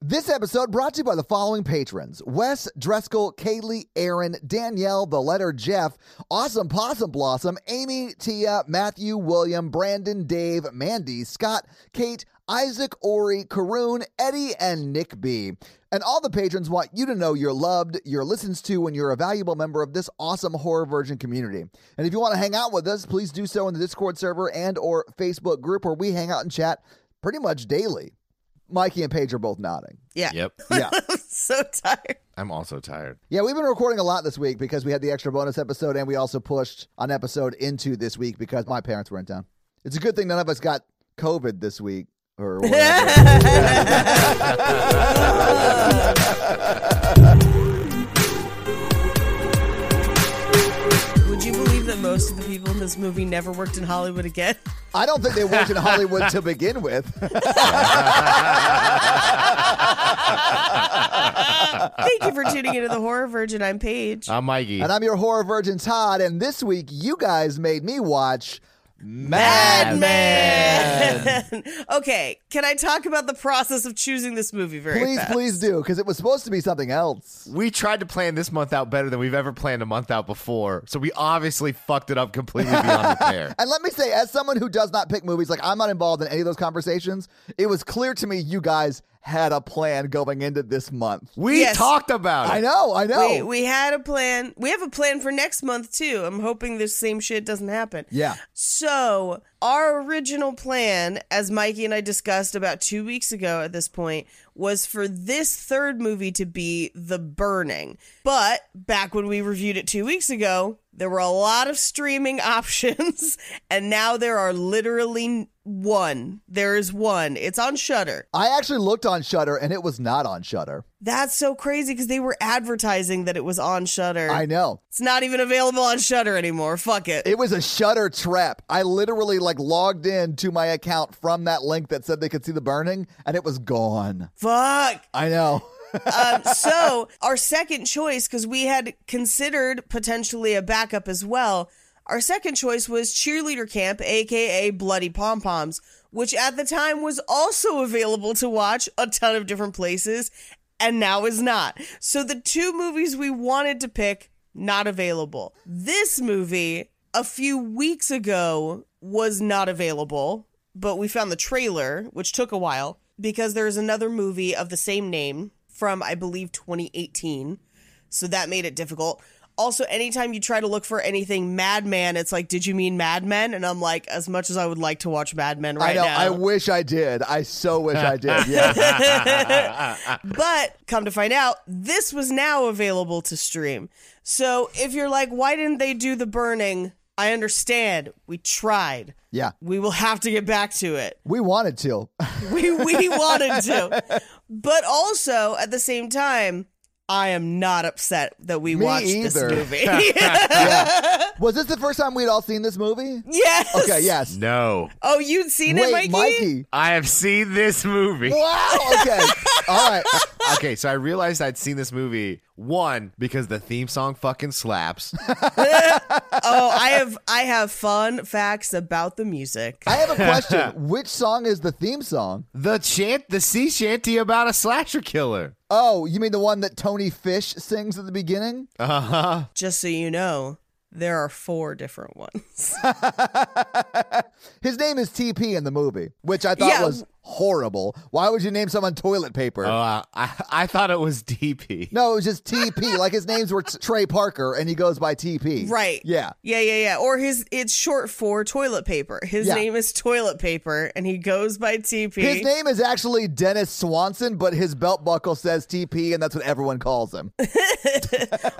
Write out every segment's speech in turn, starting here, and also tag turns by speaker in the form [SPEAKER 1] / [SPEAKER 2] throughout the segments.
[SPEAKER 1] This episode brought to you by the following patrons Wes, Dreskel, Kaylee, Aaron, Danielle, the letter Jeff, Awesome Possum Blossom, Amy, Tia, Matthew, William, Brandon, Dave, Mandy, Scott, Kate, Isaac, Ori, Karoon, Eddie, and Nick B. And all the patrons want you to know you're loved, you're listened to, and you're a valuable member of this awesome horror virgin community. And if you want to hang out with us, please do so in the Discord server and or Facebook group where we hang out and chat pretty much daily. Mikey and Paige are both nodding.
[SPEAKER 2] Yeah.
[SPEAKER 3] Yep.
[SPEAKER 1] Yeah.
[SPEAKER 2] I'm so tired.
[SPEAKER 3] I'm also tired.
[SPEAKER 1] Yeah, we've been recording a lot this week because we had the extra bonus episode and we also pushed an episode into this week because my parents were in town. It's a good thing none of us got COVID this week or whatever.
[SPEAKER 2] Would you believe that most of the people in this movie never worked in Hollywood again?
[SPEAKER 1] I don't think they worked in Hollywood to begin with.
[SPEAKER 2] Thank you for tuning into the Horror Virgin. I'm Paige.
[SPEAKER 3] I'm Mikey.
[SPEAKER 1] And I'm your horror virgin Todd, and this week you guys made me watch
[SPEAKER 3] Mad
[SPEAKER 2] okay, can I talk about the process of choosing this movie very
[SPEAKER 1] Please,
[SPEAKER 2] fast?
[SPEAKER 1] please do, because it was supposed to be something else.
[SPEAKER 3] We tried to plan this month out better than we've ever planned a month out before, so we obviously fucked it up completely beyond repair.
[SPEAKER 1] And let me say, as someone who does not pick movies, like I'm not involved in any of those conversations, it was clear to me you guys had a plan going into this month.
[SPEAKER 3] We
[SPEAKER 2] Yes.
[SPEAKER 3] talked about it.
[SPEAKER 1] I know, I know.
[SPEAKER 2] We, we had a plan. We have a plan for next month too. I'm hoping this same shit doesn't happen.
[SPEAKER 1] Yeah.
[SPEAKER 2] So, our original plan, as Mikey and I discussed about two weeks ago at this point, was for this third movie to be The Burning. But back when we reviewed it two weeks ago, there were a lot of streaming options, and now there are literally one. There is one. It's on Shutter.
[SPEAKER 1] I actually looked on Shutter and it was not on Shutter.
[SPEAKER 2] That's so crazy because they were advertising that it was on Shutter.
[SPEAKER 1] I know.
[SPEAKER 2] It's not even available on Shutter anymore. Fuck it.
[SPEAKER 1] It was a Shutter trap. I literally like logged in to my account from that link that said they could see the burning and it was gone.
[SPEAKER 2] Fuck.
[SPEAKER 1] I know.
[SPEAKER 2] Um, so our second choice, because we had considered potentially a backup as well. Our second choice was Cheerleader Camp, aka Bloody Pom Poms, which at the time was also available to watch a ton of different places, and now is not. So the two movies we wanted to pick not available. This movie a few weeks ago was not available, but we found the trailer, which took a while because there's another movie of the same name from I believe 2018. So that made it difficult. Also, anytime you try to look for anything Madman, it's like, did you mean Mad Men? And I'm like, as much as I would like to watch Mad Men right
[SPEAKER 1] I know.
[SPEAKER 2] now,
[SPEAKER 1] I wish I did. I so wish I did. Yeah.
[SPEAKER 2] But come to find out, this was now available to stream. So if you're like, why didn't they do the burning? I understand. We tried.
[SPEAKER 1] yeah.
[SPEAKER 2] We will have to get back to it.
[SPEAKER 1] We wanted to.
[SPEAKER 2] We we wanted to. But also at the same time, I am not upset that we
[SPEAKER 1] Me
[SPEAKER 2] watched this
[SPEAKER 1] either.
[SPEAKER 2] movie.
[SPEAKER 1] Was this the first time we'd all seen this movie?
[SPEAKER 2] yes.
[SPEAKER 1] Okay, yes.
[SPEAKER 3] No.
[SPEAKER 2] Oh, you'd seen it, Mikey?
[SPEAKER 1] Wait, Mikey.
[SPEAKER 3] I have seen this movie.
[SPEAKER 1] Wow. Okay. all right.
[SPEAKER 3] Okay, so I realized I'd seen this movie one because the theme song fucking slaps.
[SPEAKER 2] Oh, I have I have fun facts about the music.
[SPEAKER 1] I have a question. Which song is the theme song?
[SPEAKER 3] The chant, the sea shanty about a slasher killer.
[SPEAKER 1] Oh, you mean the one that Tony Fish sings at the beginning?
[SPEAKER 3] Uh huh.
[SPEAKER 2] Just so you know, there are four different ones.
[SPEAKER 1] His name is TP in the movie, which I thought
[SPEAKER 2] Yeah.
[SPEAKER 1] was horrible. Why would you name someone toilet paper?
[SPEAKER 3] Oh, I, I I thought it was DP.
[SPEAKER 1] no, it was just TP. like his names were t- Trey Parker, and he goes by TP.
[SPEAKER 2] Right.
[SPEAKER 1] Yeah.
[SPEAKER 2] Yeah, yeah, yeah. Or his it's short for toilet paper. His
[SPEAKER 1] Yeah.
[SPEAKER 2] name is toilet paper and he goes by TP.
[SPEAKER 1] His name is actually Dennis Swanson, but his belt buckle says TP, and that's what everyone calls him.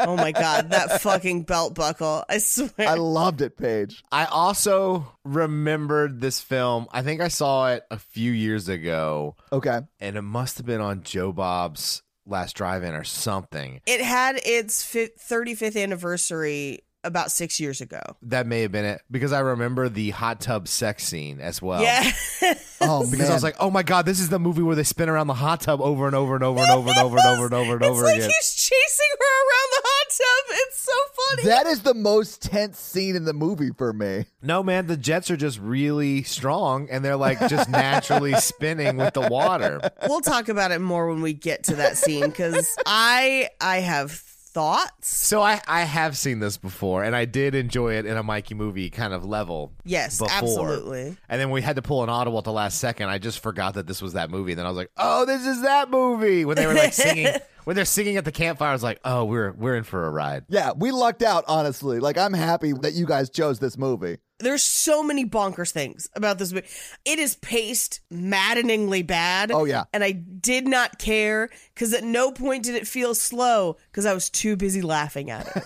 [SPEAKER 2] oh my god, that fucking belt buckle. I swear.
[SPEAKER 1] I loved it, Paige.
[SPEAKER 3] I also remembered this film. I think I saw it a few years ago,
[SPEAKER 1] Okay.
[SPEAKER 3] and it must have been on Joe Bob's Last Drive In or something.
[SPEAKER 2] it had its fi- 35th anniversary about 6 years ago.
[SPEAKER 3] That may have been it because I remember the hot tub sex scene as well.
[SPEAKER 2] yeah.
[SPEAKER 1] Oh man.
[SPEAKER 3] Because I was like, oh my God, this is the movie where they spin around the hot tub over and over and over and over and over and over and over and
[SPEAKER 2] it's
[SPEAKER 3] over
[SPEAKER 2] like
[SPEAKER 3] again.
[SPEAKER 2] he's chasing her around the hot tub. It's so funny.
[SPEAKER 1] that is the most tense scene in the movie for me.
[SPEAKER 3] No, man, the jets are just really strong and they're like just naturally spinning with the water.
[SPEAKER 2] we'll talk about it more when we get to that scene because I I have thoughts.
[SPEAKER 3] So I, I have seen this before and I did enjoy it in a Mikey movie kind of level.
[SPEAKER 2] Yes,
[SPEAKER 3] before.
[SPEAKER 2] absolutely.
[SPEAKER 3] And then we had to pull an audible at the last second. I just forgot that this was that movie. And then I was like, oh, this is that movie. When they were like singing, when they're singing at the campfire, I was like, oh, we're we're in for a ride.
[SPEAKER 1] Yeah, we lucked out, honestly. Like, I'm happy that you guys chose this movie.
[SPEAKER 2] There's so many bonkers things about this movie. It is paced maddeningly bad.
[SPEAKER 1] Oh, yeah.
[SPEAKER 2] And I did not care because at no point did it feel slow because I was too busy laughing at it.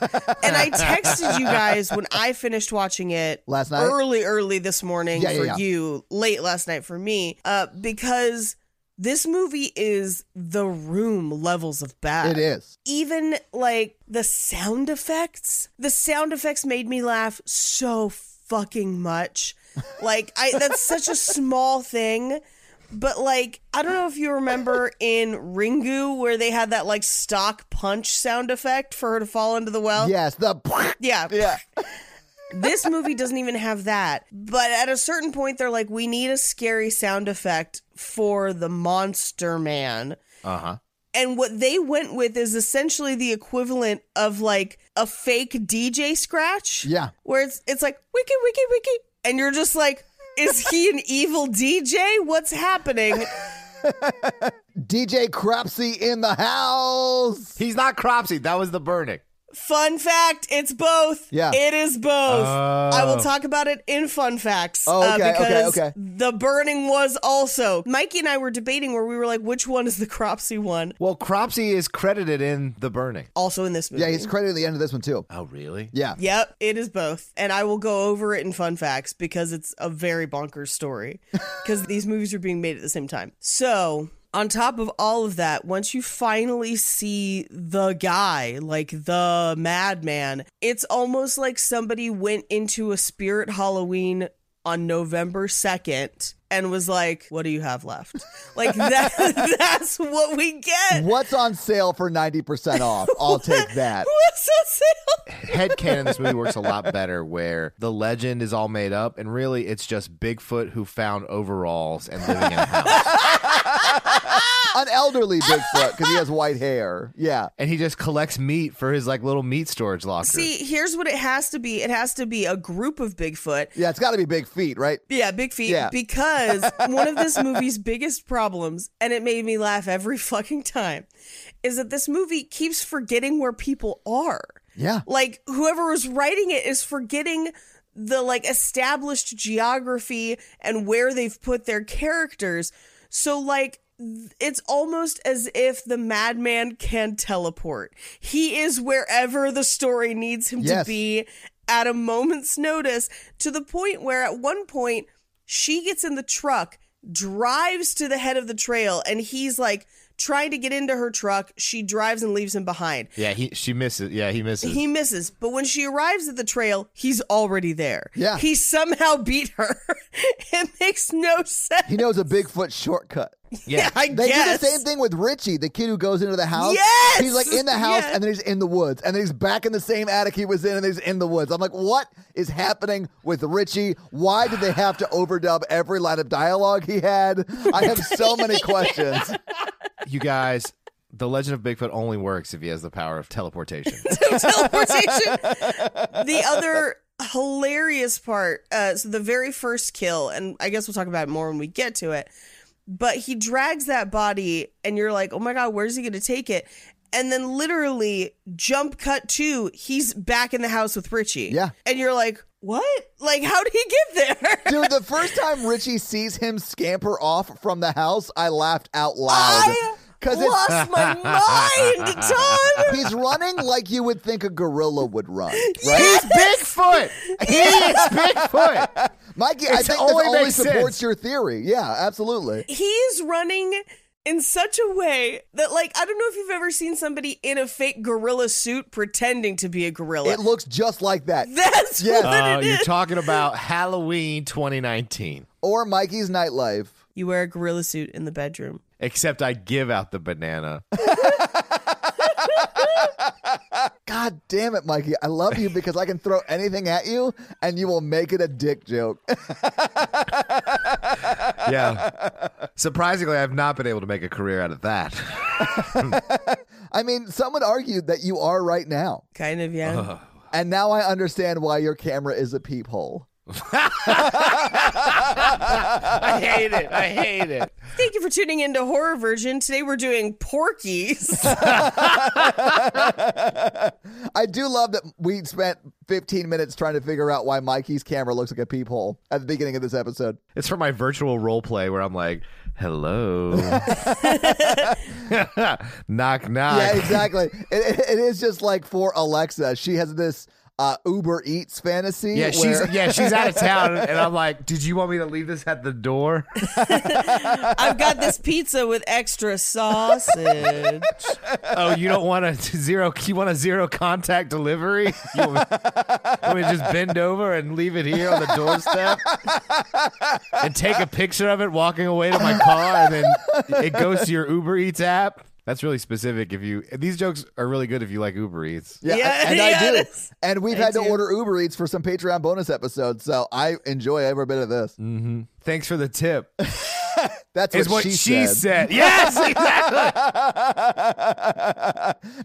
[SPEAKER 2] and I texted you guys when I finished watching it
[SPEAKER 1] Last night?
[SPEAKER 2] early, early this morning
[SPEAKER 1] Yeah, yeah,
[SPEAKER 2] for
[SPEAKER 1] yeah.
[SPEAKER 2] you, late last night for me, uh, because this movie is the room levels of
[SPEAKER 1] It
[SPEAKER 2] bad
[SPEAKER 1] is.
[SPEAKER 2] even like the sound effects the sound effects made me laugh so fucking much like i that's such a small thing but like i don't know if you remember in ringu where they had that like stock punch sound effect for her to fall into the well
[SPEAKER 1] Yes, the.
[SPEAKER 2] yeah
[SPEAKER 1] Yeah.
[SPEAKER 2] this movie doesn't even have that. But at a certain point, they're like, we need a scary sound effect for the monster man.
[SPEAKER 3] Uh
[SPEAKER 1] Uh-huh.
[SPEAKER 3] huh.
[SPEAKER 2] And what they went with is essentially the equivalent of like a fake DJ scratch.
[SPEAKER 1] Yeah.
[SPEAKER 2] Where it's it's like wiki wiki wiki. And you're just like, is he an evil DJ? What's happening?
[SPEAKER 1] DJ Cropsy in the house.
[SPEAKER 3] He's not Cropsy. That was the burning.
[SPEAKER 2] Fun fact, it's both.
[SPEAKER 1] Yeah.
[SPEAKER 2] It is both.
[SPEAKER 3] Oh.
[SPEAKER 2] I will talk about it in fun facts. uh,
[SPEAKER 1] Oh, okay, okay,
[SPEAKER 2] because
[SPEAKER 1] okay.
[SPEAKER 2] The burning was also. Mikey and I were debating where we were like, which one is the Cropsy one?
[SPEAKER 3] Well, Cropsy is credited in the burning.
[SPEAKER 2] Also in this movie.
[SPEAKER 1] Yeah, he's credited at the end of this one, too.
[SPEAKER 3] Oh, really?
[SPEAKER 1] Yeah.
[SPEAKER 2] Yep, it is both. And I will go over it in fun facts because it's a very bonkers story because these movies are being made at the same time. So, on top of all of that, once you finally see the guy, like the madman, it's almost like somebody went into a spirit Halloween on November 2nd and was like, What do you have left? Like, that, that's what we get.
[SPEAKER 1] What's on sale for 90% off? I'll take that.
[SPEAKER 2] What's on sale?
[SPEAKER 3] Headcanon in this movie works a lot better where the legend is all made up and really it's just Bigfoot who found overalls and living in a house.
[SPEAKER 1] An elderly Bigfoot because he has white hair. Yeah.
[SPEAKER 3] and he just collects meat for his like little meat storage locker.
[SPEAKER 2] See, here's what it has to be. It has to be a group of Bigfoot.
[SPEAKER 1] Yeah, it's got to be big feet, right?
[SPEAKER 2] Yeah, big feet.
[SPEAKER 1] Yeah.
[SPEAKER 2] Because one of this movie's biggest problems, and it made me laugh every fucking time, is that this movie keeps forgetting where people are.
[SPEAKER 1] Yeah.
[SPEAKER 2] Like whoever was writing it is forgetting the like established geography and where they've put their characters. So like th- it's almost as if the madman can teleport. He is wherever the story needs him
[SPEAKER 1] Yes.
[SPEAKER 2] to be at a moment's notice to the point where at one point she gets in the truck, drives to the head of the trail and he's like trying to get into her truck. She drives and leaves him behind.
[SPEAKER 3] Yeah, he she misses. Yeah, he misses.
[SPEAKER 2] He misses, but when she arrives at the trail, he's already there.
[SPEAKER 1] Yeah.
[SPEAKER 2] He somehow beat her. it makes no sense.
[SPEAKER 1] He knows a Bigfoot shortcut.
[SPEAKER 3] yeah.
[SPEAKER 2] I
[SPEAKER 1] They
[SPEAKER 2] guess.
[SPEAKER 1] do the same thing with Richie, the kid who goes into the house.
[SPEAKER 2] Yes!
[SPEAKER 1] He's like in the house
[SPEAKER 2] Yeah.
[SPEAKER 1] and then he's in the woods. And then he's back in the same attic he was in and then he's in the woods. I'm like, what is happening with Richie? Why did they have to overdub every line of dialogue he had? I have so many questions.
[SPEAKER 3] you guys, the legend of Bigfoot only works if he has the power of teleportation.
[SPEAKER 2] teleportation. the other hilarious part, uh, so the very first kill, and I guess we'll talk about it more when we get to it. But he drags that body, and you're like, oh my god, where's he gonna take it? And then literally jump cut two, he's back in the house with Richie.
[SPEAKER 1] Yeah.
[SPEAKER 2] and you're like, what? Like, how did he get there?
[SPEAKER 1] Dude, the first time Richie sees him scamper off from the house, I laughed out loud.
[SPEAKER 2] I
[SPEAKER 1] Because it's
[SPEAKER 2] lost my mind, Tom.
[SPEAKER 1] he's running like you would think a gorilla would run. Right?
[SPEAKER 3] He's Bigfoot. He is Bigfoot.
[SPEAKER 1] Mikey, I
[SPEAKER 3] It's
[SPEAKER 1] think
[SPEAKER 3] only
[SPEAKER 1] this only
[SPEAKER 3] makes
[SPEAKER 1] supports
[SPEAKER 3] sense.
[SPEAKER 1] your theory. Yeah, absolutely.
[SPEAKER 2] He's running in such a way that, like, I don't know if you've ever seen somebody in a fake gorilla suit pretending to be a gorilla.
[SPEAKER 1] It looks just like that.
[SPEAKER 2] That's
[SPEAKER 1] Yeah.
[SPEAKER 2] what
[SPEAKER 3] Uh,
[SPEAKER 2] it
[SPEAKER 3] you're
[SPEAKER 2] is.
[SPEAKER 3] talking about Halloween 2019.
[SPEAKER 1] Or Mikey's nightlife.
[SPEAKER 2] You wear a gorilla suit in the bedroom.
[SPEAKER 3] Except I give out the banana.
[SPEAKER 1] God damn it, Mikey. I love you because I can throw anything at you and you will make it a dick joke.
[SPEAKER 3] yeah. Surprisingly, I've not been able to make a career out of that.
[SPEAKER 1] I mean, someone argued that you are right now.
[SPEAKER 2] Kind of, yeah.
[SPEAKER 1] Uh-huh. And now I understand why your camera is a peephole.
[SPEAKER 3] I hate it. I hate it.
[SPEAKER 2] Thank you for tuning in to Horror Version. Today we're doing Porkies.
[SPEAKER 1] I do love that we spent 15 minutes trying to figure out why Mikey's camera looks like a peephole at the beginning of this episode.
[SPEAKER 3] It's for my virtual role play where I'm like, hello. knock, knock.
[SPEAKER 1] Yeah, exactly. It, it, it is just like for Alexa. She has this uh, Uber Eats fantasy.
[SPEAKER 3] Yeah, she's
[SPEAKER 1] where-
[SPEAKER 3] yeah, she's out of town, and I'm like, did you want me to leave this at the door?
[SPEAKER 2] I've got this pizza with extra sausage.
[SPEAKER 3] oh, you don't want a zero? You want a zero contact delivery? You want me, want me to just bend over and leave it here on the doorstep and take a picture of it walking away to my car, and then it goes to your Uber Eats app. That's really specific. If you these jokes are really good if you like Uber Eats.
[SPEAKER 1] Yeah,
[SPEAKER 2] Yeah,
[SPEAKER 1] and, and
[SPEAKER 2] yeah,
[SPEAKER 1] I do.
[SPEAKER 2] that's-
[SPEAKER 1] And we've
[SPEAKER 2] I
[SPEAKER 1] had to
[SPEAKER 2] do.
[SPEAKER 1] order Uber Eats for some Patreon bonus episodes, so I enjoy every bit of this.
[SPEAKER 3] Thanks for the tip.
[SPEAKER 1] That's
[SPEAKER 3] Is
[SPEAKER 1] what,
[SPEAKER 3] Mm. what
[SPEAKER 1] she, said.
[SPEAKER 3] Yes, exactly.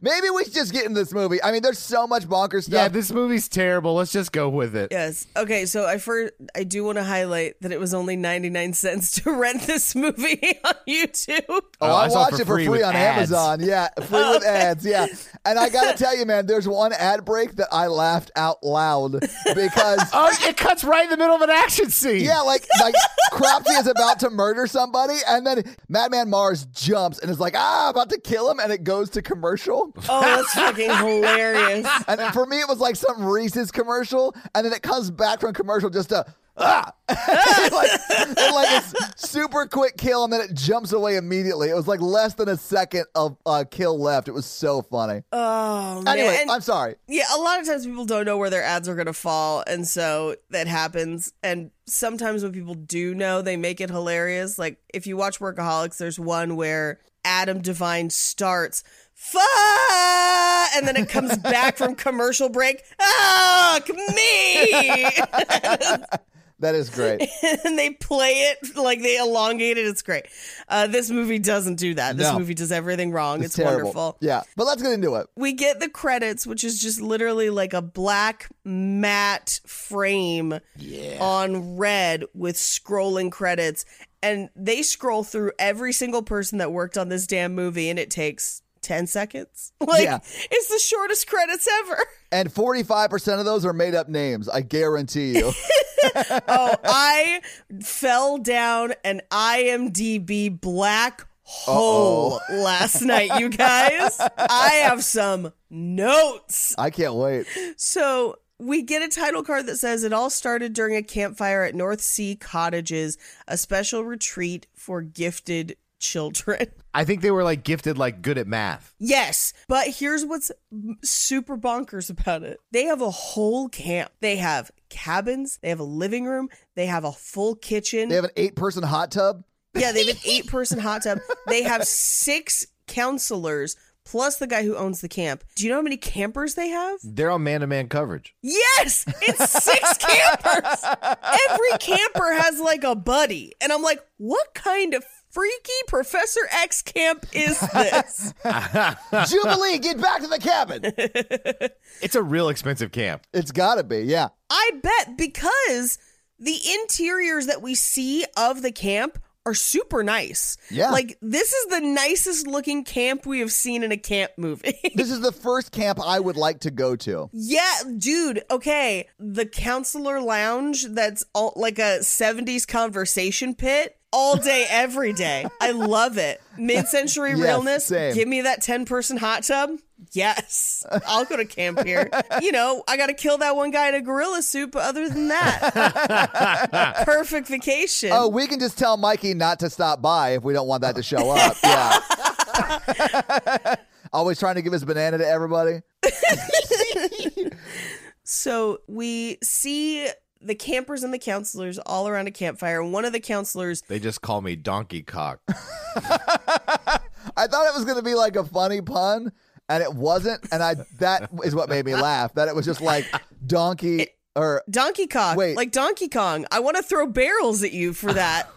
[SPEAKER 1] Maybe we should just get in this movie. I mean, there's so much bonkers stuff.
[SPEAKER 3] yeah, this movie's terrible. Let's just go with it.
[SPEAKER 1] Oh,
[SPEAKER 2] yes. Okay, so I first I do want to highlight that it was only 99 cents to rent this movie on YouTube.
[SPEAKER 1] Oh,
[SPEAKER 3] Oh,
[SPEAKER 1] I,
[SPEAKER 3] I saw it
[SPEAKER 1] watched
[SPEAKER 3] for
[SPEAKER 1] it for
[SPEAKER 3] free
[SPEAKER 1] free
[SPEAKER 3] with
[SPEAKER 1] on
[SPEAKER 3] ads.
[SPEAKER 1] Amazon. Yeah, free with ads. Yeah, and I gotta tell you, man, there's one ad break that I laughed out loud because
[SPEAKER 3] Oh, it cuts right in the middle of an action scene.
[SPEAKER 1] yeah, like like Cropsy is about to murder somebody, and then Madman Mars jumps and is like, ah, about to kill him, and it goes to commercial.
[SPEAKER 2] Oh, that's fucking hilarious.
[SPEAKER 1] And then for me, it was like some Reese's commercial, and then it comes back from commercial just to ah, It's like, it's like it's super quick kill, and then it jumps away immediately. It was like less than a second of uh, kill left. It was so funny.
[SPEAKER 2] Oh, man.
[SPEAKER 1] anyway,
[SPEAKER 2] And-
[SPEAKER 1] I'm sorry.
[SPEAKER 2] Yeah, a lot of times people don't know where their ads are going to fall. And so that happens. And sometimes when people do know, they make it hilarious. Like if you watch Workaholics, there's one where Adam Devine starts, "Fuck," and then it comes back from commercial break, fuck me.
[SPEAKER 1] That is great.
[SPEAKER 2] and they play it like they elongate it. It's great. Uh, this movie doesn't do that. This
[SPEAKER 1] No.
[SPEAKER 2] movie does everything wrong. It's,
[SPEAKER 1] Terrible.
[SPEAKER 2] wonderful
[SPEAKER 1] Yeah, but let's get into it.
[SPEAKER 2] we get the credits, which is just literally like a black matte frame on red with scrolling credits. And they scroll through every single person that worked on this damn movie, and it takes 10 seconds. Like,
[SPEAKER 1] Yeah.
[SPEAKER 2] it's the shortest credits ever.
[SPEAKER 1] And 45% of those are made up names. I guarantee you.
[SPEAKER 2] Oh, I fell down an IMDb black hole last night, you guys. I have some notes.
[SPEAKER 1] I can't wait.
[SPEAKER 2] So we get a title card that says it all started during a campfire at North Sea Cottages, a special retreat for gifted children.
[SPEAKER 3] I think they were like gifted, like good at math.
[SPEAKER 2] Yes, but here's what's m- super bonkers about it. They have a whole camp. They have cabins, they have a living room, they have a full kitchen.
[SPEAKER 1] They have an eight person hot tub.
[SPEAKER 2] yeah, they have an 8-person hot tub. They have 6 counselors plus the guy who owns the camp. Do you know how many campers they have?
[SPEAKER 3] They're on man to man coverage.
[SPEAKER 2] Yes, it's six campers. Every camper has like a buddy. And I'm like, what kind of freaky Professor X camp is this?
[SPEAKER 1] Jubilee, get back to the cabin.
[SPEAKER 3] It's a real expensive camp.
[SPEAKER 1] It's got to be. Yeah.
[SPEAKER 2] I bet because the interiors that we see of the camp are super nice.
[SPEAKER 1] Yeah.
[SPEAKER 2] Like, this is the nicest looking camp we have seen in a camp movie.
[SPEAKER 1] This is the first camp I would like to go to.
[SPEAKER 2] Yeah, dude. Okay, the counselor lounge that's all, like a 70s conversation pit all day every day. I love it. Mid-century
[SPEAKER 1] Yes,
[SPEAKER 2] realness.
[SPEAKER 1] same.
[SPEAKER 2] Give me that 10-person hot tub. Yes. I'll go to camp here. You know, I got to kill that one guy in a gorilla suit, but other than that, perfect vacation.
[SPEAKER 1] Oh, we can just tell Mikey not to stop by if we don't want that to show up. Yeah. Always trying to give his banana to everybody.
[SPEAKER 2] So we see the campers and the counselors all around a campfire. One of the counselors,
[SPEAKER 3] They just call me Donkey Cock.
[SPEAKER 1] I thought it was going to be like a funny pun, and it wasn't. And I that is what made me laugh. That it was just like donkey or
[SPEAKER 2] Donkey Kong,
[SPEAKER 1] Wait.
[SPEAKER 2] like Donkey Kong. I want to throw barrels at you for that.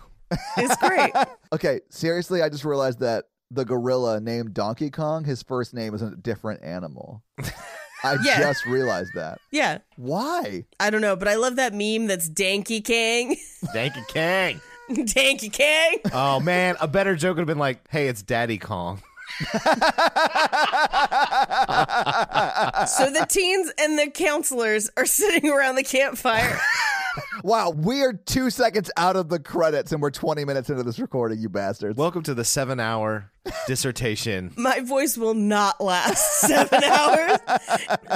[SPEAKER 2] it's great.
[SPEAKER 1] okay. Seriously, I just realized that the gorilla named Donkey Kong, his first name is a different animal. I
[SPEAKER 2] Yeah.
[SPEAKER 1] just realized that.
[SPEAKER 2] Yeah.
[SPEAKER 1] Why?
[SPEAKER 2] I don't know, but I love that meme that's Danky Kang.
[SPEAKER 3] Donkey Kang.
[SPEAKER 2] Danky Kang.
[SPEAKER 3] Oh man, a better joke would have been like, "Hey, it's Daddy Kong."
[SPEAKER 2] So the teens and the counselors are sitting around the campfire.
[SPEAKER 1] Wow, we are two seconds out of the credits, and we're twenty minutes into this recording. You bastards.
[SPEAKER 3] Welcome to the seven-hour dissertation.
[SPEAKER 2] My voice will not last seven hours.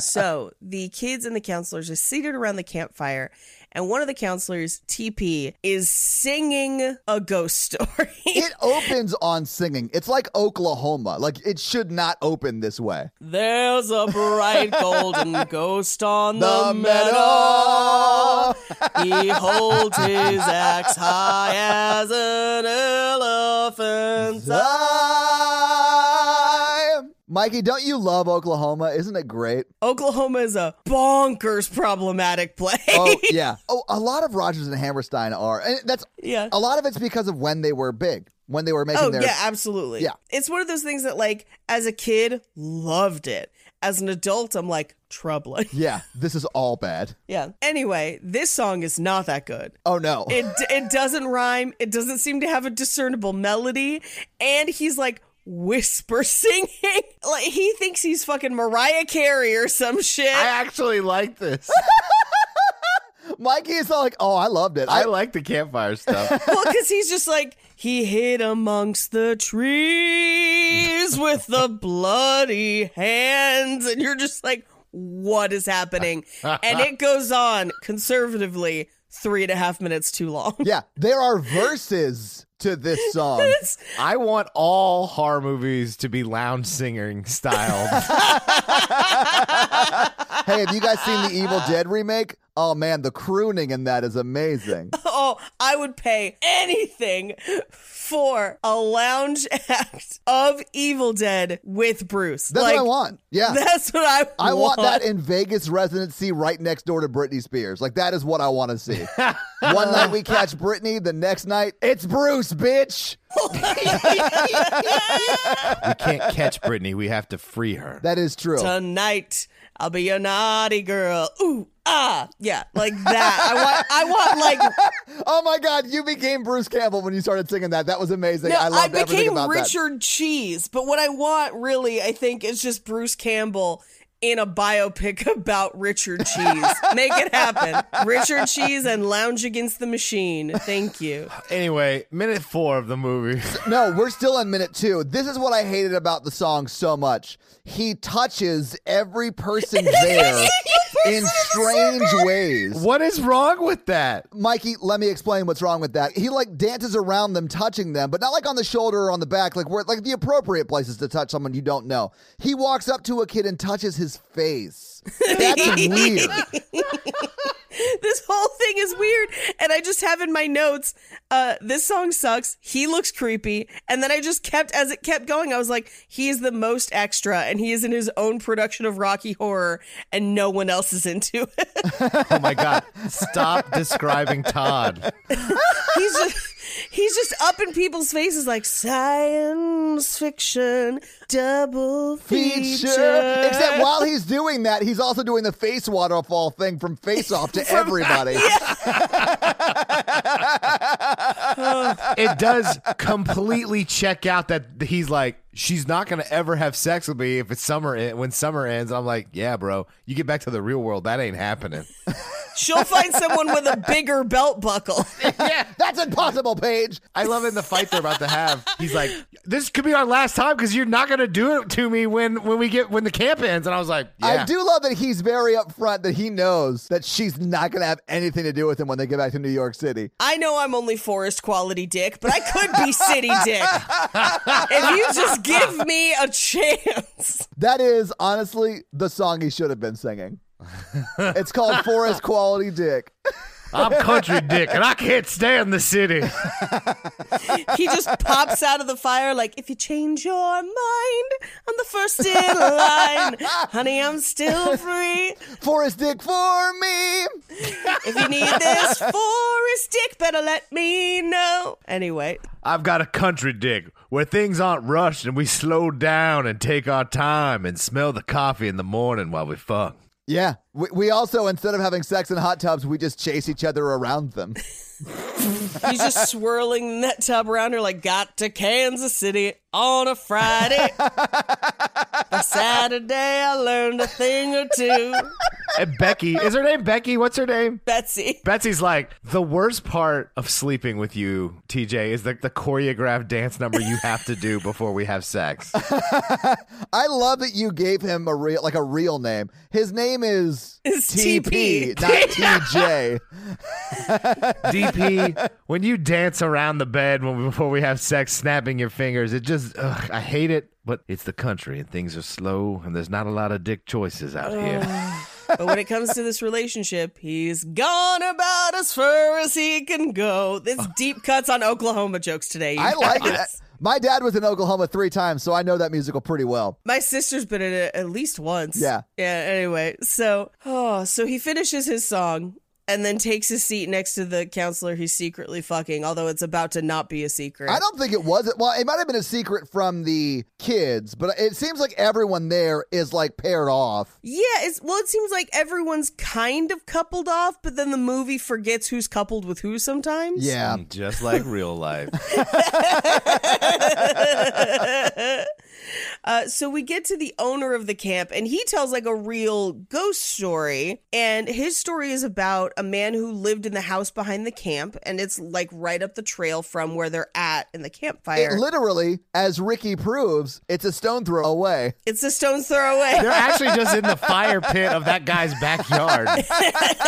[SPEAKER 2] So the kids and the counselors are seated around the campfire, and one of the counselors, TP, is singing a ghost story.
[SPEAKER 1] it opens on singing. It's like Oklahoma. Like it should not open this way.
[SPEAKER 2] There's a bright golden ghost on
[SPEAKER 1] The meadow.
[SPEAKER 2] He holds his axe high as an elephant.
[SPEAKER 1] Time. Mikey, don't you love Oklahoma? Isn't it great?
[SPEAKER 2] Oklahoma is a bonkers problematic place.
[SPEAKER 1] Oh yeah. Oh, a lot of Rogers and Hammerstein are, and that's
[SPEAKER 2] yeah.
[SPEAKER 1] a lot of it's because of when they were big, when they were making
[SPEAKER 2] Oh,
[SPEAKER 1] their.
[SPEAKER 2] yeah, absolutely.
[SPEAKER 1] Yeah.
[SPEAKER 2] It's one of those things that, like, as a kid, loved it. As an adult, I'm like, troubling.
[SPEAKER 1] Yeah, this is all bad.
[SPEAKER 2] Yeah. Anyway, this song is not that good.
[SPEAKER 1] Oh no.
[SPEAKER 2] It, it doesn't rhyme. It doesn't seem to have a discernible melody. And he's like whisper singing. like, he thinks he's fucking Mariah Carey or some shit.
[SPEAKER 3] I actually like this.
[SPEAKER 1] Mikey is all like, "Oh, I loved it. I,
[SPEAKER 3] I like the campfire stuff.
[SPEAKER 2] Well, because he's just like he hid amongst the trees with the bloody hands, and you're just like, what is happening? And it goes on conservatively three and a half minutes too long.
[SPEAKER 1] yeah." There are verses to this song.
[SPEAKER 3] I want all horror movies to be lounge singing style.
[SPEAKER 1] hey, have you guys seen the Evil Dead remake? Oh man, the crooning in that is amazing.
[SPEAKER 2] Oh, I would pay anything for a lounge act of Evil Dead with Bruce.
[SPEAKER 1] That's
[SPEAKER 2] like,
[SPEAKER 1] what I want. Yeah.
[SPEAKER 2] That's what I.
[SPEAKER 1] I want that in Vegas residency right next door to Britney Spears. Like that is what I want to see. One night we catch Britney, the next night it's Bruce, bitch.
[SPEAKER 3] we can't catch Brittany. We have to free her.
[SPEAKER 1] That is true.
[SPEAKER 2] tonight I'll be your naughty girl. Ooh, ah, yeah, like that. I want, I want like
[SPEAKER 1] Oh my God, you became Bruce Campbell when you started singing that. That was amazing.
[SPEAKER 2] no,
[SPEAKER 1] I
[SPEAKER 2] I,
[SPEAKER 1] loved everything
[SPEAKER 2] became
[SPEAKER 1] about
[SPEAKER 2] Richard Cheese, but what I want really, I think, is just Bruce Campbell in a biopic about Richard Cheese. Make it happen, Richard Cheese and Lounge Against the Machine. Thank you.
[SPEAKER 3] Anyway, minute four of the movie.
[SPEAKER 1] that. No, we're still in minute two. This is what I hated about the song so much. He touches every person there in strange ways.
[SPEAKER 3] what is wrong with that?
[SPEAKER 1] Mikey, let me explain what's wrong with that. He like dances around them, touching them, but not like on the shoulder or on the back, like where like the appropriate places to touch someone you don't know. He walks up to a kid and touches his face. That's weird.
[SPEAKER 2] This whole thing is weird, and I just have in my notes, uh, this song sucks. He looks creepy, and then I just kept as it kept going. I was like, he is the most extra, and he is in his own production of Rocky Horror, and no one else is into it.
[SPEAKER 3] Oh my god! Stop describing Todd.
[SPEAKER 2] He's just he's just up in people's faces like science fiction double feature.
[SPEAKER 1] Feature. Except while he's doing that, he's also doing the face waterfall thing from face off to everybody.
[SPEAKER 3] It does completely check out that he's like, she's not gonna ever have sex with me if it's summer. en- When summer ends, I'm like, yeah, bro, you get back to the real world. That ain't happening.
[SPEAKER 2] She'll find someone with a bigger belt buckle.
[SPEAKER 1] That's impossible, Paige.
[SPEAKER 3] I love in the fight they're about to have. He's like, this could be our last time because you're not gonna do it to me when when we get when the camp ends. And I was like, yeah.
[SPEAKER 1] I do love that he's very upfront that he knows that she's not going to have anything to do with him when they get back to New York City.
[SPEAKER 2] I know I'm only forest quality dick, but I could be city dick. if you just give me a chance.
[SPEAKER 1] That is honestly the song he should have been singing. It's called Forest Quality Dick.
[SPEAKER 3] I'm country dick, and I can't stand the city.
[SPEAKER 2] He just pops out of the fire like, if you change your mind, I'm the first in line. Honey, I'm still free.
[SPEAKER 1] Forrest Dick for me.
[SPEAKER 2] If you need this forest dick, better let me know. Anyway,
[SPEAKER 3] I've got a country dick where things aren't rushed, and we slow down and take our time and smell the coffee in the morning while we fuck.
[SPEAKER 1] Yeah. We, we also, instead of having sex in hot tubs, we just chase each other around them.
[SPEAKER 2] he's just swirling in that tub around her like, got to Kansas City on a Friday. By Saturday, I learned a thing or two.
[SPEAKER 3] And Becky, is her name Becky? What's her name?
[SPEAKER 2] Betsy.
[SPEAKER 3] Betsy's like, the worst part of sleeping with you, TJ, is the, the choreographed dance number you have to do before we have sex.
[SPEAKER 1] I love that you gave him a real, like a real name. His name is
[SPEAKER 2] It's TP.
[SPEAKER 1] not TJ.
[SPEAKER 3] DP, when you dance around the bed when, before we have sex, snapping your fingers, it just, ugh, I hate it, but it's the country and things are slow and there's not a lot of dick choices out here.
[SPEAKER 2] But when it comes to this relationship, he's gone about as far as he can go. This deep cuts on Oklahoma jokes today. you
[SPEAKER 1] I like it.
[SPEAKER 2] guys.
[SPEAKER 1] My dad was in Oklahoma three times, so I know that musical pretty well.
[SPEAKER 2] My sister's been in it at least once.
[SPEAKER 1] Yeah.
[SPEAKER 2] Yeah. Anyway, so oh, so he finishes his song and then takes his seat next to the counselor he's secretly fucking, although it's about to not be a secret.
[SPEAKER 1] I don't think it was. Well, it might have been a secret from the kids, but it seems like everyone there is like paired off.
[SPEAKER 2] yeah. It's well, it seems like everyone's kind of coupled off, but then the movie forgets who's coupled with who sometimes.
[SPEAKER 1] Yeah.
[SPEAKER 3] Just like real life.
[SPEAKER 2] Uh, so we get to the owner of the camp, and he tells like a real ghost story. And his story is about a man who lived in the house behind the camp, and it's like right up the trail from where they're at in the
[SPEAKER 1] It
[SPEAKER 2] campfire.
[SPEAKER 1] literally, as Ricky proves, it's a stone throw away.
[SPEAKER 2] it's a stone's throw away.
[SPEAKER 3] They're actually just in the fire pit of that guy's backyard.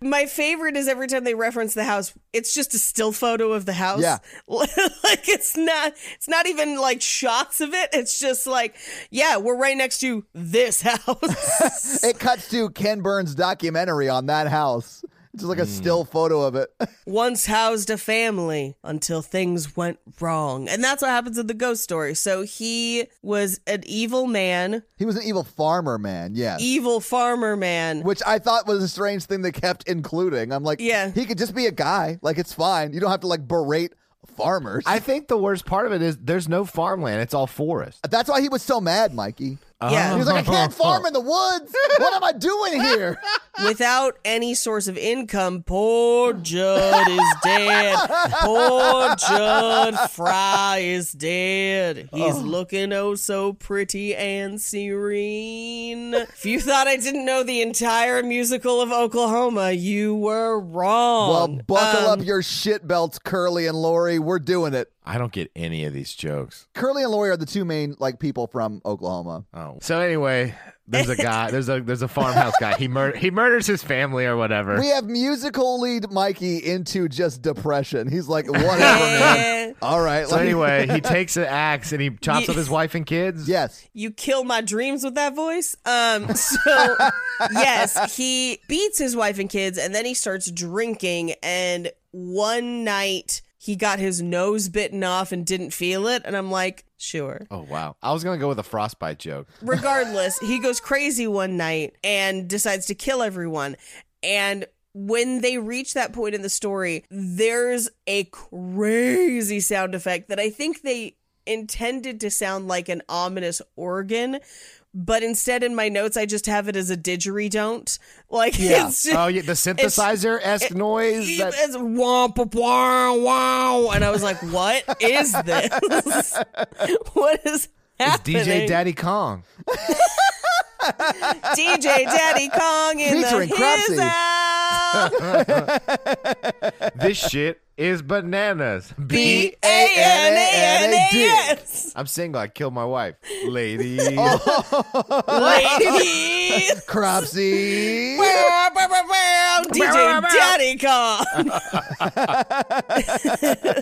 [SPEAKER 2] My favorite is every time they reference the house, it's just a still photo of the house.
[SPEAKER 1] Yeah.
[SPEAKER 2] like it's not it's not even like shots of it. It's just like, yeah, we're right next to this house.
[SPEAKER 1] It cuts to Ken Burns' documentary on that house. It's just like a still photo of it.
[SPEAKER 2] once housed a family until things went wrong. And that's what happens in the ghost story. So he was an evil man,
[SPEAKER 1] he was an evil farmer man, yes.
[SPEAKER 2] evil farmer man.
[SPEAKER 1] Which I thought was a strange thing they kept including. I'm like,
[SPEAKER 2] Yeah.
[SPEAKER 1] he could just be a guy. Like, it's fine. You don't have to like berate farmers.
[SPEAKER 3] I think the worst part of it is there's no farmland, it's all forest.
[SPEAKER 1] That's why he was so mad, Mikey.
[SPEAKER 2] Yeah.
[SPEAKER 1] He was like, I can't farm in the woods. What am I doing here?
[SPEAKER 2] Without any source of income, poor Judd is dead. Poor Judd Fry is dead. He's looking oh so pretty and serene. If you thought I didn't know the entire musical of Oklahoma, you were wrong.
[SPEAKER 1] Well,
[SPEAKER 3] Um,
[SPEAKER 1] buckle up your shit belts, Curly and Lori. We're doing it.
[SPEAKER 3] I don't get any of these jokes.
[SPEAKER 1] Curly and Lori are the two main like people from Oklahoma.
[SPEAKER 3] Oh. So anyway, there's a guy, there's a there's a farmhouse guy. He mur- he murders his family or whatever.
[SPEAKER 1] We have musical lead Mikey into just depression. He's like,
[SPEAKER 2] Um,
[SPEAKER 1] whatever, man.
[SPEAKER 2] eh,
[SPEAKER 1] All right.
[SPEAKER 3] So
[SPEAKER 1] let me-
[SPEAKER 3] anyway, he takes an axe and he chops up his wife and kids.
[SPEAKER 1] yes.
[SPEAKER 2] you kill my dreams with that voice. Um, so yes, he beats his wife and kids, and then he starts drinking. And one night he got his nose bitten off and didn't feel it. And I'm like, sure.
[SPEAKER 3] Oh wow. I was gonna go with a frostbite joke.
[SPEAKER 2] Regardless, he goes crazy one night and decides to kill everyone. And when they reach that point in the story, there's a crazy sound effect that I think they intended to sound like an ominous organ, but instead in my notes I just have it as a didgeridoo. Like
[SPEAKER 1] Yeah.
[SPEAKER 2] it's just
[SPEAKER 3] Oh yeah, the synthesizer esque noise. That-
[SPEAKER 2] it's womp womp, wow wow and I was like, what is this? what is
[SPEAKER 3] it's
[SPEAKER 2] happening?
[SPEAKER 3] DJ Daddy Kong.
[SPEAKER 2] DJ Daddy Kong in
[SPEAKER 1] Featuring
[SPEAKER 2] the
[SPEAKER 1] Cropsy.
[SPEAKER 2] his out.
[SPEAKER 3] This shit is bananas.
[SPEAKER 2] B A N A N A S.
[SPEAKER 3] I'm single. I killed my wife, lady.
[SPEAKER 2] Lady.
[SPEAKER 1] Cropsy.
[SPEAKER 2] DJ Daddy Kong.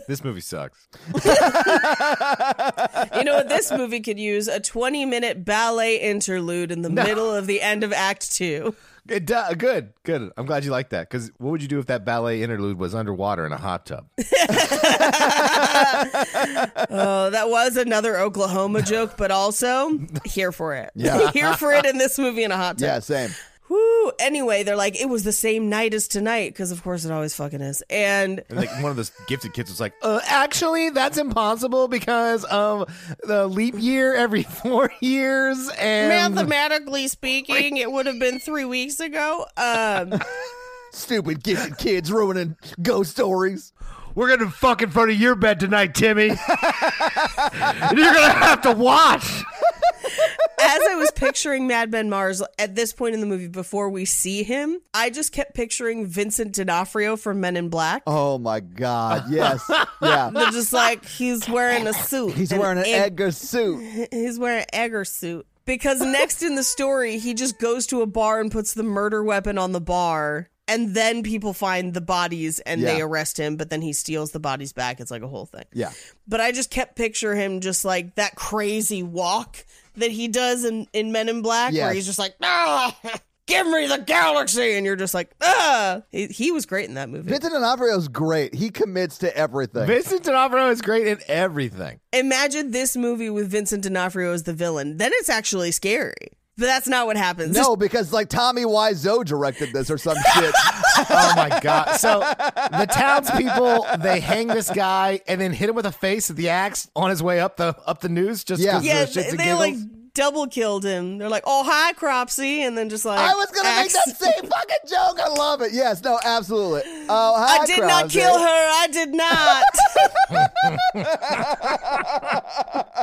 [SPEAKER 3] This movie sucks.
[SPEAKER 2] You know what? This movie could use a 20 minute ballet interlude in the middle of the end of Act Two.
[SPEAKER 3] It do- good, good. I'm glad you like that. Because what would you do if that ballet interlude was underwater in a hot tub?
[SPEAKER 2] Oh, that was another Oklahoma joke, but also here for it.
[SPEAKER 1] Yeah.
[SPEAKER 2] here for it in this movie in a hot tub.
[SPEAKER 1] Yeah, same.
[SPEAKER 2] Woo. Anyway, they're like, it was the same night as tonight, because of course it always fucking is. And
[SPEAKER 3] And like one of those gifted kids was like, uh, actually, that's impossible because of the leap year every four years and
[SPEAKER 1] Um,
[SPEAKER 2] mathematically speaking, it would have been three weeks ago. Um,
[SPEAKER 1] Stupid gifted kids ruining ghost stories.
[SPEAKER 3] We're gonna fuck in front of your bed tonight, Timmy. and you're gonna have to watch.
[SPEAKER 2] as I was picturing Mad Men Mars at this point in the movie before we see him, I just kept picturing Vincent D'Onofrio from Men in Black.
[SPEAKER 1] Oh my God. Yes. Yeah.
[SPEAKER 2] They're just like he's wearing a suit.
[SPEAKER 1] He's
[SPEAKER 2] and
[SPEAKER 1] wearing an
[SPEAKER 2] Ed-
[SPEAKER 1] Edgar suit.
[SPEAKER 2] He's wearing an Egger suit. Because next in the story, he just goes to a bar and puts the murder weapon on the bar. And then people find the bodies and they
[SPEAKER 1] Yeah.
[SPEAKER 2] arrest him, but then he steals the bodies back. It's like a whole thing.
[SPEAKER 1] Yeah.
[SPEAKER 2] But I just kept picture him just like that crazy walk that he does in, in Men in Black, where
[SPEAKER 1] Yes.
[SPEAKER 2] he's just like, ah, give me the galaxy. And you're just like, ah. He, he was great in that movie.
[SPEAKER 1] Vincent D'Onofrio's great. He commits to everything.
[SPEAKER 3] Vincent D'Onofrio is great in everything.
[SPEAKER 2] Imagine this movie with Vincent D'Onofrio as the villain. Then it's actually scary. But that's not what happens.
[SPEAKER 1] no, because like Tommy Wiseau directed this or some shit.
[SPEAKER 3] Oh my god! So the townspeople they hang this guy and then hit him with a face with the axe on his way up the up the news. Just
[SPEAKER 1] Yeah.
[SPEAKER 3] 'cause the
[SPEAKER 2] yeah,
[SPEAKER 3] shits
[SPEAKER 2] they,
[SPEAKER 3] and
[SPEAKER 2] they,
[SPEAKER 3] giggles.
[SPEAKER 2] like double killed him. They're like, "Oh hi, Cropsy," and then just like
[SPEAKER 1] I was gonna
[SPEAKER 2] axe.
[SPEAKER 1] make that same fucking joke. I love it. Yes, no, absolutely. Oh, hi,
[SPEAKER 2] I did not
[SPEAKER 1] Krause.
[SPEAKER 2] kill her. I did not.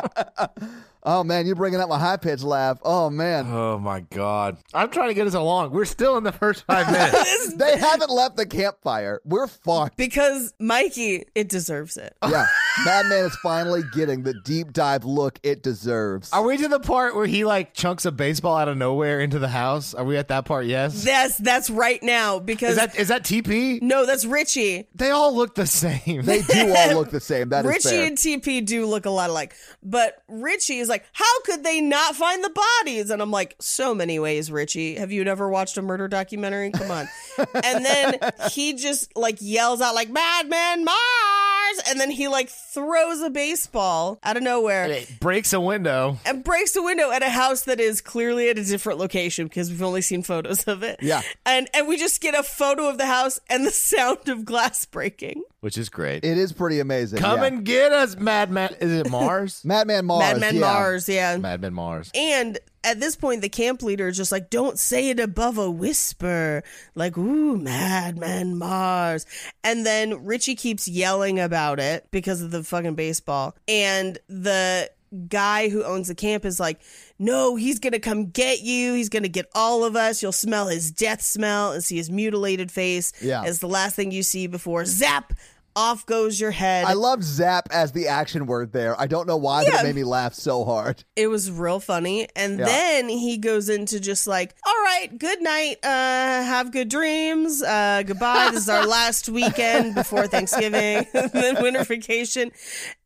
[SPEAKER 1] Oh man, you're bringing up my high pitched laugh. Oh man,
[SPEAKER 3] Oh my god! I'm trying to get us along. We're still in the first five minutes.
[SPEAKER 1] they haven't left the campfire. We're fucked.
[SPEAKER 2] because Mikey, it deserves it.
[SPEAKER 1] Yeah, Madman is finally getting the deep dive look it deserves.
[SPEAKER 3] Are we to the part where he like chunks a baseball out of nowhere into the house? Are we at that part? Yes.
[SPEAKER 2] That's that's right now because
[SPEAKER 3] Is that is that TP?
[SPEAKER 2] no, that's Richie.
[SPEAKER 3] They all look the same.
[SPEAKER 1] They do all look the same. That is
[SPEAKER 2] Richie
[SPEAKER 1] fair.
[SPEAKER 2] and TP do look a lot alike, but Richie is like, "How could they not find the bodies?" And I'm like, "So many ways, Richie. Have you never watched a murder documentary? Come on." and then he just like yells out like "Madman Mars," and then he like throws a baseball out of nowhere
[SPEAKER 3] It breaks a window.
[SPEAKER 2] and breaks a window at a house that is clearly at a different location because we've only seen photos of it.
[SPEAKER 1] Yeah.
[SPEAKER 2] and and we just get a photo of the house and the sound of glass breaking.
[SPEAKER 3] which is great.
[SPEAKER 1] it is pretty amazing.
[SPEAKER 3] Come
[SPEAKER 1] yeah.
[SPEAKER 3] and get us, Madman. Is it Mars?
[SPEAKER 1] Madman Mars.
[SPEAKER 2] Madman
[SPEAKER 1] yeah.
[SPEAKER 2] Mars, yeah.
[SPEAKER 3] Madman Mars.
[SPEAKER 2] And at this point, the camp leader is just like, don't say it above a whisper. Like, ooh, Madman Mars. And then Richie keeps yelling about it because of the fucking baseball. And the guy who owns the camp is like, no, he's going to come get you. He's going to get all of us. You'll smell his death smell and see his mutilated face.
[SPEAKER 1] Yeah.
[SPEAKER 2] It's the last thing you see before zap, off goes your head.
[SPEAKER 1] I love zap as the action word there. I don't know why, but
[SPEAKER 2] Yeah.
[SPEAKER 1] it made me laugh so hard.
[SPEAKER 2] It was real funny. And
[SPEAKER 1] Yeah.
[SPEAKER 2] then he goes into just like, all right, good night. Uh, have good dreams. Uh, goodbye. This is our last weekend before Thanksgiving, and then winter vacation.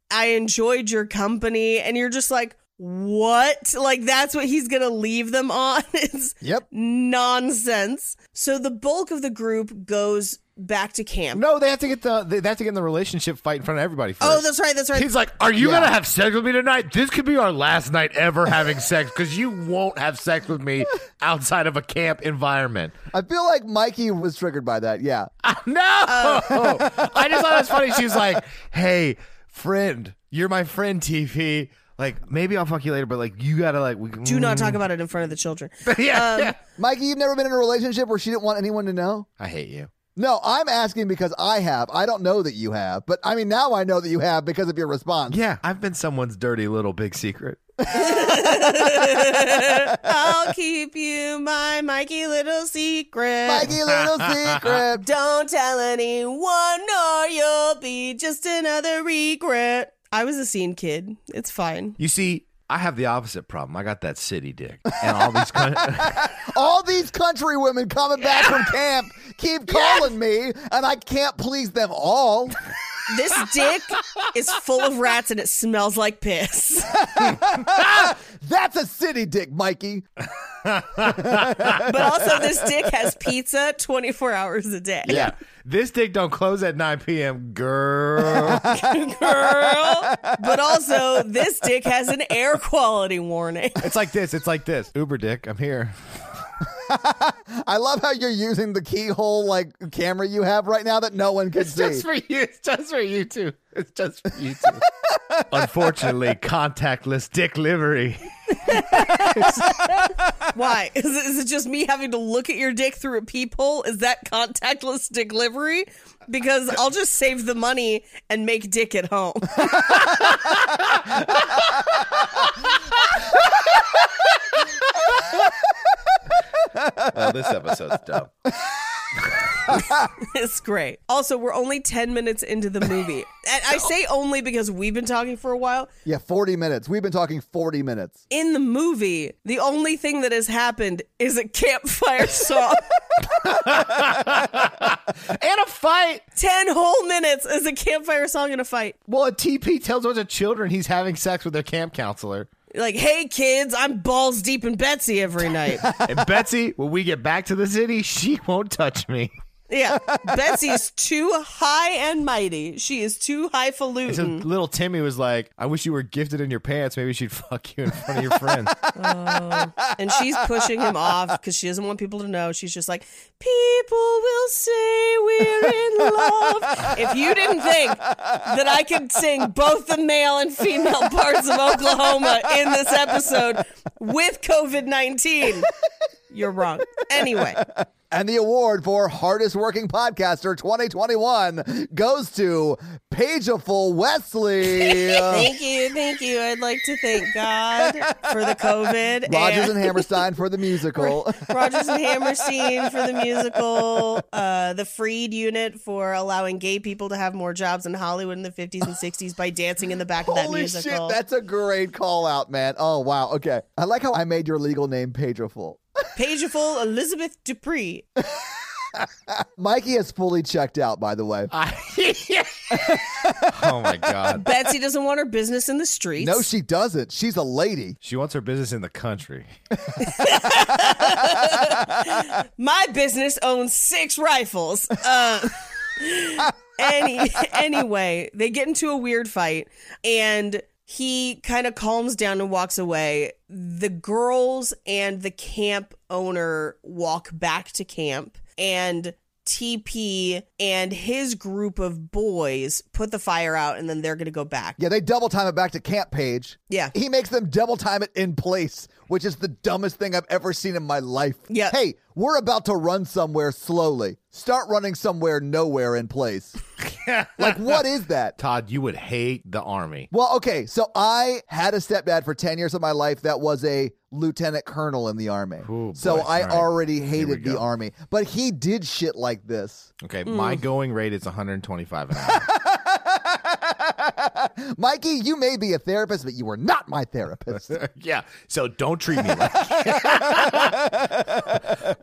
[SPEAKER 2] I enjoyed your company. And you're just like, what? Like, that's what he's going to leave them on. It's
[SPEAKER 1] Yep.
[SPEAKER 2] nonsense. So the bulk of the group goes back to camp.
[SPEAKER 3] No, they have to get the they they have to get in the relationship fight in front of everybody first.
[SPEAKER 2] Oh, that's right. That's right.
[SPEAKER 3] He's like, "Are you
[SPEAKER 1] Yeah.
[SPEAKER 3] gonna have sex with me tonight? This could be our last night ever having sex because you won't have sex with me outside of a camp environment."
[SPEAKER 1] I feel like Mikey was triggered by that. Yeah.
[SPEAKER 3] No,
[SPEAKER 2] Oh.
[SPEAKER 3] I just thought it was funny. She was like, "Hey, friend, you're my friend, TP. Like, maybe I'll fuck you later, but like, you gotta like, we
[SPEAKER 2] Do not Um, talk about it in front of the children.
[SPEAKER 3] yeah, yeah.
[SPEAKER 1] Mikey, you've never been in a relationship where she didn't want anyone to know?
[SPEAKER 3] I hate you.
[SPEAKER 1] No, I'm asking because I have. I don't know that you have, but I mean, now I know that you have because of your response.
[SPEAKER 3] Yeah, I've been someone's dirty little big secret.
[SPEAKER 2] I'll keep you my Mikey little secret.
[SPEAKER 1] Mikey, little secret.
[SPEAKER 2] Don't tell anyone or you'll be just another regret. I was a scene kid. It's fine.
[SPEAKER 3] You see, I have the opposite problem. I got that city dick, and all these. Kind
[SPEAKER 1] All these country women coming back from camp keep calling me, and I can't please them all.
[SPEAKER 2] This dick is full of rats and it smells like piss.
[SPEAKER 1] That's a city dick, Mikey.
[SPEAKER 2] But also, this dick has pizza 24 hours a day.
[SPEAKER 3] Yeah. This dick don't close at 9 p.m. Girl.
[SPEAKER 2] Girl. But also, this dick has an air quality warning.
[SPEAKER 3] it's like this. It's like this. Uber dick. I'm here.
[SPEAKER 1] I love how you're using the keyhole like camera you have right now that no one can see.
[SPEAKER 3] Just for you. It's just for you two. It's just for you two. Unfortunately, contactless dick livery.
[SPEAKER 2] Why? Is it, is it just me having to look at your dick through a peephole? Is that contactless delivery? Because I'll just save the money and make dick at home.
[SPEAKER 3] Oh, this episode's dumb.
[SPEAKER 2] It's great. Also, we're only 10 minutes into the movie. And I say only because we've been talking for a while.
[SPEAKER 1] yeah, 40 minutes. We've been talking 40 minutes.
[SPEAKER 2] In the movie, the only thing that has happened is a campfire song.
[SPEAKER 3] And a fight.
[SPEAKER 2] 10 whole minutes is a campfire song and a fight.
[SPEAKER 3] Well, a TP tells a bunch of children he's having sex with their camp counselor.
[SPEAKER 2] Like, hey, kids, I'm balls deep in Betsy every night.
[SPEAKER 3] And Betsy, when we get back to the city, she won't touch me.
[SPEAKER 2] Yeah, Betsy's too high and mighty. She is too
[SPEAKER 3] So
[SPEAKER 2] highfalutin.
[SPEAKER 3] little Timmy was like, I wish you were gifted in your pants. Maybe she'd fuck you in front of your friends.
[SPEAKER 2] and she's pushing him off because she doesn't want people to know. She's just like, people will say we're in love. If you didn't think that I could sing both the male and female parts of Oklahoma in this episode with COVID 19, you're wrong. Anyway,
[SPEAKER 1] And the award for Hardest Working Podcaster 2021 goes to Pageaful Wesley.
[SPEAKER 2] thank you. Thank you. I'd like to thank God for the COVID.
[SPEAKER 1] Rogers and Hammerstein for the musical.
[SPEAKER 2] Rogers and Hammerstein for the musical, uh, the Freed Unit for allowing gay people to have more jobs in Hollywood in the 50s and 60s by dancing in the back of that
[SPEAKER 1] Holy shit,
[SPEAKER 2] musical.
[SPEAKER 1] that's a great call out, man. Oh, wow. Okay. I like how I made your legal name Pageaful.
[SPEAKER 2] Pageful Elizabeth Dupree.
[SPEAKER 1] Mikey has fully checked out, by the way.
[SPEAKER 2] Uh,
[SPEAKER 3] I- oh my god.
[SPEAKER 2] Betsy doesn't want her business in the streets.
[SPEAKER 1] No, she doesn't. She's a lady.
[SPEAKER 3] She wants her business in the country.
[SPEAKER 2] My business owns six rifles. Uh, any, anyway, they get into a weird fight and he kind of calms down and walks away. The girls and the camp owner walk back to camp and TP and his group of boys put the fire out and then they're going to go back.
[SPEAKER 1] Yeah, they double time it back to Camp Page.
[SPEAKER 2] Yeah.
[SPEAKER 1] He makes them double time it in place, which is the dumbest thing I've ever seen in my life.
[SPEAKER 2] Yeah.
[SPEAKER 1] Hey, we're about to run somewhere slowly. Start running somewhere nowhere in place. like, what is that?
[SPEAKER 3] Todd, you would hate the army.
[SPEAKER 1] Well, okay, so I had a stepdad for 10 years of my life that was a lieutenant colonel in the army.
[SPEAKER 3] Oh,
[SPEAKER 1] so
[SPEAKER 3] boy.
[SPEAKER 1] I
[SPEAKER 3] All right.
[SPEAKER 1] already
[SPEAKER 3] we
[SPEAKER 1] hated the
[SPEAKER 3] go.
[SPEAKER 1] army, but he did shit like this.
[SPEAKER 3] Okay, my going rate is 125 an hour.
[SPEAKER 1] Mikey, you may be a therapist, but you were not my therapist.
[SPEAKER 3] yeah. So don't treat me like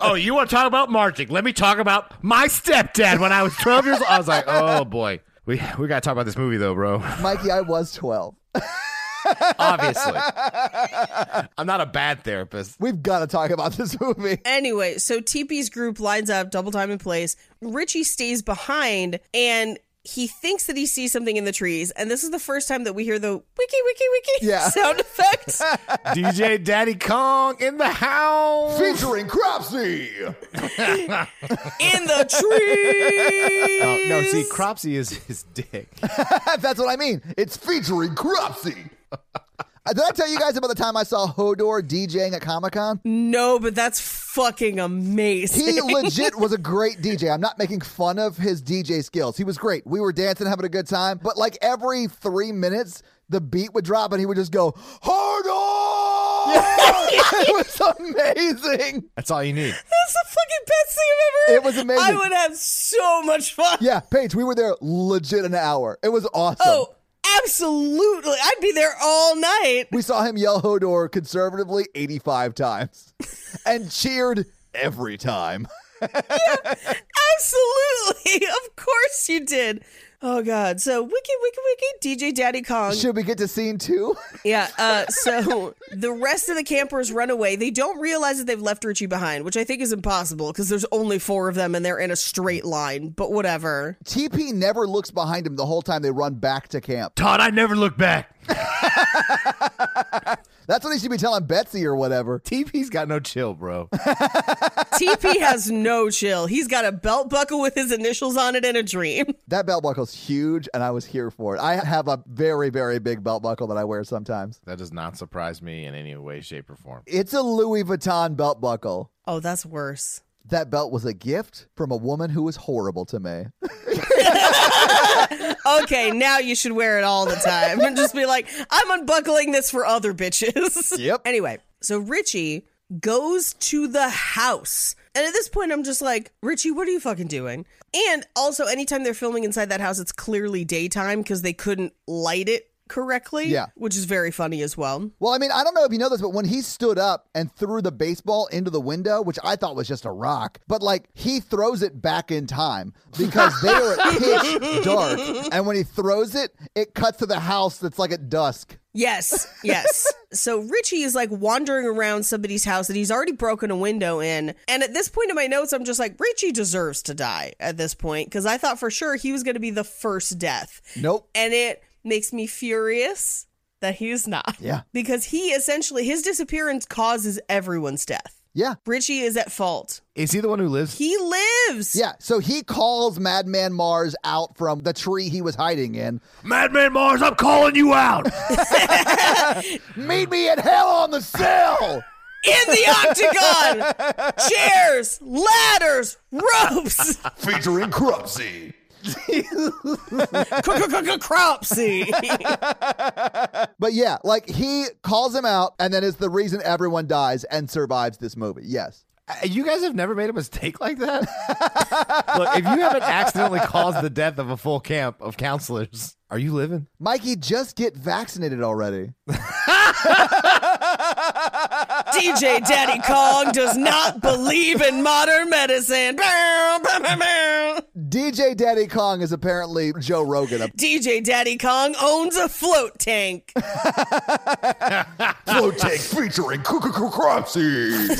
[SPEAKER 3] Oh, you want to talk about marching? Let me talk about my stepdad when I was 12 years old. I was like, "Oh boy. We we got to talk about this movie though, bro."
[SPEAKER 1] Mikey, I was 12.
[SPEAKER 3] Obviously. I'm not a bad therapist.
[SPEAKER 1] We've got to talk about this movie.
[SPEAKER 2] Anyway, so TP's group lines up, double time in place. Richie stays behind and he thinks that he sees something in the trees. And this is the first time that we hear the wiki, wiki, wiki
[SPEAKER 1] Yeah.
[SPEAKER 2] sound effects.
[SPEAKER 3] DJ Daddy Kong in the house.
[SPEAKER 1] Featuring Cropsy.
[SPEAKER 2] in the trees.
[SPEAKER 3] Oh, no, see, Cropsy is his dick.
[SPEAKER 1] That's what I mean. It's featuring Cropsy. Uh, Did I tell you guys about the time I saw Hodor DJing at Comic Con?
[SPEAKER 2] No, but that's fucking
[SPEAKER 1] He
[SPEAKER 2] amazing.
[SPEAKER 1] legit was a great DJ. I'm not making fun of his DJ skills. He was great. We were dancing, having a good time. But like every three minutes, the beat would drop and he would just go, Hodor! it was amazing.
[SPEAKER 3] That's all you need.
[SPEAKER 2] that's the fucking best thing I've ever
[SPEAKER 1] It was amazing.
[SPEAKER 2] I would have so much fun.
[SPEAKER 1] Yeah, Paige, we were there legit an hour. It was awesome.
[SPEAKER 2] Oh, absolutely. I'd be there all night.
[SPEAKER 1] We saw him yell Hodor conservatively 85 times and cheered every time.
[SPEAKER 2] Absolutely. Of course you did. Oh God! So wiki wiki wiki DJ Daddy Kong.
[SPEAKER 1] Should we get to scene two?
[SPEAKER 2] Yeah. Uh, so the rest of the campers run away. They don't realize that they've left Richie behind, which I think is impossible because there's only four of them and they're in a straight line. But whatever.
[SPEAKER 1] TP never looks behind him the whole time they run back to camp.
[SPEAKER 3] Todd, I never look back.
[SPEAKER 1] That's what he should be telling Betsy or whatever.
[SPEAKER 3] TP's got no chill, bro.
[SPEAKER 2] TP has no chill. He's got a belt buckle with his initials on it and a dream.
[SPEAKER 1] That belt buckle's huge, and I was here for it. I have a very, very big belt buckle that I wear sometimes.
[SPEAKER 3] That does not surprise me in any way, shape, or form.
[SPEAKER 1] It's a Louis Vuitton belt buckle.
[SPEAKER 2] Oh, that's worse.
[SPEAKER 1] That belt was a gift from a woman who was horrible to me.
[SPEAKER 2] Okay, now you should wear it all the time and just be like, I'm unbuckling this for other bitches.
[SPEAKER 1] Yep.
[SPEAKER 2] Anyway, so Richie goes to the house. And at this point, I'm just like, Richie, what are you fucking doing? And also, anytime they're filming inside that house, it's clearly daytime because they couldn't light it correctly.
[SPEAKER 1] Yeah.
[SPEAKER 2] Which is very funny as well.
[SPEAKER 1] Well, I mean, I don't know if you know this, but when he stood up and threw the baseball into the window, which I thought was just a rock, but like he throws it back in time because they were pitch dark. And when he throws it, it cuts to the house that's like at dusk.
[SPEAKER 2] Yes, yes. so Richie is like wandering around somebody's house and he's already broken a window in. And at this point in my notes, I'm just like, Richie deserves to die at this point because I thought for sure he was going to be the first death.
[SPEAKER 1] Nope.
[SPEAKER 2] And it makes me furious that he is not.
[SPEAKER 1] Yeah.
[SPEAKER 2] Because he essentially, his disappearance causes everyone's death.
[SPEAKER 1] Yeah.
[SPEAKER 2] Richie is at fault.
[SPEAKER 3] Is he the one who lives?
[SPEAKER 2] He lives.
[SPEAKER 1] Yeah. So he calls Madman Mars out from the tree he was hiding in.
[SPEAKER 3] Madman Mars, I'm calling you out.
[SPEAKER 1] Meet me in hell on the cell.
[SPEAKER 2] In the octagon. Chairs, ladders, ropes.
[SPEAKER 4] featuring Cropsy.
[SPEAKER 2] Cropsy.
[SPEAKER 1] But yeah, like he calls him out and then is the reason everyone dies and survives this movie. Yes.
[SPEAKER 3] Uh, you guys have never made a mistake like that? Look, if you haven't accidentally caused the death of a full camp of counselors, are you living?
[SPEAKER 1] Mikey, just get vaccinated already.
[SPEAKER 2] DJ Daddy Kong does not believe in modern medicine. Bow, bow, bow, bow.
[SPEAKER 1] DJ Daddy Kong is apparently Joe Rogan.
[SPEAKER 2] DJ Daddy Kong owns a float tank.
[SPEAKER 4] Float Tank featuring Cropsy.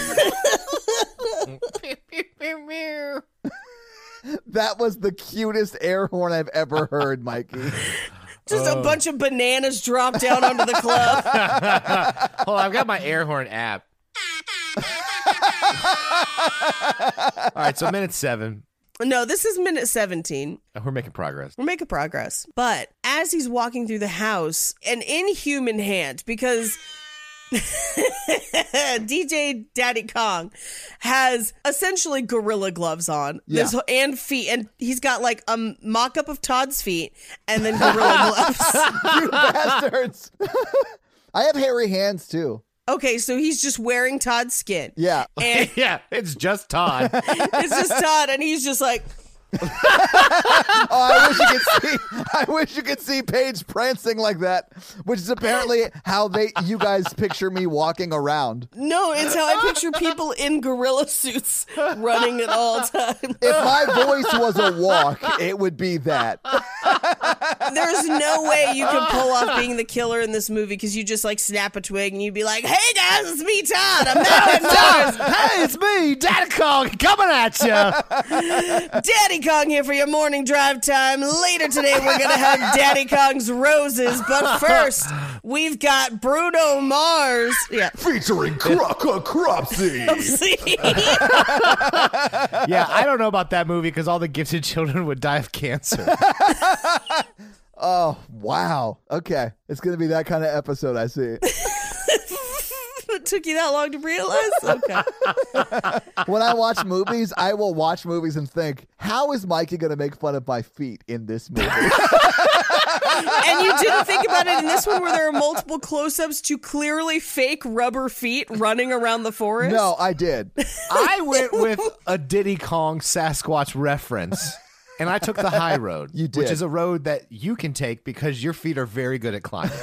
[SPEAKER 1] That was the cutest air horn I've ever heard, Mikey.
[SPEAKER 2] Just a bunch of bananas dropped down onto the club.
[SPEAKER 3] Hold on, I've got my air horn app. All right, so minute seven.
[SPEAKER 2] No, this is minute 17.
[SPEAKER 3] We're making progress.
[SPEAKER 2] We're making progress. But as he's walking through the house, an inhuman hand, because DJ Daddy Kong has essentially gorilla gloves on
[SPEAKER 1] Yeah.
[SPEAKER 2] This- and feet, and he's got like a mock up of Todd's feet and then gorilla gloves.
[SPEAKER 1] you bastards. I have hairy hands too.
[SPEAKER 2] Okay, so he's just wearing Todd's skin.
[SPEAKER 1] Yeah. Oh,
[SPEAKER 2] And
[SPEAKER 3] yeah, it's just Todd.
[SPEAKER 2] it's just Todd, and he's just like,
[SPEAKER 1] Oh, I wish you could see. I wish you could see Paige prancing like that, which is apparently how they you guys picture me walking around.
[SPEAKER 2] no, it's how I picture people in gorilla suits running at all times.
[SPEAKER 1] If my voice was a walk, it would be that.
[SPEAKER 2] There's no way you can pull off being the killer in this movie because you just like snap a twig and you'd be like, "Hey guys, it's me, Todd. I'm Madman Mars.
[SPEAKER 3] hey, it's me, Daddy Kong, coming at you.
[SPEAKER 2] Daddy Kong here for your morning drive time. Later today, we're gonna have Daddy Kong's roses, but first, we've got Bruno Mars. Yeah,
[SPEAKER 4] featuring Cropsy.
[SPEAKER 2] see,
[SPEAKER 3] Yeah, I don't know about that movie because all the gifted children would die of cancer.
[SPEAKER 1] Oh, wow. Okay. It's going to be that kind of episode, I see.
[SPEAKER 2] it took you that long to realize. Okay,
[SPEAKER 1] When I watch movies, I will watch movies and think, how is Mikey going to make fun of my feet in this movie?
[SPEAKER 2] and you didn't think about it in this one where there are multiple close-ups to clearly fake rubber feet running around the forest.
[SPEAKER 1] no, I did.
[SPEAKER 3] I went with a Diddy Kong Sasquatch reference. And I took the high road,
[SPEAKER 1] You
[SPEAKER 3] which
[SPEAKER 1] did.
[SPEAKER 3] is a road that you can take because your feet are very good at climbing.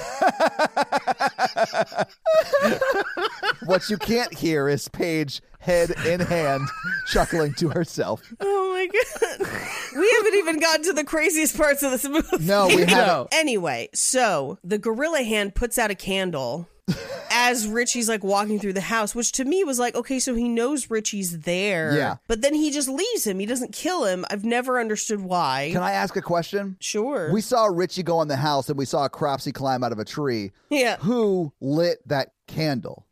[SPEAKER 1] What you can't hear is Paige, head in hand, chuckling to herself.
[SPEAKER 2] Oh my god. We haven't even gotten to the craziest parts of this movie.
[SPEAKER 1] No, we haven't.
[SPEAKER 2] Anyway, so the gorilla hand puts out a candle as Richie's like walking through the house, which to me was like, okay, so he knows Richie's there.
[SPEAKER 1] Yeah.
[SPEAKER 2] But then he just leaves him. He doesn't kill him. I've never understood why.
[SPEAKER 1] Can I ask a question?
[SPEAKER 2] sure.
[SPEAKER 1] We saw Richie go in the house and we saw Cropsy climb out of a tree.
[SPEAKER 2] yeah.
[SPEAKER 1] Who lit that candle?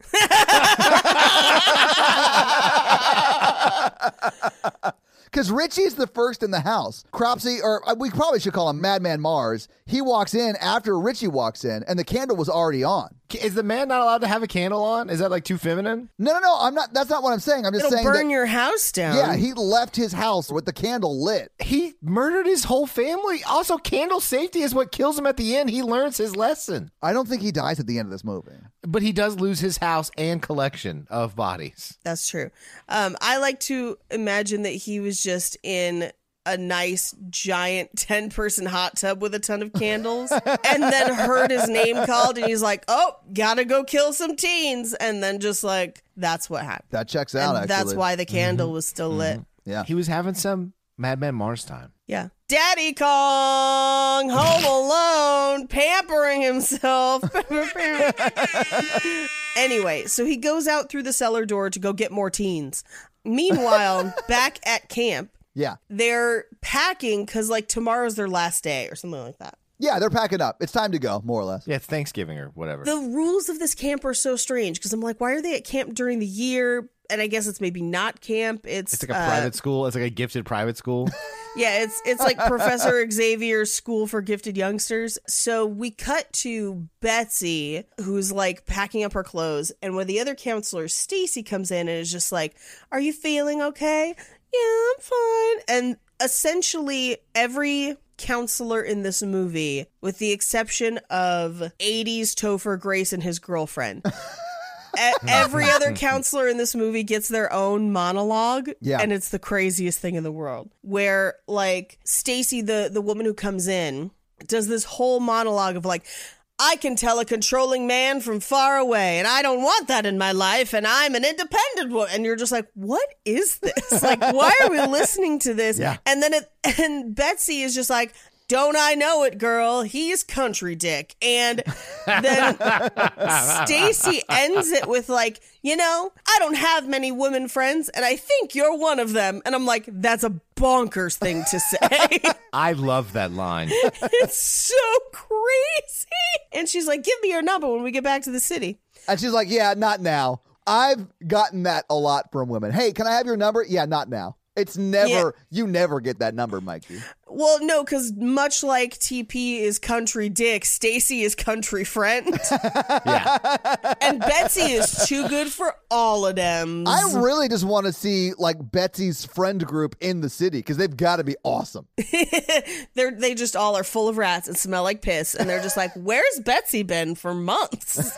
[SPEAKER 1] Because Richie's the first in the house. Cropsy, or uh, we probably should call him Madman Mars, he walks in after Richie walks in and the candle was already on.
[SPEAKER 3] Is the man not allowed to have a candle on? Is that like too feminine?
[SPEAKER 1] No, no, no. I'm not. That's not what I'm saying. I'm just
[SPEAKER 2] It'll
[SPEAKER 1] saying
[SPEAKER 2] burn
[SPEAKER 1] that.
[SPEAKER 2] your house down.
[SPEAKER 1] yeah, he left his house with the candle lit.
[SPEAKER 3] He murdered his whole family. Also, candle safety is what kills him at the end. He learns his lesson.
[SPEAKER 1] I don't think he dies at the end of this movie.
[SPEAKER 3] But he does lose his house and collection of bodies.
[SPEAKER 2] That's true. Um, I like to imagine that he was just in a nice giant 10 person hot tub with a ton of candles and then heard his name called and he's like, oh, gotta go kill some teens. And then just like, that's what happened.
[SPEAKER 1] That checks out.
[SPEAKER 2] And
[SPEAKER 1] actually, Mm-hmm.
[SPEAKER 2] that's why the candle was still lit.
[SPEAKER 1] Yeah.
[SPEAKER 3] He was having some Madman Mars time.
[SPEAKER 2] Yeah. Daddy Kong, home alone, pampering himself. anyway, so he goes out through the cellar door to go get more teens. Meanwhile, back at camp,
[SPEAKER 1] Yeah.
[SPEAKER 2] they're packing because, like, tomorrow's their last day or something like that.
[SPEAKER 1] Yeah, they're packing up. It's time to go, more or less.
[SPEAKER 3] Yeah, it's Thanksgiving or whatever.
[SPEAKER 2] The rules of this camp are so strange because I'm like, why are they at camp during the year? And I guess it's maybe not camp. It's,
[SPEAKER 3] it's like a
[SPEAKER 2] uh,
[SPEAKER 3] private school. It's like a gifted private school.
[SPEAKER 2] Yeah, it's it's like Professor Xavier's school for gifted youngsters. So we cut to Betsy, who's like packing up her clothes, and one of the other counselors, Stacy, comes in and is just like, "Are you feeling okay? Yeah, I'm fine." And essentially, every counselor in this movie, with the exception of '80s Topher Grace and his girlfriend. e- Every other counselor in this movie gets their own monologue,
[SPEAKER 1] Yeah.
[SPEAKER 2] and it's the craziest thing in the world. Where like Stacy, the the woman who comes in, does this whole monologue of like, I can tell a controlling man from far away, and I don't want that in my life, and I'm an independent woman. And you're just like, what is this? Like, why are we listening to this?
[SPEAKER 3] Yeah.
[SPEAKER 2] And then it, and Betsy is just like. Don't I know it, girl? He's country dick. And then Stacy ends it with like, you know, I don't have many women friends, and I think you're one of them. And I'm like, that's a bonkers thing to say.
[SPEAKER 3] I love that line.
[SPEAKER 2] it's so crazy. And she's like, give me your number when we get back to the city.
[SPEAKER 1] And she's like, Yeah, not now. I've gotten that a lot from women. Hey, can I have your number? Yeah, not now. It's never, you never get that number, Mikey.
[SPEAKER 2] Well, no, because much like TP is country dick, Stacy is country friend,
[SPEAKER 3] Yeah.
[SPEAKER 2] and Betsy is too good for all of them.
[SPEAKER 1] I really just want to see like Betsy's friend group in the city because they've got to be awesome.
[SPEAKER 2] they're they just all are full of rats and smell like piss and they're just like where's betsy been for months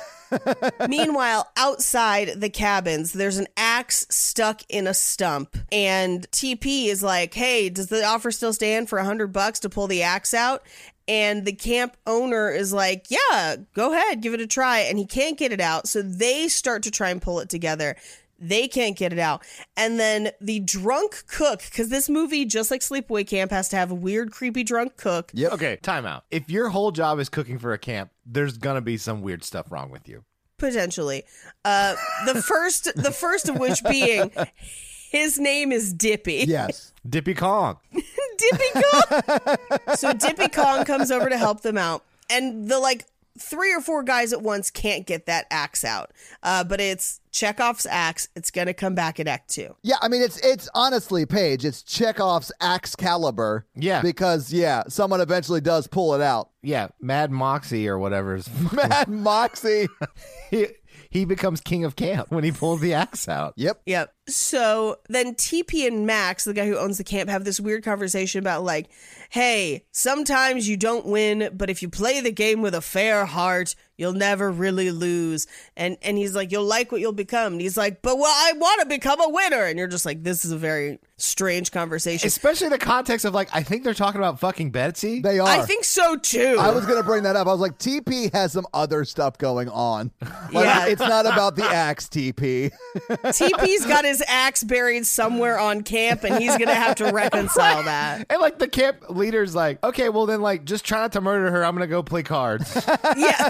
[SPEAKER 2] meanwhile outside the cabins there's an axe stuck in a stump and tp is like hey does the offer still stand for 100 bucks to pull the axe out and the camp owner is like, Yeah, go ahead, give it a try. And he can't get it out. So they start to try and pull it together. They can't get it out. And then the drunk cook, because this movie, just like Sleepaway Camp, has to have a weird, creepy drunk cook.
[SPEAKER 1] Yep.
[SPEAKER 3] Okay, timeout. If your whole job is cooking for a camp, there's gonna be some weird stuff wrong with you.
[SPEAKER 2] potentially. Uh, the first, the first of which being his name is Dippy.
[SPEAKER 1] Yes.
[SPEAKER 3] Dippy Kong.
[SPEAKER 2] Dippy Kong. so Dippy Kong comes over to help them out, and the like three or four guys at once can't get that axe out. Uh, but it's Chekhov's axe. It's gonna come back at Act Two.
[SPEAKER 1] Yeah, I mean it's it's honestly, Paige, it's Chekhov's axe caliber.
[SPEAKER 3] Yeah.
[SPEAKER 1] Because yeah, someone eventually does pull it out.
[SPEAKER 3] Yeah, Mad Moxie or whatever's
[SPEAKER 1] Mad Moxie.
[SPEAKER 3] he, he becomes king of camp when he pulls the axe out.
[SPEAKER 1] Yep.
[SPEAKER 2] Yep. So then TP and Max, the guy who owns the camp, have this weird conversation about like, hey, sometimes you don't win, but if you play the game with a fair heart, you'll never really lose. And and he's like, you'll like what you'll become. And he's like, but well, I want to become a winner. And you're just like, this is a very strange conversation.
[SPEAKER 3] Especially in the context of like, I think they're talking about fucking Betsy.
[SPEAKER 1] They are.
[SPEAKER 2] I think so too.
[SPEAKER 1] I was gonna bring that up. I was like, TP has some other stuff going on. Like
[SPEAKER 2] Yeah.
[SPEAKER 1] it's not about the axe, TP.
[SPEAKER 2] TP's got his his axe buried somewhere on camp, and he's gonna have to reconcile that.
[SPEAKER 3] And like the camp leader's like, okay, well then like just try not to murder her. I'm gonna go play cards.
[SPEAKER 2] Yeah.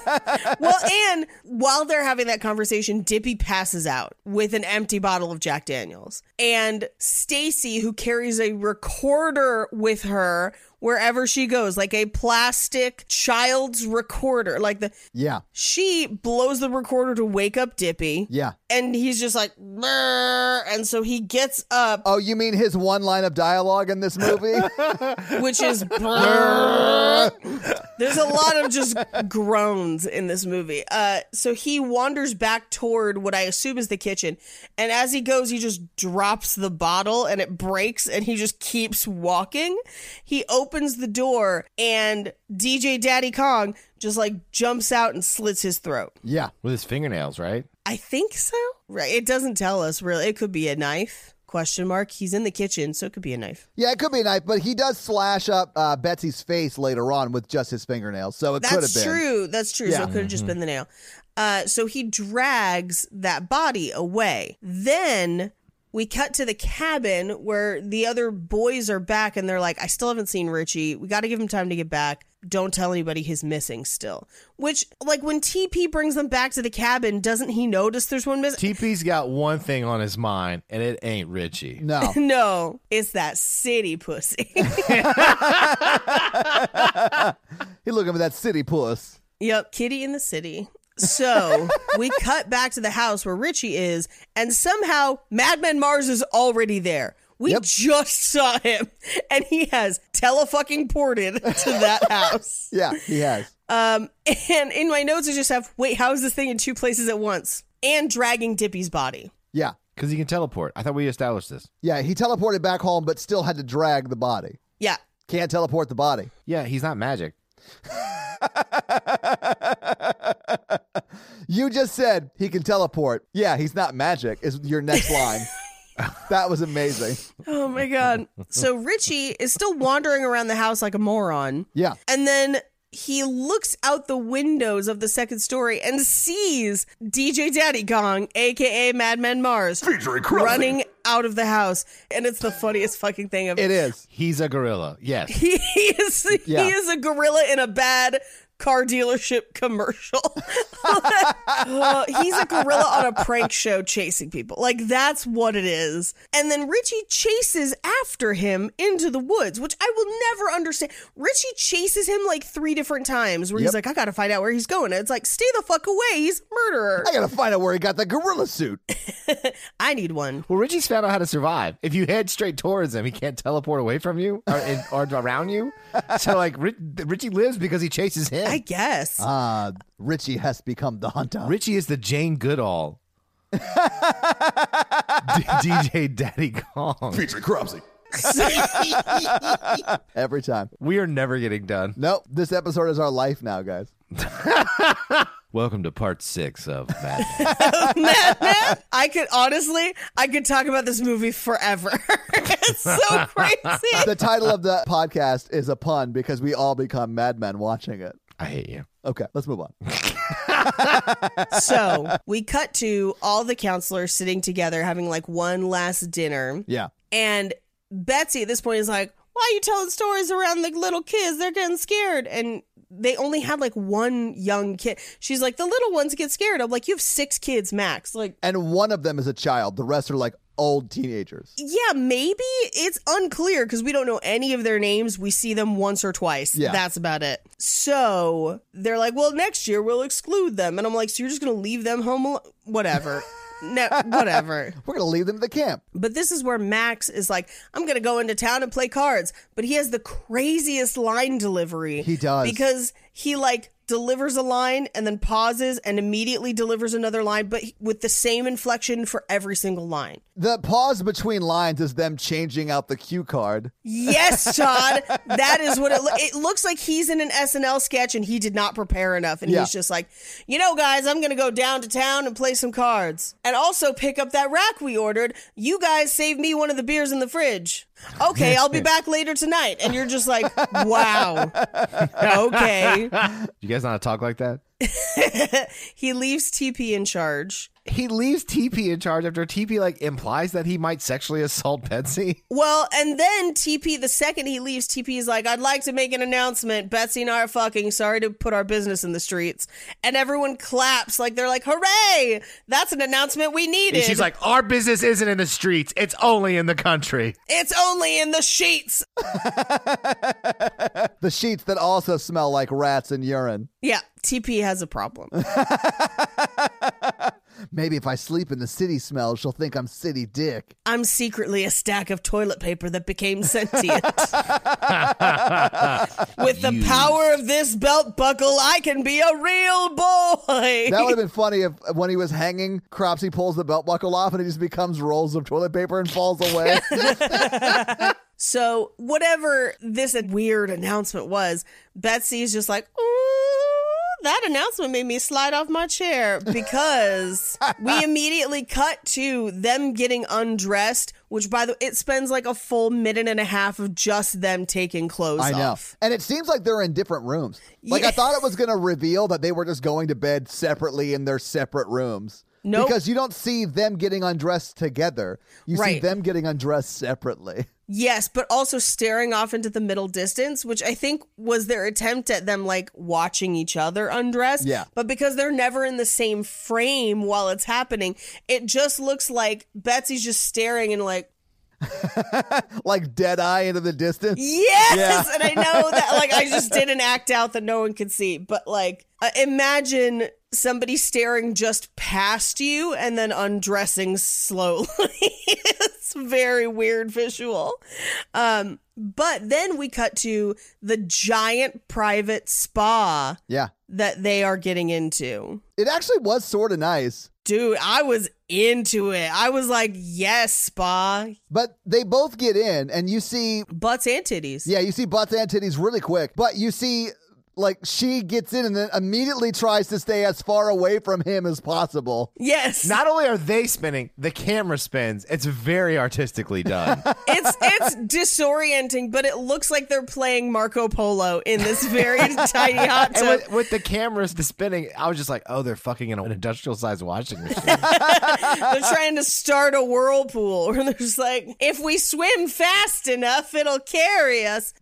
[SPEAKER 2] Well, and while they're having that conversation, Dippy passes out with an empty bottle of Jack Daniels. And Stacy, who carries a recorder with her wherever she goes, like a plastic child's recorder, like the
[SPEAKER 1] Yeah.
[SPEAKER 2] she blows the recorder to wake up Dippy.
[SPEAKER 1] Yeah.
[SPEAKER 2] And he's just like, "Brr," and so he gets up,
[SPEAKER 1] Oh, you mean his one line of dialogue in this movie?
[SPEAKER 2] which is brrr. there's a lot of just groans in this movie uh so he wanders back toward what i assume is the kitchen and as he goes he just drops the bottle and it breaks and he just keeps walking he opens the door and dj daddy kong just like jumps out and slits his throat
[SPEAKER 1] yeah.
[SPEAKER 3] With his fingernails, right?
[SPEAKER 2] i think so right it doesn't tell us really it could be a knife question mark he's in the kitchen so it could be a knife
[SPEAKER 1] Yeah, it could be a knife, but he does slash up uh, Betsy's face later on with just his fingernails, so it could have
[SPEAKER 2] That's
[SPEAKER 1] been.
[SPEAKER 2] true. That's true. So
[SPEAKER 1] Yeah.
[SPEAKER 2] it could have just been the nail. Uh, so he drags that body away. Then we cut to the cabin where the other boys are back and they're like, I still haven't seen Richie. We got to give him time to get back. Don't tell anybody he's missing still. Which, like, when TP brings them back to the cabin, doesn't he notice there's one missing?
[SPEAKER 3] TP's got one thing on his mind, and it ain't Richie.
[SPEAKER 1] No.
[SPEAKER 2] no, it's that city pussy.
[SPEAKER 1] He looking for that city puss.
[SPEAKER 2] Yep, Kitty in the City. So we cut back to the house where Richie is, and somehow Madman Mars is already there. We
[SPEAKER 1] Yep.
[SPEAKER 2] just saw him, and he has telefucking ported to that house.
[SPEAKER 1] Yeah, he has.
[SPEAKER 2] Um, and in my notes, I just have wait, how is this thing in two places at once? And dragging Dippy's body.
[SPEAKER 1] Yeah.
[SPEAKER 3] Because he can teleport. I thought we established this.
[SPEAKER 1] Yeah, he teleported back home, but still had to drag the body.
[SPEAKER 2] Yeah,
[SPEAKER 1] Can't teleport the body.
[SPEAKER 3] Yeah, he's not magic.
[SPEAKER 1] You just said he can teleport. Yeah, he's not magic, is your next line. that was amazing.
[SPEAKER 2] Oh my god. So Richie is still wandering around the house like a moron.
[SPEAKER 1] Yeah.
[SPEAKER 2] And then he looks out the windows of the second story and sees DJ Daddy Gong, aka Madman Mars,
[SPEAKER 4] Featuring Krusty.
[SPEAKER 2] running out of the house. And it's the funniest fucking thing ever.
[SPEAKER 1] It is.
[SPEAKER 3] He's a gorilla. Yes.
[SPEAKER 2] He is
[SPEAKER 1] Yeah.
[SPEAKER 2] he is a gorilla in a bad car dealership commercial. Uh, he's a gorilla on a prank show chasing people. Like that's what it is. And then Richie chases after him into the woods, which I will never understand. Richie chases him like three different times where he's
[SPEAKER 1] Yep.
[SPEAKER 2] like, I gotta find out where he's going. And it's like, stay the fuck away, he's a murderer.
[SPEAKER 1] I gotta find out where he got the gorilla suit.
[SPEAKER 2] I need one.
[SPEAKER 3] Well, Richie's found out how to survive. If you head straight towards him, he can't teleport away from you or, in, or around you. So, like, Rich, Richie lives because he chases him.
[SPEAKER 2] I guess.
[SPEAKER 1] Uh, Richie has become the hunter.
[SPEAKER 3] Richie is the Jane Goodall. D- DJ Daddy Kong.
[SPEAKER 4] Featuring Cropsy.
[SPEAKER 1] Every time.
[SPEAKER 3] We are never getting done.
[SPEAKER 1] Nope, this episode is our life now, guys.
[SPEAKER 3] Welcome to part six of Mad. Men.
[SPEAKER 2] Madman. I could honestly, I could talk about this movie forever. it's so crazy.
[SPEAKER 1] The title of the podcast is a pun because we all become madmen watching it.
[SPEAKER 3] I hate you.
[SPEAKER 1] Okay, let's move on.
[SPEAKER 2] So we cut to all the counselors sitting together having like one last dinner.
[SPEAKER 1] Yeah.
[SPEAKER 2] And Betsy at this point is like, Why are you telling stories around the little kids? They're getting scared. And they only had like one young kid. She's like, The little ones get scared. I'm like, You have six kids max. Like,
[SPEAKER 1] And one of them is a child, the rest are like old teenagers.
[SPEAKER 2] Yeah, maybe it's unclear because we don't know any of their names. We see them once or twice.
[SPEAKER 1] Yeah.
[SPEAKER 2] That's about it. So they're like, well, next year we'll exclude them. And I'm like, so you're just going to leave them home alone? Whatever. no, whatever.
[SPEAKER 1] We're gonna leave them to the camp.
[SPEAKER 2] But this is where Max is like, I'm going to go into town and play cards. But he has the craziest line delivery.
[SPEAKER 1] He does.
[SPEAKER 2] Because he like delivers a line and then pauses and immediately delivers another line, but he- with the same inflection for every single line.
[SPEAKER 1] The pause between lines is them changing out the cue card.
[SPEAKER 2] Yes, Todd. that is what it looks. It looks like he's in an SNL sketch and he did not prepare enough, and
[SPEAKER 1] Yeah.
[SPEAKER 2] he's just like, you know, guys, I'm gonna go down to town and play some cards, and also pick up that rack we ordered. You guys save me one of the beers in the fridge. Okay, I'll be back later tonight, and you're just like, wow, okay.
[SPEAKER 3] You guys know how to talk like that?
[SPEAKER 2] he leaves TP in charge.
[SPEAKER 3] He leaves TP in charge after TP like implies that he might sexually assault Betsy.
[SPEAKER 2] Well, and then TP, the second he leaves, TP is like, I'd like to make an announcement. Betsy and I are fucking. Sorry to put our business in the streets. And everyone claps. Like, they're like, hooray! That's an announcement we needed.
[SPEAKER 3] And she's like, "Our business isn't in the streets; it's only in the country."
[SPEAKER 2] it's only in the sheets.
[SPEAKER 1] The sheets that also smell like rats and urine.
[SPEAKER 2] Yeah, TP has a problem.
[SPEAKER 1] Maybe if I sleep in the city smell, she'll think I'm city dick.
[SPEAKER 2] I'm secretly a stack of toilet paper that became sentient. With the power of this belt buckle, I can be a real boy.
[SPEAKER 1] That would have been funny if when he was hanging, Cropsy pulls the belt buckle off and it just becomes rolls of toilet paper and falls away.
[SPEAKER 2] So, whatever this weird announcement was, Betsy's just like, ooh, that announcement made me slide off my chair because we immediately cut to them getting undressed, which by the it spends like a full minute and a half of just them taking clothes
[SPEAKER 1] I know.
[SPEAKER 2] off.
[SPEAKER 1] And it seems like they're in different rooms. Like I
[SPEAKER 2] Yeah.
[SPEAKER 1] thought it was going to reveal that they were just going to bed separately in their separate rooms.
[SPEAKER 2] Nope.
[SPEAKER 1] Because you don't see them getting undressed together. You see
[SPEAKER 2] Right.
[SPEAKER 1] them getting undressed separately.
[SPEAKER 2] Yes, but also staring off into the middle distance, which I think was their attempt at them like watching each other undress.
[SPEAKER 1] Yeah.
[SPEAKER 2] But because they're never in the same frame while it's happening, it just looks like Betsy's just staring and like,
[SPEAKER 1] Like dead eye into the distance.
[SPEAKER 2] yes. And I know that like I just did an act out that no one could see, but like uh, imagine somebody staring just past you and then undressing slowly. it's a very weird visual. Um, but then we cut to the giant private spa
[SPEAKER 1] Yeah.
[SPEAKER 2] that they are getting into.
[SPEAKER 1] It actually was sort of nice.
[SPEAKER 2] Dude, I was into it. I was like, yes, spa,
[SPEAKER 1] But they both get in and you see
[SPEAKER 2] butts and titties.
[SPEAKER 1] Yeah, you see butts and titties really quick, but you see like she gets in and then immediately tries to stay as far away from him as possible.
[SPEAKER 2] Yes.
[SPEAKER 3] Not only are they spinning, the camera spins. It's very artistically done.
[SPEAKER 2] it's it's disorienting, but it looks like they're playing Marco Polo in this very tiny hot
[SPEAKER 3] and
[SPEAKER 2] tub.
[SPEAKER 3] with, with the cameras the spinning, I was just like, "Oh, they're fucking in an industrial-sized washing machine."
[SPEAKER 2] They're trying to start a whirlpool, or they're just like, if we swim fast enough, it'll carry us.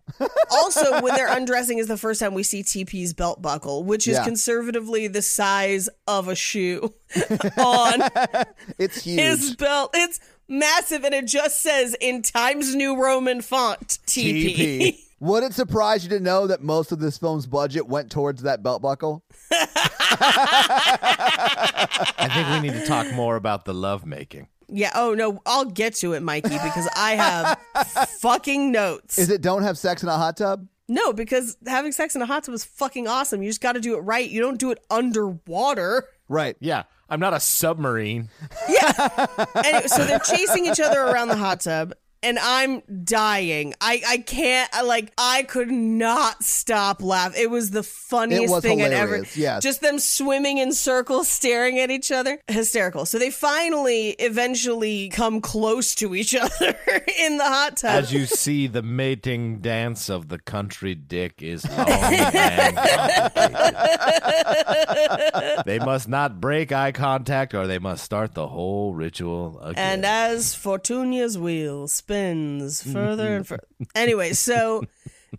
[SPEAKER 2] also, when they're undressing, is the first time we see TP's belt buckle, which is
[SPEAKER 1] Yeah.
[SPEAKER 2] conservatively the size of a shoe on
[SPEAKER 1] It's huge.
[SPEAKER 2] his belt. It's massive, and it just says in Times New Roman font TP.
[SPEAKER 1] Would it surprise you to know that most of this film's budget went towards that belt buckle?
[SPEAKER 3] I think we need to talk more about the lovemaking.
[SPEAKER 2] Yeah. Oh no, I'll get to it, Mikey, because I have fucking notes.
[SPEAKER 1] Is it don't have sex in a hot tub?
[SPEAKER 2] no, because having sex in a hot tub is fucking awesome. You just got to do it right. You don't do it underwater.
[SPEAKER 1] Right.
[SPEAKER 3] Yeah, I'm not a submarine.
[SPEAKER 2] Anyway, so they're chasing each other around the hot tub. And I'm dying. I, I can't, I, like, I could not stop laughing. It was the funniest
[SPEAKER 1] was
[SPEAKER 2] thing I'd ever.
[SPEAKER 1] hilarious, yes.
[SPEAKER 2] Just them swimming in circles, staring at each other. Hysterical. So they finally, eventually come close to each other in the hot tub.
[SPEAKER 3] As you see, the mating dance of the country dick is long and complicated. They must not break eye contact, or they must start the whole ritual again.
[SPEAKER 2] And as Fortunia's wheel spins
[SPEAKER 1] Mm-hmm.
[SPEAKER 2] further and further. Anyway, so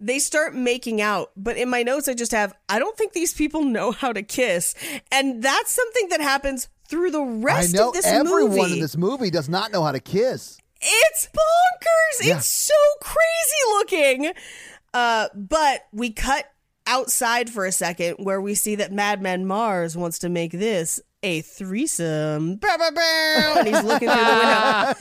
[SPEAKER 2] they start making out, but in my notes, I just have, I don't think these people know how to kiss. And that's something that happens through the
[SPEAKER 1] I
[SPEAKER 2] rest
[SPEAKER 1] know
[SPEAKER 2] of this
[SPEAKER 1] everyone
[SPEAKER 2] movie.
[SPEAKER 1] in this movie does not know how to kiss.
[SPEAKER 2] It's bonkers.
[SPEAKER 1] Yeah.
[SPEAKER 2] It's so crazy looking. Uh, but we cut outside for a second where we see that Madman Mars wants to make this a threesome. Bow, bow, bow. And he's looking through the window. and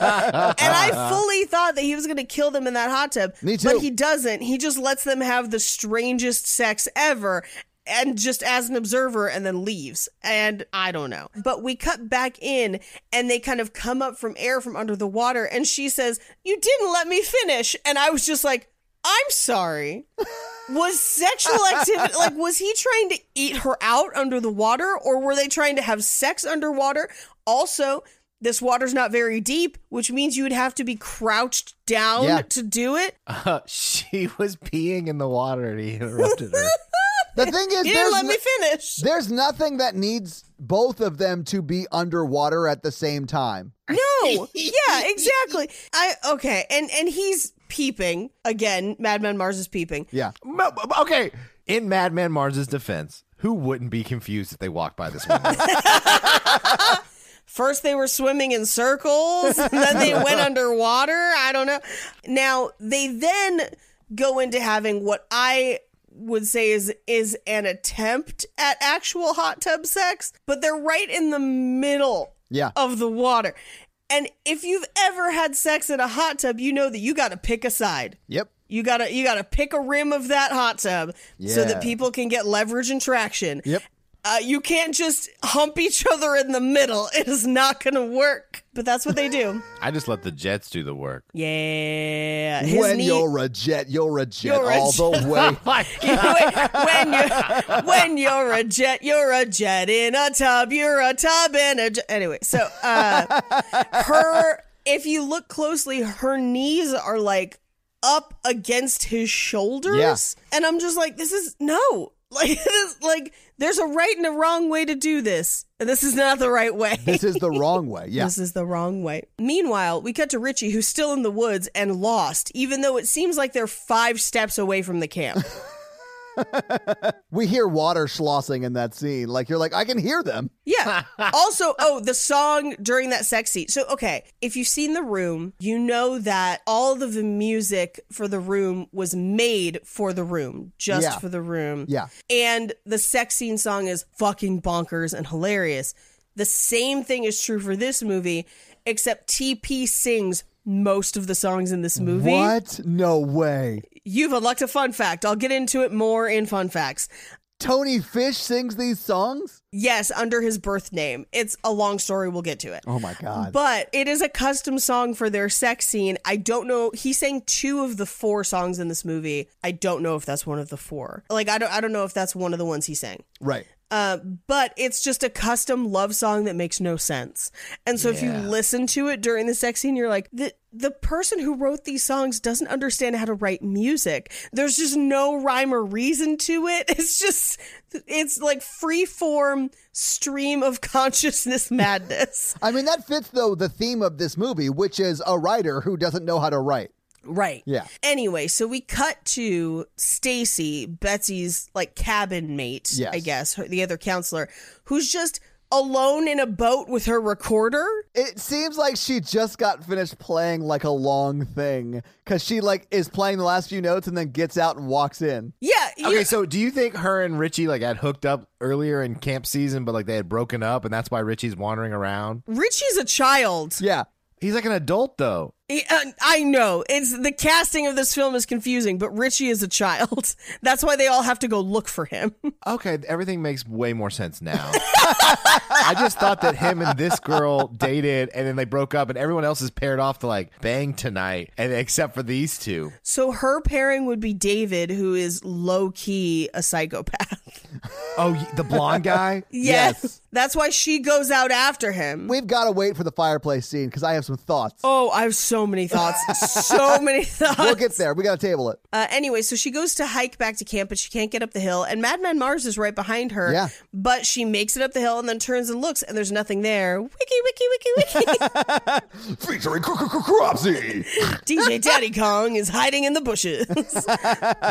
[SPEAKER 2] I fully thought that he was going to kill them in that hot tub.
[SPEAKER 1] Me too.
[SPEAKER 2] But he doesn't. He just lets them have the strangest sex ever. And just as an observer, and then leaves. And I don't know. But we cut back in, and they kind of come up from air from under the water. And she says, You didn't let me finish. And I was just like, I'm sorry. Was sexual activity like was he trying to eat her out under the water or were they trying to have sex underwater? Also, this water's not very deep, which means you would have to be crouched down
[SPEAKER 1] Yeah. Uh,
[SPEAKER 2] to do it.
[SPEAKER 3] Uh, she was peeing in the water, and he interrupted her.
[SPEAKER 1] The thing is,
[SPEAKER 2] You didn't
[SPEAKER 1] there's
[SPEAKER 2] let me
[SPEAKER 1] no-
[SPEAKER 2] finish.
[SPEAKER 1] There's nothing that needs both of them to be underwater at the same time.
[SPEAKER 2] No. Yeah, exactly. I okay, and and he's peeping again. Madman Mars is peeping.
[SPEAKER 1] Yeah.
[SPEAKER 3] Mo- Okay, in Madman Mars' defense, who wouldn't be confused if they walked by this window?
[SPEAKER 2] First they were swimming in circles, and then they went underwater. I don't know. Now they then go into having what I would say is is an attempt at actual hot tub sex, but they're right in the middle
[SPEAKER 1] Yeah.
[SPEAKER 2] of the water. And if you've ever had sex in a hot tub, you know that you got to pick a side.
[SPEAKER 1] Yep.
[SPEAKER 2] You gotta you gotta pick a rim of that hot tub so
[SPEAKER 1] Yeah.
[SPEAKER 2] that people can get leverage and traction.
[SPEAKER 1] Yep.
[SPEAKER 2] Uh, you can't just hump each other in the middle. It is not gonna work. But that's what they do.
[SPEAKER 3] I just let the jets do the work.
[SPEAKER 2] yeah. His
[SPEAKER 1] when
[SPEAKER 2] knee-
[SPEAKER 1] you're a jet, you're a jet
[SPEAKER 2] You're a
[SPEAKER 1] all the way.
[SPEAKER 3] My
[SPEAKER 2] You know what? when you when you're a jet, you're a jet in a tub. You're a tub in a jet. Anyway, so uh, her if you look closely, her knees are like up against his shoulders,
[SPEAKER 1] Yeah.
[SPEAKER 2] and I'm just like, this is no. Like this, like there's a right and a wrong way to do this, and this is not the right way.
[SPEAKER 1] this is the wrong way. Yeah.
[SPEAKER 2] This is the wrong way. Meanwhile, we cut to Richie, who's still in the woods and lost, even though it seems like they're five steps away from the camp.
[SPEAKER 1] We hear water schlossing in that scene. Like you're like, I can hear them.
[SPEAKER 2] Yeah. also, oh, the song during that sex scene. So, okay, if you've seen The Room, you know that all of the music for The Room was made for The Room, just
[SPEAKER 1] Yeah.
[SPEAKER 2] for The Room.
[SPEAKER 1] Yeah.
[SPEAKER 2] And the sex scene song is fucking bonkers and hilarious. The same thing is true for this movie, except TP sings most of the songs in this movie.
[SPEAKER 1] What? No way.
[SPEAKER 2] You've unlocked a fun fact. I'll get into it more in fun facts.
[SPEAKER 1] Tony Fish sings these songs?
[SPEAKER 2] Yes, under his birth name. It's a long story. We'll get to it.
[SPEAKER 1] Oh my god.
[SPEAKER 2] But it is a custom song for their sex scene. I don't know. He sang two of the four songs in this movie. I don't know if that's one of the four. Like I don't I don't know if that's one of the ones he sang.
[SPEAKER 1] right.
[SPEAKER 2] Uh, but it's just a custom love song that makes no sense. And so if you listen to it during the sex scene, you're like, the the person who wrote these songs doesn't understand how to write music. There's just no rhyme or reason to it. It's just it's like free form stream of consciousness madness.
[SPEAKER 1] I mean that fits though the theme of this movie, which is a writer who doesn't know how to write.
[SPEAKER 2] Right.
[SPEAKER 1] Yeah.
[SPEAKER 2] Anyway, so we cut to Stacy, Betsy's like cabin mate,
[SPEAKER 1] Yes.
[SPEAKER 2] I guess, her, the other counselor, who's just alone in a boat with her recorder.
[SPEAKER 1] It seems like she just got finished playing like a long thing cuz she like is playing the last few notes and then gets out and walks in.
[SPEAKER 2] Yeah. you-
[SPEAKER 3] Okay, so do you think her and Richie like had hooked up earlier in camp season, but like they had broken up, and that's why Richie's wandering around?
[SPEAKER 2] Richie's a child.
[SPEAKER 1] Yeah.
[SPEAKER 3] He's like an adult though.
[SPEAKER 2] He- uh, I know. It's the casting of this film is confusing, but Richie is a child. That's why they all have to go look for him.
[SPEAKER 3] Okay, everything makes way more sense now. I just thought that him and this girl dated, and then they broke up, and everyone else is paired off to like bang tonight, and except for these two.
[SPEAKER 2] so her pairing would be David, who is low key a psychopath.
[SPEAKER 3] Oh, y- the blonde guy.
[SPEAKER 2] Yes.
[SPEAKER 1] Yes.
[SPEAKER 2] That's why she goes out after him.
[SPEAKER 1] We've got to wait for the fireplace scene cuz I have some thoughts.
[SPEAKER 2] Oh, I have so many thoughts. so many thoughts.
[SPEAKER 1] We'll get there. We got to table it.
[SPEAKER 2] uh, anyway, so she goes to hike back to camp, but she can't get up the hill. And Madman Mars is right behind her.
[SPEAKER 1] Yeah.
[SPEAKER 2] But she makes it up the hill and then turns and looks, and there's nothing there. Wiki, wiki, wiki, wiki.
[SPEAKER 4] Featuring Cropsy.
[SPEAKER 2] DJ Daddy Kong is hiding in the bushes.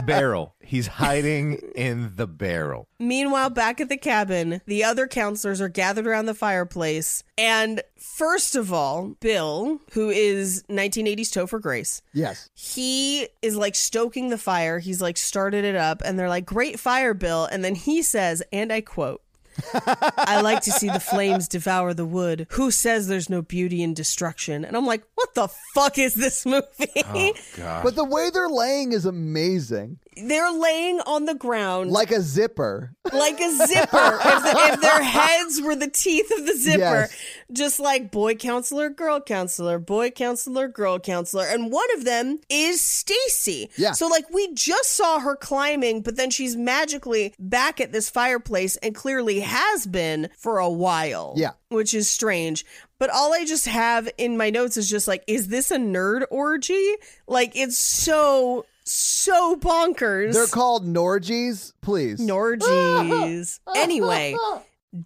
[SPEAKER 3] barrel. He's hiding in the barrel.
[SPEAKER 2] Meanwhile, back at the cabin, the other counselors are gathered around the fireplace. And first of all, Bill, who is 1980s Topher Grace,
[SPEAKER 1] Yes.
[SPEAKER 2] he is like stoking the fire. He's like started it up, and they're like, Great fire, Bill. And then he says, and I quote, I like to see the flames devour the wood. Who says there's no beauty in destruction? And I'm like, What the fuck is this movie? Uh.
[SPEAKER 1] But the way they're laying is amazing.
[SPEAKER 2] they're laying on the ground
[SPEAKER 1] Like a zipper.
[SPEAKER 2] like a zipper. if, the, if their heads were the teeth of the zipper,
[SPEAKER 1] Yes.
[SPEAKER 2] just like boy counselor, girl counselor, boy counselor, girl counselor, and one of them is Stacy.
[SPEAKER 1] Yeah.
[SPEAKER 2] So like we just saw her climbing, but then she's magically back at this fireplace and clearly has been for a while.
[SPEAKER 1] Yeah.
[SPEAKER 2] Which is strange. But all I just have in my notes is just like, is this a nerd orgy? Like it's so so bonkers.
[SPEAKER 1] They're called Norgies, please.
[SPEAKER 2] Norgies. anyway,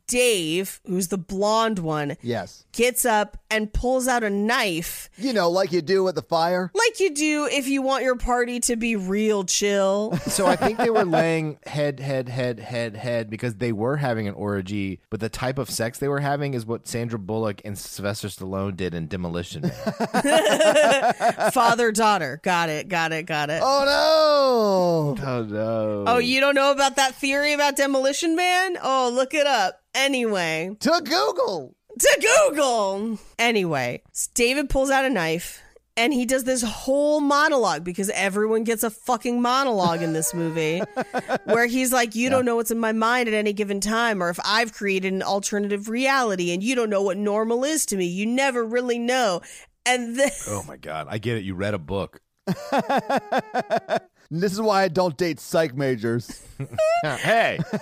[SPEAKER 2] Dave, who's the blonde one,
[SPEAKER 1] yes.
[SPEAKER 2] gets up and pulls out a knife,
[SPEAKER 1] You know, like you do at the fire.
[SPEAKER 2] like you do if you want your party to be real chill.
[SPEAKER 3] So I think they were laying head, head, head, head, head because they were having an orgy, but the type of sex they were having is what Sandra Bullock and Sylvester Stallone did in Demolition Man.
[SPEAKER 2] Father daughter. Got it. Got it. Got it. Oh.
[SPEAKER 1] Oh no!
[SPEAKER 3] oh no!
[SPEAKER 2] you don't know about that theory about Demolition Man? Oh, look it up. Anyway,
[SPEAKER 1] To Google.
[SPEAKER 2] to Google. Anyway, David pulls out a knife and he does this whole monologue because everyone gets a fucking monologue in this movie where he's like, You don't know what's in my mind at any given time, or if I've created an alternative reality and you don't know what normal is to me. You never really know. And then.
[SPEAKER 3] Oh my god! I get it. You read a book.
[SPEAKER 1] This is why I don't date psych majors.
[SPEAKER 3] hey,
[SPEAKER 1] Isn't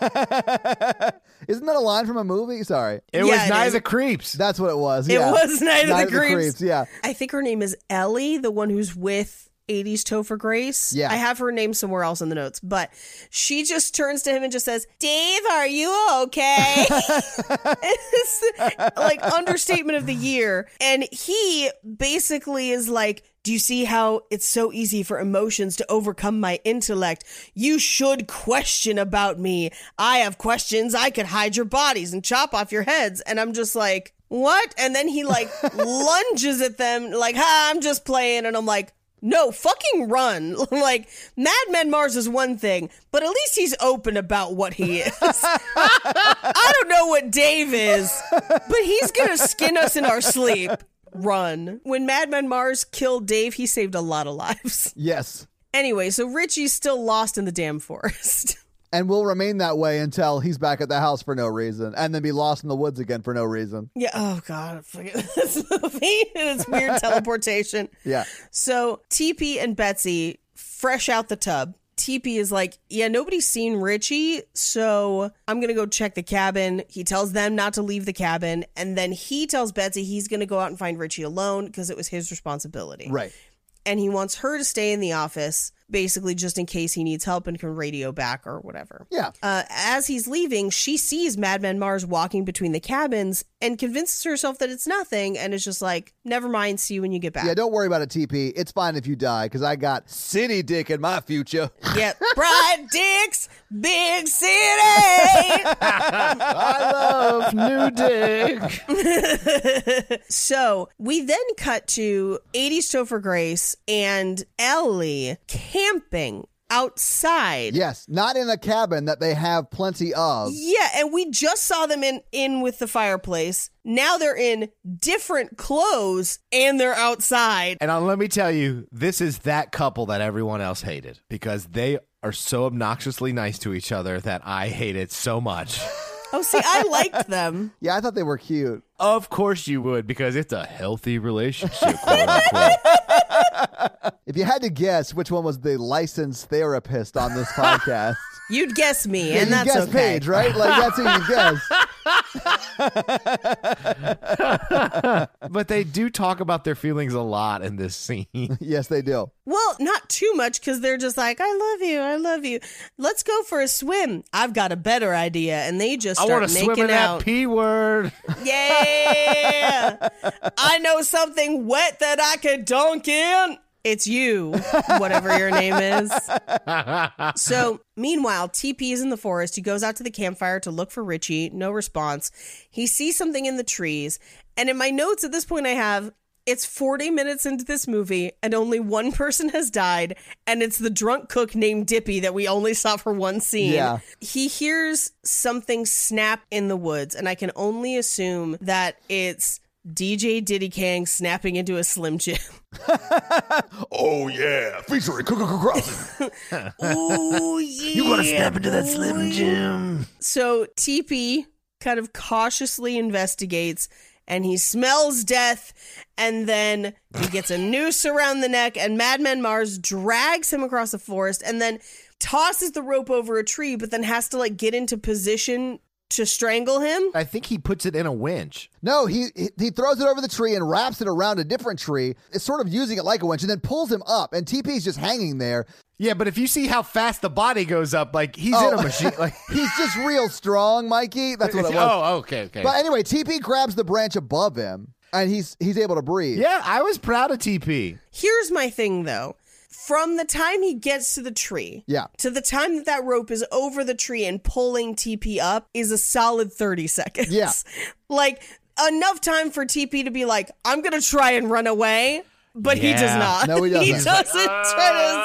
[SPEAKER 1] that a line from a movie? Sorry,
[SPEAKER 2] Yeah,
[SPEAKER 3] it was
[SPEAKER 2] it
[SPEAKER 3] Night
[SPEAKER 2] is.
[SPEAKER 3] of the Creeps.
[SPEAKER 1] that's what it was.
[SPEAKER 2] It
[SPEAKER 1] yeah.
[SPEAKER 2] was Night of the Creeps.
[SPEAKER 1] Yeah.
[SPEAKER 2] I think her name is Ellie, the one who's with 80s Topher Grace.
[SPEAKER 1] Yeah.
[SPEAKER 2] I have her name somewhere else in the notes, but she just turns to him and just says, Dave, are you okay? it's like understatement of the year. And he basically is like, do you see how it's so easy for emotions to overcome my intellect? You should question about me. I have questions. I could hide your bodies and chop off your heads. And I'm just like, what? And then he like lunges at them, like, ha, I'm just playing. And I'm like, no, fucking run. like, Mad Men Mars is one thing, but at least he's open about what he is. I don't know what Dave is, but he's gonna skin us in our sleep. Run. When Madman Mars killed Dave, he saved a lot of lives.
[SPEAKER 1] Yes.
[SPEAKER 2] Anyway, so Richie's still lost in the damn forest.
[SPEAKER 1] And will remain that way until he's back at the house for no reason, and then be lost in the woods again for no reason.
[SPEAKER 2] yeah. Oh God, forget this movie and its weird teleportation.
[SPEAKER 1] Yeah.
[SPEAKER 2] So TP and Betsy fresh out the tub. TP is like, yeah, nobody's seen Richie, so I'm gonna go check the cabin. He tells them not to leave the cabin, and then he tells Betsy he's gonna go out and find Richie alone because it was his responsibility.
[SPEAKER 1] Right.
[SPEAKER 2] And he wants her to stay in the office, basically just in case he needs help and can radio back or whatever.
[SPEAKER 1] Yeah.
[SPEAKER 2] Uh, as he's leaving, she sees Madman Mars walking between the cabins and convinces herself that it's nothing and is just like, never mind, see you when you get back.
[SPEAKER 1] Yeah, don't worry about it, TP. It's fine if you die, because I got city dick in my future.
[SPEAKER 2] Yep. Bright dicks, big city.
[SPEAKER 3] I love New Dick.
[SPEAKER 2] so we then cut to 80s Topher Grace and Ellie camping outside.
[SPEAKER 1] Yes, not in a cabin that they have plenty of.
[SPEAKER 2] Yeah, and we just saw them in in with the fireplace. Now they're in different clothes and they're outside.
[SPEAKER 3] And I'll, let me tell you, this is that couple that everyone else hated because they are so obnoxiously nice to each other that I hate it so much.
[SPEAKER 2] Oh, see, I liked them.
[SPEAKER 1] Yeah, I thought they were cute.
[SPEAKER 3] Of course you would, because it's a healthy relationship. quote, unquote.
[SPEAKER 1] If you had to guess which one was the licensed therapist on this podcast,
[SPEAKER 2] You'd guess me,
[SPEAKER 1] yeah,
[SPEAKER 2] and
[SPEAKER 1] you
[SPEAKER 2] that's
[SPEAKER 1] guess
[SPEAKER 2] okay.
[SPEAKER 1] Paige, right? Like that's who you guess.
[SPEAKER 3] but they do talk about their feelings a lot in this scene.
[SPEAKER 1] Yes, they do.
[SPEAKER 2] Well, not too much because they're just like, I love you, I love you. Let's go for a swim. I've got a better idea. And they just
[SPEAKER 3] I
[SPEAKER 2] start
[SPEAKER 3] want to swim
[SPEAKER 2] making
[SPEAKER 3] in
[SPEAKER 2] out.
[SPEAKER 3] that P word.
[SPEAKER 2] yeah. I know something wet that I could dunk in. It's you, whatever your name is. So, meanwhile, TP is in the forest. He goes out to the campfire to look for Richie. No response. He sees something in the trees. And in my notes at this point, I have it's 40 minutes into this movie, and only one person has died. And it's the drunk cook named Dippy that we only saw for one scene.
[SPEAKER 1] Yeah.
[SPEAKER 2] He hears something snap in the woods. And I can only assume that it's DJ Diddy Kang snapping into a Slim Jim.
[SPEAKER 4] Oh yeah, featuring Cook Cropsy.
[SPEAKER 2] Ooh, yeah. You
[SPEAKER 3] want to snap into that Slim Jim.
[SPEAKER 2] So TP kind of cautiously investigates and he smells death and then he gets a noose around the neck and Madman Mars drags him across the forest and then tosses the rope over a tree but then has to like get into position to strangle him?
[SPEAKER 3] I think he puts it in a winch.
[SPEAKER 1] No, he he- he throws it over the tree and wraps it around a different tree. It's sort of using it like a winch, and then pulls him up. And TP's just hanging there.
[SPEAKER 3] Yeah, but if you see how fast the body goes up, like he's
[SPEAKER 1] Oh.
[SPEAKER 3] in a machine. Like,
[SPEAKER 1] He's just real strong, Mikey. That's what it was.
[SPEAKER 3] oh, okay, okay.
[SPEAKER 1] But anyway, TP grabs the branch above him, and he's he's able to breathe.
[SPEAKER 3] yeah, I was proud of TP.
[SPEAKER 2] Here's my thing though. From the time he gets to the tree,
[SPEAKER 1] Yeah.
[SPEAKER 2] to the time that that rope is over the tree and pulling TP up is a solid 30 seconds.
[SPEAKER 1] Yeah.
[SPEAKER 2] like enough time for TP to be like, I'm going to try and run away, but he does
[SPEAKER 3] Yeah.
[SPEAKER 2] not.
[SPEAKER 1] No, he
[SPEAKER 2] he
[SPEAKER 1] doesn't.
[SPEAKER 2] doesn't try to.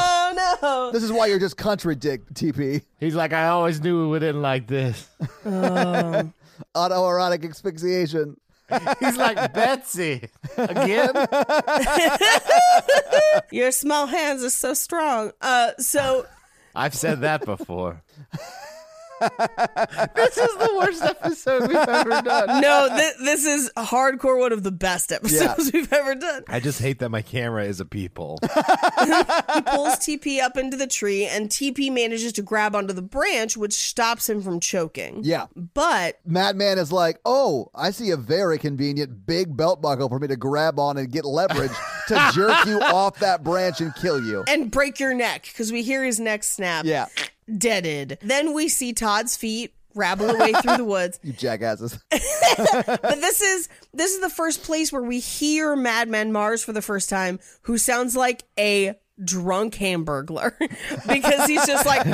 [SPEAKER 2] Oh, no.
[SPEAKER 1] This is why you're just country dick, TP.
[SPEAKER 3] He's like, I always knew it would end like this.
[SPEAKER 1] Autoerotic asphyxiation.
[SPEAKER 3] He's like Betsy again.
[SPEAKER 2] Your small hands are so strong. Uh, so
[SPEAKER 3] I've said that before. this is the worst episode we've ever done.
[SPEAKER 2] no, th- this is hardcore one of the best episodes we've ever done.
[SPEAKER 3] I just hate that my camera is a people.
[SPEAKER 2] He pulls TP up into the tree, and TP manages to grab onto the branch, which stops him from choking.
[SPEAKER 1] Yeah.
[SPEAKER 2] But
[SPEAKER 1] Madman is like, oh, I see a very convenient big belt buckle for me to grab on and get leverage to jerk you off that branch and kill you.
[SPEAKER 2] and break your neck because we hear his neck snap.
[SPEAKER 1] Yeah,
[SPEAKER 2] deaded. Then we see Todd's feet rabble away through the woods.
[SPEAKER 1] you jackasses.
[SPEAKER 2] But this is this is the first place where we hear Madman Mars for the first time, who sounds like a drunk hamburglar because he's just like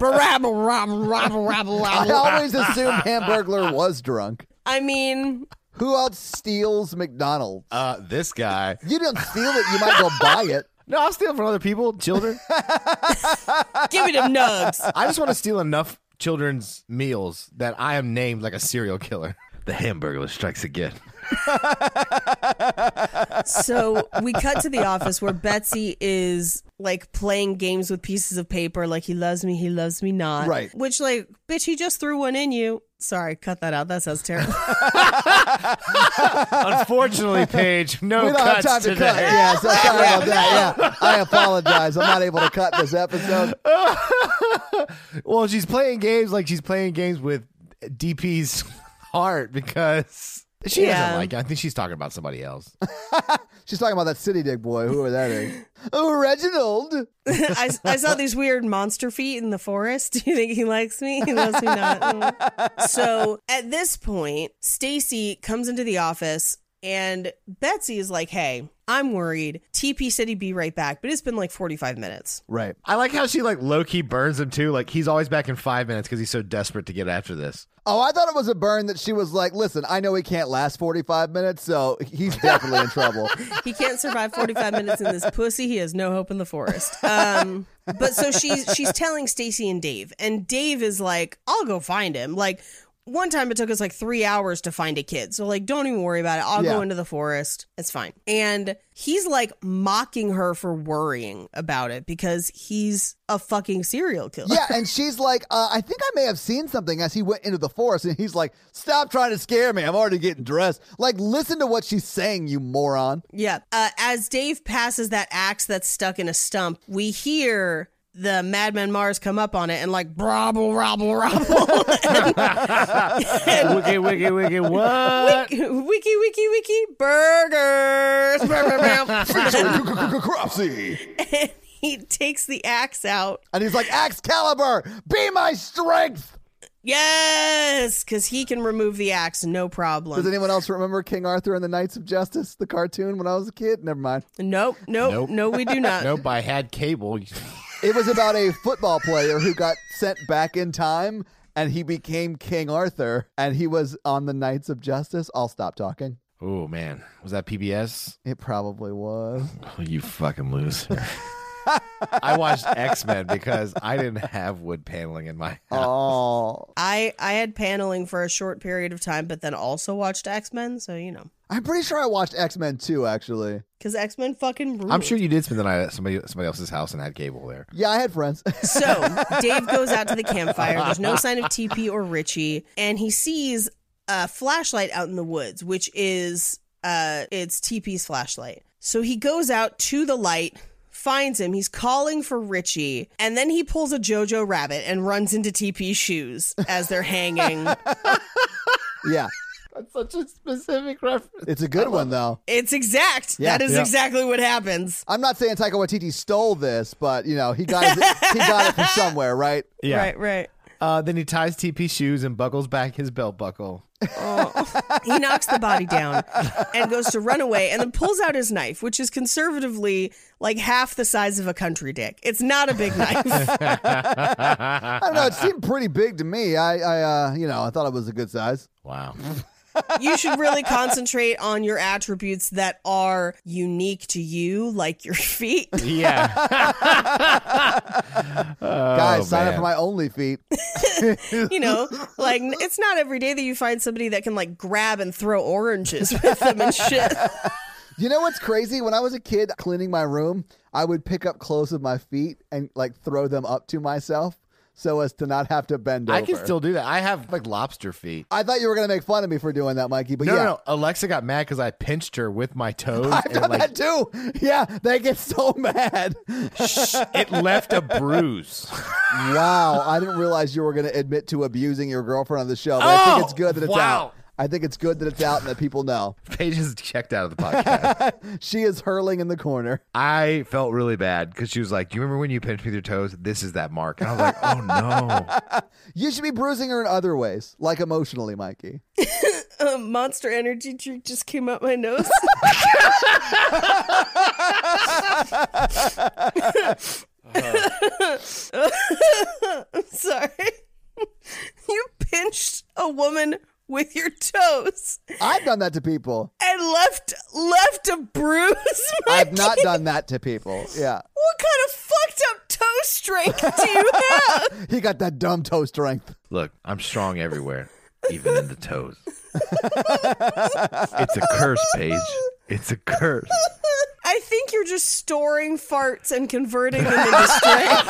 [SPEAKER 2] rabble rabble rabble rabble
[SPEAKER 1] I
[SPEAKER 2] rabble.
[SPEAKER 1] always assumed Hamburglar was drunk.
[SPEAKER 2] I mean,
[SPEAKER 1] Who else steals McDonald's?
[SPEAKER 3] Uh, this guy.
[SPEAKER 1] You don't steal it, you might go buy it.
[SPEAKER 3] No, I'll steal from other people, children.
[SPEAKER 2] give me them nugs.
[SPEAKER 3] I just want to steal enough children's meals that I am named like a serial killer. The hamburger strikes again.
[SPEAKER 2] So we cut to the office where Betsy is like playing games with pieces of paper, like he loves me, he loves me not.
[SPEAKER 1] Right.
[SPEAKER 2] Which, like, bitch, he just threw one in you. Sorry, cut that out. That sounds terrible.
[SPEAKER 3] Unfortunately, Paige, no
[SPEAKER 1] We don't have
[SPEAKER 3] cuts
[SPEAKER 1] time to cut.
[SPEAKER 3] today.
[SPEAKER 1] Yeah, so sorry about that. Yeah, I apologize. I'm not able to cut this episode.
[SPEAKER 3] Well, she's playing games like she's playing games with DP's heart because she
[SPEAKER 2] Yeah.
[SPEAKER 3] doesn't like. It. I think she's talking about somebody else.
[SPEAKER 1] She's talking about that city dick boy, whoever that is. Oh, Reginald.
[SPEAKER 2] I, I saw these weird monster feet in the forest. Do you think he likes me? He loves me not. Mm. So at this point, Stacy comes into the office and Betsy is like, hey, I'm worried. TP said he'd be right back, but it's been like 45 minutes.
[SPEAKER 1] Right.
[SPEAKER 3] I like how she like low key burns him too. Like he's always back in five minutes because he's so desperate to get after this.
[SPEAKER 1] Oh, I thought it was a burn that she was like, listen, I know he can't last 45 minutes, so he's definitely in trouble.
[SPEAKER 2] He can't survive 45 minutes in this pussy. He has no hope in the forest. Um, but so she's she's telling Stacy and Dave, and Dave is like, "I'll go find him." Like one time it took us like 3 hours to find a kid. So like don't even worry about it. I'll
[SPEAKER 1] Yeah.
[SPEAKER 2] go into the forest. It's fine. And he's like mocking her for worrying about it because he's a fucking serial killer.
[SPEAKER 1] Yeah, and she's like, uh, I think I may have seen something as he went into the forest, and he's like, stop trying to scare me. I'm already getting dressed. Like, listen to what she's saying, you moron.
[SPEAKER 2] Yeah. Uh, as Dave passes that axe that's stuck in a stump, we hear the Madman Mars come up on it and like brabble, rabble, rabble.
[SPEAKER 3] Wiki, wiki, wiki. What?
[SPEAKER 2] and wiki, wiki, wiki, burgers. Brr, brr, brr.
[SPEAKER 4] Featuring Cropsy.
[SPEAKER 2] and he takes the axe out.
[SPEAKER 1] And he's like, Excalibur, be my strength.
[SPEAKER 2] Yes, because he can remove the axe, no
[SPEAKER 1] Does
[SPEAKER 2] problem.
[SPEAKER 1] anyone else remember King Arthur and the Knights of Justice, the cartoon when I was a kid? Never mind.
[SPEAKER 2] Nope, nope,
[SPEAKER 3] Nope.
[SPEAKER 2] no, we do not.
[SPEAKER 3] Nope, I had cable.
[SPEAKER 1] It was about a football player who got sent back in time and he became King Arthur and he was on the Knights of Justice. I'll stop talking.
[SPEAKER 3] oh man, was that PBS?
[SPEAKER 1] It probably was.
[SPEAKER 3] Oh, you fucking loser. I watched X Men because I didn't have wood paneling in my house.
[SPEAKER 1] Oh.
[SPEAKER 2] I, I had paneling for a short period of time, but then also watched X Men, so you know.
[SPEAKER 1] I'm pretty sure I watched X Men 2, actually.
[SPEAKER 2] Because X Men fucking rules.
[SPEAKER 3] I'm sure you did spend the night at somebody somebody else's house and had cable there.
[SPEAKER 1] Yeah, I had friends.
[SPEAKER 2] So Dave goes out to the campfire. There's no sign of TP or Richie, and he sees a flashlight out in the woods, which is uh, it's TP's flashlight. So he goes out to the light, finds him. He's calling for Richie, and then he pulls a Jojo rabbit and runs into TP's shoes as they're hanging.
[SPEAKER 1] Yeah.
[SPEAKER 3] That's such a specific reference.
[SPEAKER 1] It's a good one, though.
[SPEAKER 2] it's exact.
[SPEAKER 1] Yeah.
[SPEAKER 2] that is
[SPEAKER 3] Yeah.
[SPEAKER 2] exactly what happens.
[SPEAKER 1] I'm not saying Taika Waititi stole this, but you know he got it, he got it from somewhere, right?
[SPEAKER 3] Yeah.
[SPEAKER 2] Right, right.
[SPEAKER 3] Uh, then he ties TP shoes and buckles back his belt buckle.
[SPEAKER 2] He knocks the body down and goes to run away and then pulls out his knife, which is conservatively like half the size of a country dick. It's not a big knife.
[SPEAKER 1] I don't know. It
[SPEAKER 3] Uh,
[SPEAKER 1] seemed pretty big to me. I, I uh, you know, I thought it was a good size.
[SPEAKER 3] Wow.
[SPEAKER 2] you should really concentrate on your attributes that are unique to you, like your feet.
[SPEAKER 3] Yeah.
[SPEAKER 1] Guys, sign up
[SPEAKER 3] Oh, man.
[SPEAKER 1] for my Only Feet.
[SPEAKER 2] you know, like n- it's not every day that you find somebody that can like grab and throw oranges with them and shit.
[SPEAKER 1] You know what's crazy? When I was a kid cleaning my room, I would pick up clothes with my feet and like throw them up to myself so as to not have to bend
[SPEAKER 3] I
[SPEAKER 1] over.
[SPEAKER 3] can still do that. I have like lobster feet.
[SPEAKER 1] I thought you were gonna make fun of me for doing that, Mikey. But
[SPEAKER 3] No,
[SPEAKER 1] yeah,
[SPEAKER 3] no, no. Alexa got mad because I pinched her with my toes.
[SPEAKER 1] I've done that too. Yeah, they get so mad.
[SPEAKER 3] it left a bruise.
[SPEAKER 1] wow, I didn't realize you were gonna admit to abusing your girlfriend on the show. But I
[SPEAKER 3] Oh,
[SPEAKER 1] think it's good that it's
[SPEAKER 3] wow.
[SPEAKER 1] out. I think it's good that it's out and that people know.
[SPEAKER 3] Paige is checked out of the podcast.
[SPEAKER 1] She is hurling in the corner.
[SPEAKER 3] I felt really bad because she was like, "Do you remember when you pinched me with your toes? This is that mark." And I was like, "Oh no!"
[SPEAKER 1] You should be bruising her in other ways, like emotionally, Mikey.
[SPEAKER 2] A monster energy drink just came out my nose. I'm sorry. You pinched a woman with your toes
[SPEAKER 1] I've done that to people.
[SPEAKER 2] and left left a bruise.
[SPEAKER 1] I've
[SPEAKER 2] Mikey.
[SPEAKER 1] not done that to people. Yeah.
[SPEAKER 2] What kind of fucked up toe strength do you have?
[SPEAKER 1] He got that dumb toe strength.
[SPEAKER 3] Look, I'm strong everywhere, even in the toes. it's a curse, Paige. It's a curse.
[SPEAKER 2] I think you're just storing farts and converting them into strength.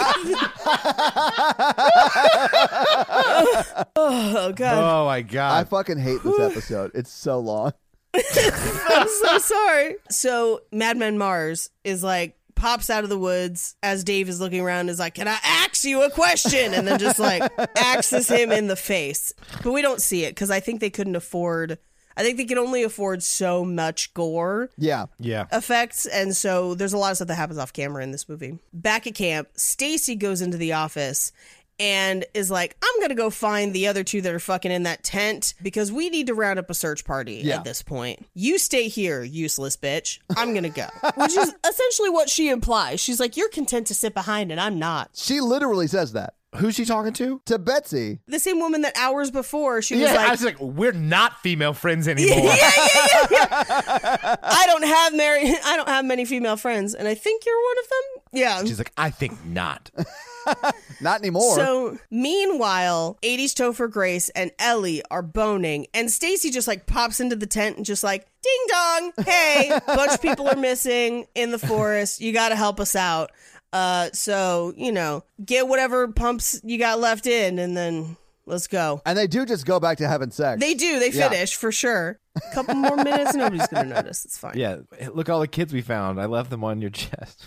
[SPEAKER 2] oh god,
[SPEAKER 3] Oh my
[SPEAKER 1] I
[SPEAKER 3] god!
[SPEAKER 1] fucking hate this episode. It's so long.
[SPEAKER 2] I'm so sorry. So Madman Mars is like pops out of the woods as Dave is looking around. Is like, can I axe you a question? And then just like axes him in the face. But we don't see it because I think they couldn't afford. I think they could only afford so much gore.
[SPEAKER 1] Yeah.
[SPEAKER 3] yeah.
[SPEAKER 2] effects and so there's a lot of stuff that happens off camera in this movie back at camp stacy goes into the office and is like i'm gonna go find the other two that are fucking in that tent because we need to round up a search party
[SPEAKER 1] Yeah.
[SPEAKER 2] at this point you stay here useless bitch i'm gonna go which is essentially what she implies she's like you're content to sit behind and i'm not
[SPEAKER 1] She literally says that
[SPEAKER 3] Who's she talking to?
[SPEAKER 1] to Betsy.
[SPEAKER 2] the same woman that hours before she
[SPEAKER 3] Yeah,
[SPEAKER 2] was
[SPEAKER 3] I
[SPEAKER 2] like
[SPEAKER 3] was like, "We're not female friends anymore."
[SPEAKER 2] i don't have mary i don't have many female friends and i think you're one of them yeah
[SPEAKER 3] She's like, "I think not."
[SPEAKER 1] Not anymore.
[SPEAKER 2] So meanwhile, 80s Topher Grace and Ellie are boning, and Stacy just like pops into the tent and just like, ding dong, hey, bunch of people are missing in the forest. You gotta help us out. Uh so, you know, get whatever pumps you got left in and then let's go.
[SPEAKER 1] and they do just go back to having sex.
[SPEAKER 2] They do, they
[SPEAKER 1] Yeah.
[SPEAKER 2] finish for sure. A couple more minutes, nobody's gonna notice. It's fine.
[SPEAKER 3] Yeah, look all the kids we found. I left them on your chest.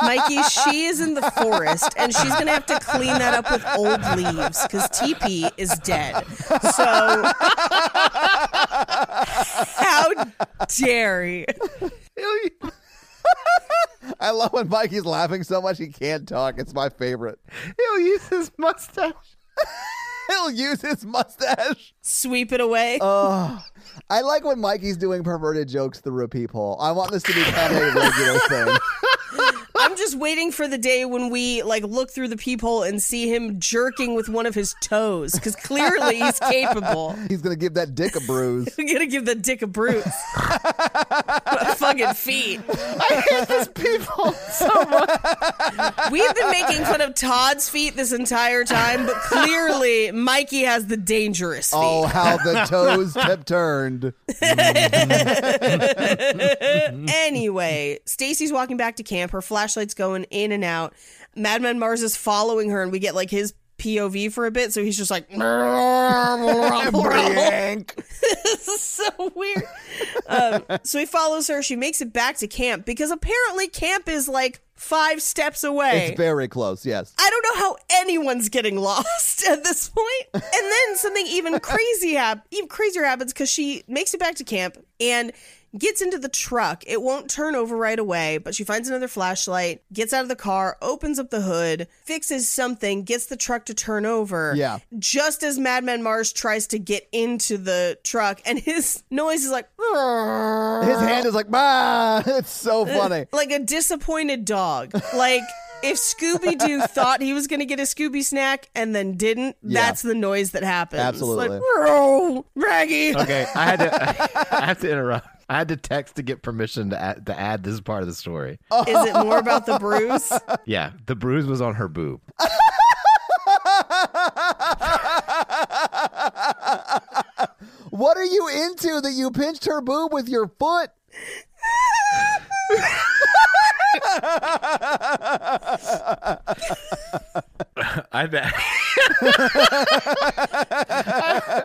[SPEAKER 2] Mikey, she is in the forest and she's going to have to clean that up with old leaves because TP is dead. So, how dare you?
[SPEAKER 1] I love when Mikey's laughing so much he can't talk. It's my favorite.
[SPEAKER 3] He'll use his mustache.
[SPEAKER 1] He'll use his mustache.
[SPEAKER 2] Sweep it away.
[SPEAKER 1] I like when Mikey's doing perverted jokes through a peephole. I want this to be kind of a regular thing.
[SPEAKER 2] I'm just waiting for the day when we like look through the peephole and see him jerking with one of his toes because clearly he's capable.
[SPEAKER 1] He's gonna give that dick a bruise.
[SPEAKER 2] I'm gonna give the dick a bruise. My fucking feet.
[SPEAKER 3] I hate this people so much.
[SPEAKER 2] We've been making fun of Todd's feet this entire time, but clearly Mikey has the dangerous feet.
[SPEAKER 1] Oh, how the toes have turned.
[SPEAKER 2] Anyway, Stacy's walking back to camp. Her flashlight's going in and out. Madman Mars is following her, and we get like his POV for a bit, so he's just like, this is so weird. Um, so he follows her. She makes it back to camp because apparently camp is like five steps away.
[SPEAKER 1] It's very close, yes.
[SPEAKER 2] I don't know how anyone's getting lost at this point. And then something even crazy hap- even crazier happens because she makes it back to camp and gets into the truck. It won't turn over right away, but she finds another flashlight, gets out of the car, opens up the hood, fixes something, gets the truck to turn over.
[SPEAKER 1] Yeah.
[SPEAKER 2] Just as Madman Mars tries to get into the truck, and his noise is like
[SPEAKER 1] His hand is like, bah! It's so funny.
[SPEAKER 2] like a disappointed dog. Like if Scooby Doo thought he was going to get a Scooby snack and then didn't,
[SPEAKER 1] Yeah.
[SPEAKER 2] that's the noise that happens.
[SPEAKER 1] Absolutely.
[SPEAKER 2] Like, "Row, Raggy.
[SPEAKER 3] Okay, I had to. I have to interrupt. I had to text to get permission to add, to add this part of the story.
[SPEAKER 2] Is it more about the bruise?
[SPEAKER 3] Yeah, the bruise was on her boob.
[SPEAKER 1] What are you into that you pinched her boob with your foot?
[SPEAKER 3] I bet.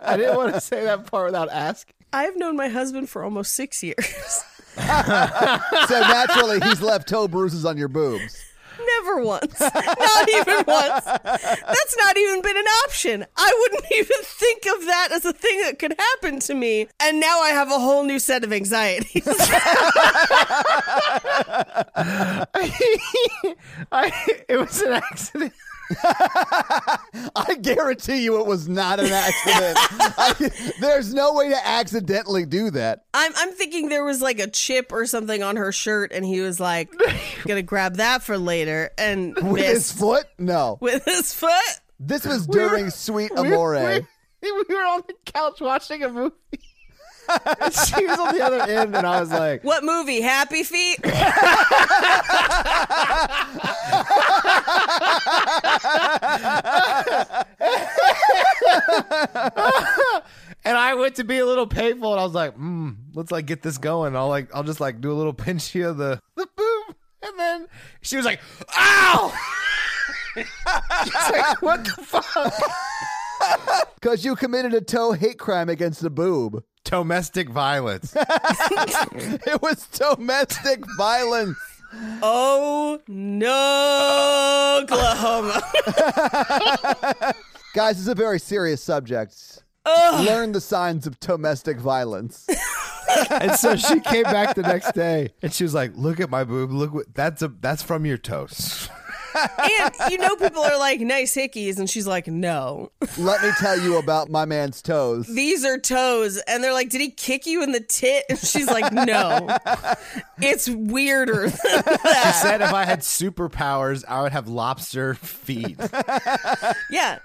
[SPEAKER 3] I didn't want to say that part without asking.
[SPEAKER 2] I've known my husband for almost six years.
[SPEAKER 1] So naturally, he's left toe bruises on your boobs.
[SPEAKER 2] Never once. Not even once. That's not even been an option. I wouldn't even think of that as a thing that could happen to me. And now I have a whole new set of anxieties.
[SPEAKER 3] I, it was an accident.
[SPEAKER 1] I guarantee you it was not an accident. I- there's no way to accidentally do that.
[SPEAKER 2] I'm I'm thinking there was like a chip or something on her shirt, and he was like, "Gonna grab that for later," and
[SPEAKER 1] With his
[SPEAKER 2] missed
[SPEAKER 1] foot? No.
[SPEAKER 2] with his foot.
[SPEAKER 1] This was during Sweet Amore.
[SPEAKER 3] We, we were on the couch watching a movie. and she was on the other end, and I was like,
[SPEAKER 2] What movie? Happy Feet.
[SPEAKER 3] and I went to be a little painful, and I was like, mm, let's like get this going. I'll like, I'll just like do a little pinch here, of the the boob, and then she was like, ow! She's like, what the fuck?
[SPEAKER 1] Because you committed a toe hate crime against the boob.
[SPEAKER 3] Domestic violence.
[SPEAKER 1] It was domestic violence.
[SPEAKER 2] Oh no, Oklahoma.
[SPEAKER 1] Guys, this is a very serious subject. Learn the signs of domestic violence.
[SPEAKER 3] and so she came back the next day, and she was like, look at my boob. Look, what, that's a that's from your toast.
[SPEAKER 2] and you know, people are like, "Nice hickeys," and she's like, "No,
[SPEAKER 1] Let me tell you about my man's toes.
[SPEAKER 2] these are toes." And they're like, "Did he kick you in the tit?" And she's like, "No, it's weirder than
[SPEAKER 3] She
[SPEAKER 2] that."
[SPEAKER 3] said if I had superpowers, I would have lobster feet.
[SPEAKER 2] Yeah. Yeah,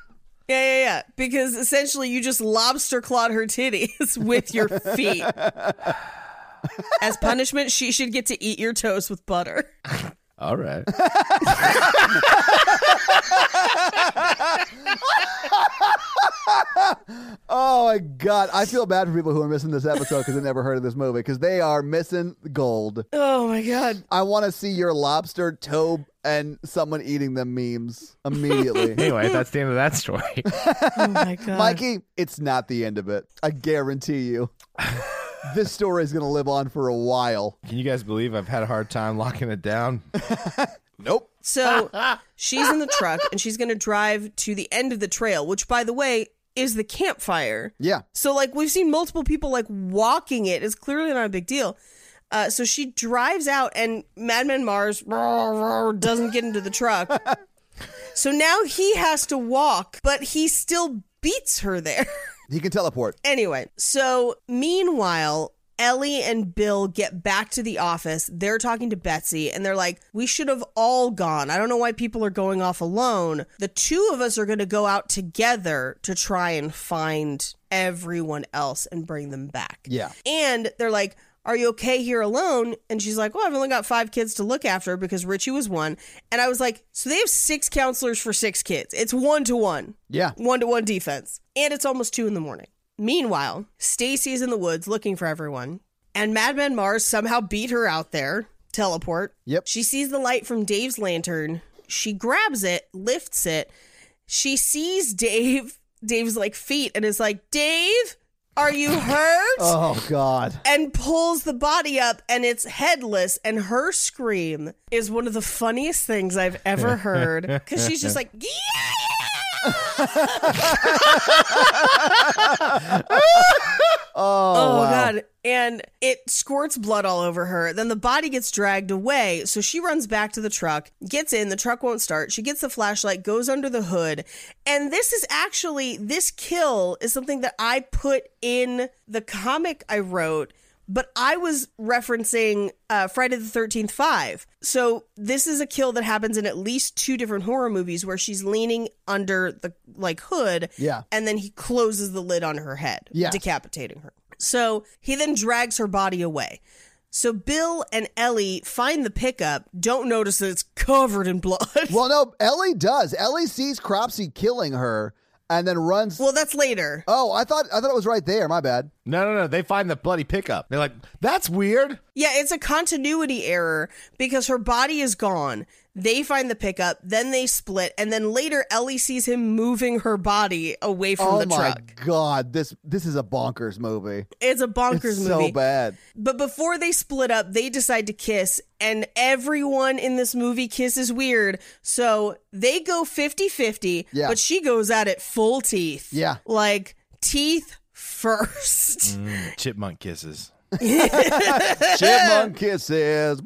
[SPEAKER 2] yeah, yeah. Because essentially you just lobster clawed her titties with your feet. As punishment, she should get to eat your toes with butter.
[SPEAKER 3] All right.
[SPEAKER 1] Oh my god, I feel bad for people who are missing this episode because they never heard of this movie because they are missing gold.
[SPEAKER 2] Oh my god.
[SPEAKER 1] I want to see your lobster toe and someone eating them memes immediately.
[SPEAKER 3] Anyway, that's the end of that story.
[SPEAKER 2] Oh my god.
[SPEAKER 1] Mikey, it's not the end of it. I guarantee you. this story is going to live on for a while.
[SPEAKER 3] Can you guys believe I've had a hard time locking it down?
[SPEAKER 1] Nope.
[SPEAKER 2] So she's in the truck and she's going to drive to the end of the trail, which by the way is the campfire.
[SPEAKER 1] Yeah.
[SPEAKER 2] So like we've seen multiple people like walking it. It's clearly not a big deal. Uh, so she drives out, and Madman Mars doesn't get into the truck. so now he has to walk, but he still beats her there.
[SPEAKER 1] He can teleport.
[SPEAKER 2] Anyway, so meanwhile, Ellie and Bill get back to the office. They're talking to Betsy and they're like, We should have all gone. I don't know why people are going off alone. The two of us are going to go out together to try and find everyone else and bring them back.
[SPEAKER 1] Yeah.
[SPEAKER 2] And they're like, are you okay here alone? And she's like, Well, I've only got five kids to look after because Richie was one. And I was like, So they have six counselors for six kids. It's one to one
[SPEAKER 1] Yeah.
[SPEAKER 2] one to one defense. And it's almost two in the morning. Meanwhile, Stacy's in the woods looking for everyone, and Madman Mars somehow beat her out there. Teleport.
[SPEAKER 1] Yep.
[SPEAKER 2] She sees the light from Dave's lantern. She grabs it, lifts it, she sees Dave, Dave's like feet, and is like, Dave, are you hurt?
[SPEAKER 1] Oh God.
[SPEAKER 2] and pulls the body up and it's headless and her scream is one of the funniest things i've ever heard because she's just like yeah
[SPEAKER 1] Oh,
[SPEAKER 2] oh
[SPEAKER 1] wow.
[SPEAKER 2] god and it squirts blood all over her then the body gets dragged away so she runs back to the truck gets in the truck won't start she gets the flashlight goes under the hood and this is actually this kill is something that i put in the comic i wrote but I was referencing uh, Friday the 13th 5. So this is a kill that happens in at least two different horror movies where she's leaning under the like hood
[SPEAKER 1] Yeah.
[SPEAKER 2] and then he closes the lid on her head,
[SPEAKER 1] Yes.
[SPEAKER 2] decapitating her. So he then drags her body away. So Bill and Ellie find the pickup, don't notice that it's covered in blood.
[SPEAKER 1] Well,
[SPEAKER 2] Well,
[SPEAKER 1] no, Ellie does. Ellie sees Cropsy killing her and then runs.
[SPEAKER 2] that's later.
[SPEAKER 1] Oh, I thought I thought it was right there. My bad.
[SPEAKER 3] No, no, no. They find the bloody pickup. They're like, that's weird.
[SPEAKER 2] Yeah, it's a continuity error because her body is gone. They find the pickup, then they split, and then later Ellie sees him moving her body away from
[SPEAKER 1] oh
[SPEAKER 2] the
[SPEAKER 1] my
[SPEAKER 2] truck.
[SPEAKER 1] God, this this is a bonkers movie.
[SPEAKER 2] It's a bonkers
[SPEAKER 1] It's
[SPEAKER 2] movie.
[SPEAKER 1] so bad.
[SPEAKER 2] But before they split up, they decide to kiss, and everyone in this movie kisses weird. So they go 50 50,
[SPEAKER 1] Yeah.
[SPEAKER 2] but she goes at it full teeth.
[SPEAKER 1] Yeah. Mm-hmm.
[SPEAKER 2] Like teeth first.
[SPEAKER 3] Mm, Chipmunk kisses.
[SPEAKER 1] Chipmunk kisses.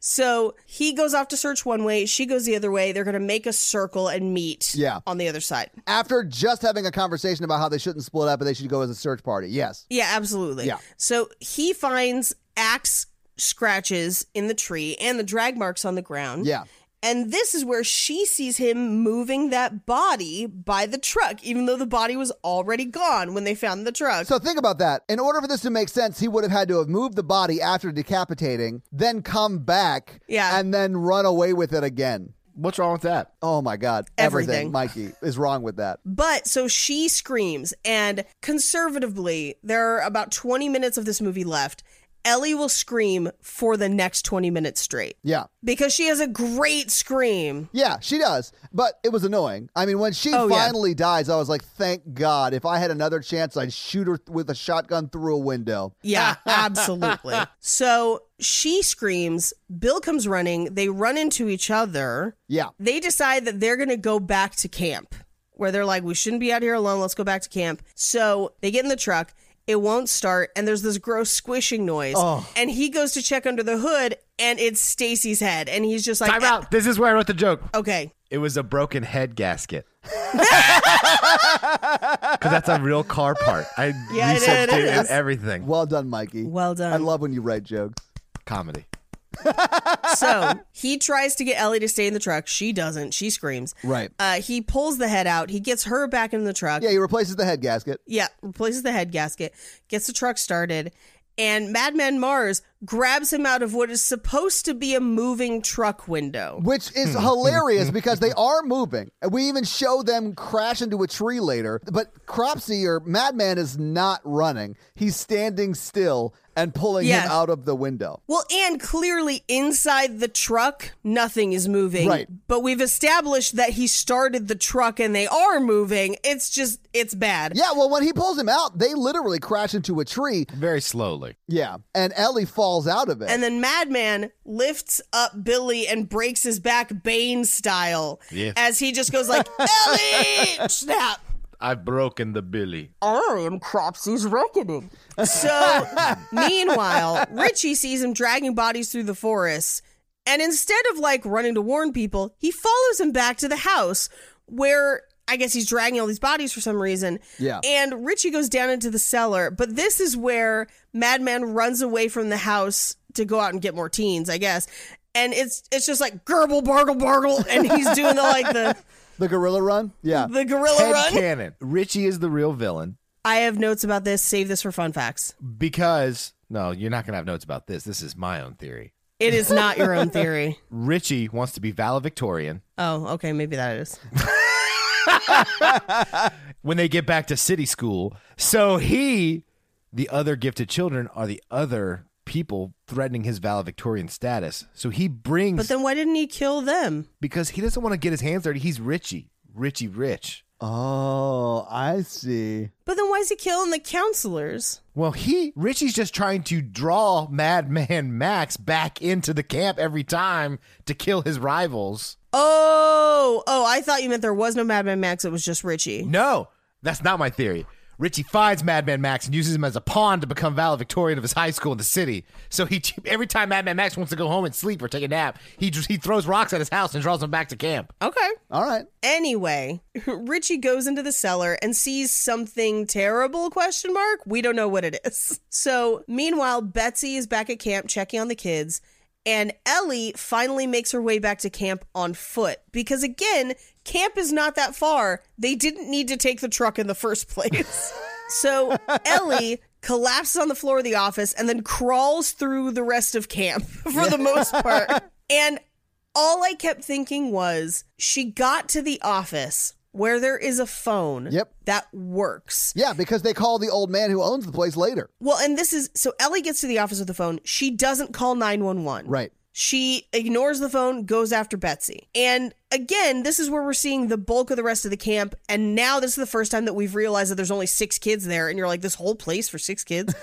[SPEAKER 2] so he goes off to search one way, she goes the other way. They're going to make a circle and meet
[SPEAKER 1] Yeah.
[SPEAKER 2] on the other side.
[SPEAKER 1] After just having a conversation about how they shouldn't split up and they should go as a search party. Yes.
[SPEAKER 2] Yeah, absolutely.
[SPEAKER 1] Yeah.
[SPEAKER 2] So he finds axe scratches in the tree and the drag marks on the ground.
[SPEAKER 1] Yeah.
[SPEAKER 2] And this is where she sees him moving that body by the truck, even though the body was already gone when they found the truck.
[SPEAKER 1] So think about that. In order for this to make sense, he would have had to have moved the body after decapitating, then come back,
[SPEAKER 2] Yeah.
[SPEAKER 1] and then run away with it again.
[SPEAKER 3] What's wrong with that?
[SPEAKER 1] Oh my God.
[SPEAKER 2] Everything.
[SPEAKER 1] Mikey, is wrong with that.
[SPEAKER 2] but so she screams, and conservatively, there are about 20 minutes of this movie left. Ellie will scream for the next 20 minutes straight
[SPEAKER 1] Yeah.
[SPEAKER 2] because she has a great scream.
[SPEAKER 1] Yeah, she does. But it was annoying. I mean, when she
[SPEAKER 2] Oh, yeah.
[SPEAKER 1] finally dies, I was like, thank God. If I had another chance, I'd shoot her th- with a shotgun through a window.
[SPEAKER 2] Yeah, absolutely. So she screams, Bill comes running, they run into each other.
[SPEAKER 1] Yeah.
[SPEAKER 2] They decide that they're going to go back to camp where they're like, we shouldn't be out here alone. Let's go back to camp. So they get in the truck. It won't start. And there's this gross squishing noise. And he goes to check under the hood and it's Stacy's head. And he's just like, "Uh,
[SPEAKER 3] Time out. This is where I wrote the joke.
[SPEAKER 2] Okay.
[SPEAKER 3] It was a broken head gasket. Because that's a real car part. I
[SPEAKER 2] Yeah, it
[SPEAKER 3] researched
[SPEAKER 2] is.
[SPEAKER 3] it and everything.
[SPEAKER 1] Well done, Mikey.
[SPEAKER 2] Well done.
[SPEAKER 1] I love when you write jokes.
[SPEAKER 3] Comedy.
[SPEAKER 2] So he tries to get Ellie to stay in the truck. She doesn't. She screams.
[SPEAKER 1] Right.
[SPEAKER 2] Uh, he pulls the head out. He gets her back in the truck.
[SPEAKER 1] Yeah, he replaces the head gasket.
[SPEAKER 2] Yeah, replaces the head gasket, gets the truck started, and Madman Mars grabs him out of what is supposed to be a moving truck window.
[SPEAKER 1] Which is hilarious because they are moving. And We even show them crash into a tree later. But Cropsy or Madman is not running. He's standing still and pulling
[SPEAKER 2] Yeah.
[SPEAKER 1] him out of the window.
[SPEAKER 2] Well, and clearly inside the truck, nothing is moving.
[SPEAKER 1] Right.
[SPEAKER 2] But we've established that he started the truck and they are moving. It's just, it's bad.
[SPEAKER 1] Yeah, well, when he pulls him out, they literally crash into a tree.
[SPEAKER 3] Very slowly.
[SPEAKER 1] Yeah. And Ellie falls out of it.
[SPEAKER 2] And then Madman lifts up Billy and breaks his back Bane style
[SPEAKER 3] Yeah.
[SPEAKER 2] as he just goes like, Ellie! Snap.
[SPEAKER 3] I've broken the billy.
[SPEAKER 2] I am Cropsy's reckoning. So, meanwhile, Richie sees him dragging bodies through the forest, and instead of like running to warn people, he follows him back to the house where I guess he's dragging all these bodies for some reason.
[SPEAKER 1] Yeah.
[SPEAKER 2] And Richie goes down into the cellar, but this is where Madman runs away from the house to go out and get more teens, I guess. And it's it's just like gerble bargle bargle, and he's doing the like the
[SPEAKER 1] the gorilla run? Yeah.
[SPEAKER 2] the gorilla
[SPEAKER 3] Head
[SPEAKER 2] run.
[SPEAKER 3] cannon. Richie is the real villain
[SPEAKER 2] I have notes about this. Save this for fun facts.
[SPEAKER 3] because no, you're not gonna have notes about this. This is my own theory.
[SPEAKER 2] It is not your own theory.
[SPEAKER 3] Richie wants to be valedictorian.
[SPEAKER 2] Oh, okay, maybe that is.
[SPEAKER 3] when they get back to city school. So he, the other gifted children, are the other people threatening his valedictorian status. So he brings
[SPEAKER 2] But then why didn't he kill them?
[SPEAKER 3] because he doesn't want to get his hands dirty. He's Richie, Richie Rich.
[SPEAKER 1] Oh, I see.
[SPEAKER 2] But then why is he killing the counselors?
[SPEAKER 3] Well, he Richie's just trying to draw Madman Max back into the camp every time to kill his rivals.
[SPEAKER 2] Oh, oh, I thought you meant there was no Madman Max. It was just Richie.
[SPEAKER 3] No, that's not my theory. Richie finds Madman Max and uses him as a pawn to become valedictorian of his high school in the city. So he every time Madman Max wants to go home and sleep or take a nap, he he throws rocks at his house and draws him back to camp.
[SPEAKER 2] Okay.
[SPEAKER 1] All right.
[SPEAKER 2] Anyway, Richie goes into the cellar and sees something terrible question mark. We don't know what it is. So, meanwhile, Betsy is back at camp checking on the kids, and Ellie finally makes her way back to camp on foot because again, camp is not that far. They didn't need to take the truck in the first place. so, Ellie collapses on the floor of the office and then crawls through the rest of camp for the most part. And all I kept thinking was she got to the office where there is a phone
[SPEAKER 1] Yep.
[SPEAKER 2] that works.
[SPEAKER 1] Yeah, because they call the old man who owns the place later.
[SPEAKER 2] Well, and this is so Ellie gets to the office with the phone. She doesn't call 911.
[SPEAKER 1] Right.
[SPEAKER 2] She ignores the phone, goes after Betsy. And again, this is where we're seeing the bulk of the rest of the camp. And now this is the first time that we've realized that there's only six kids there. And you're like, this whole place for six kids?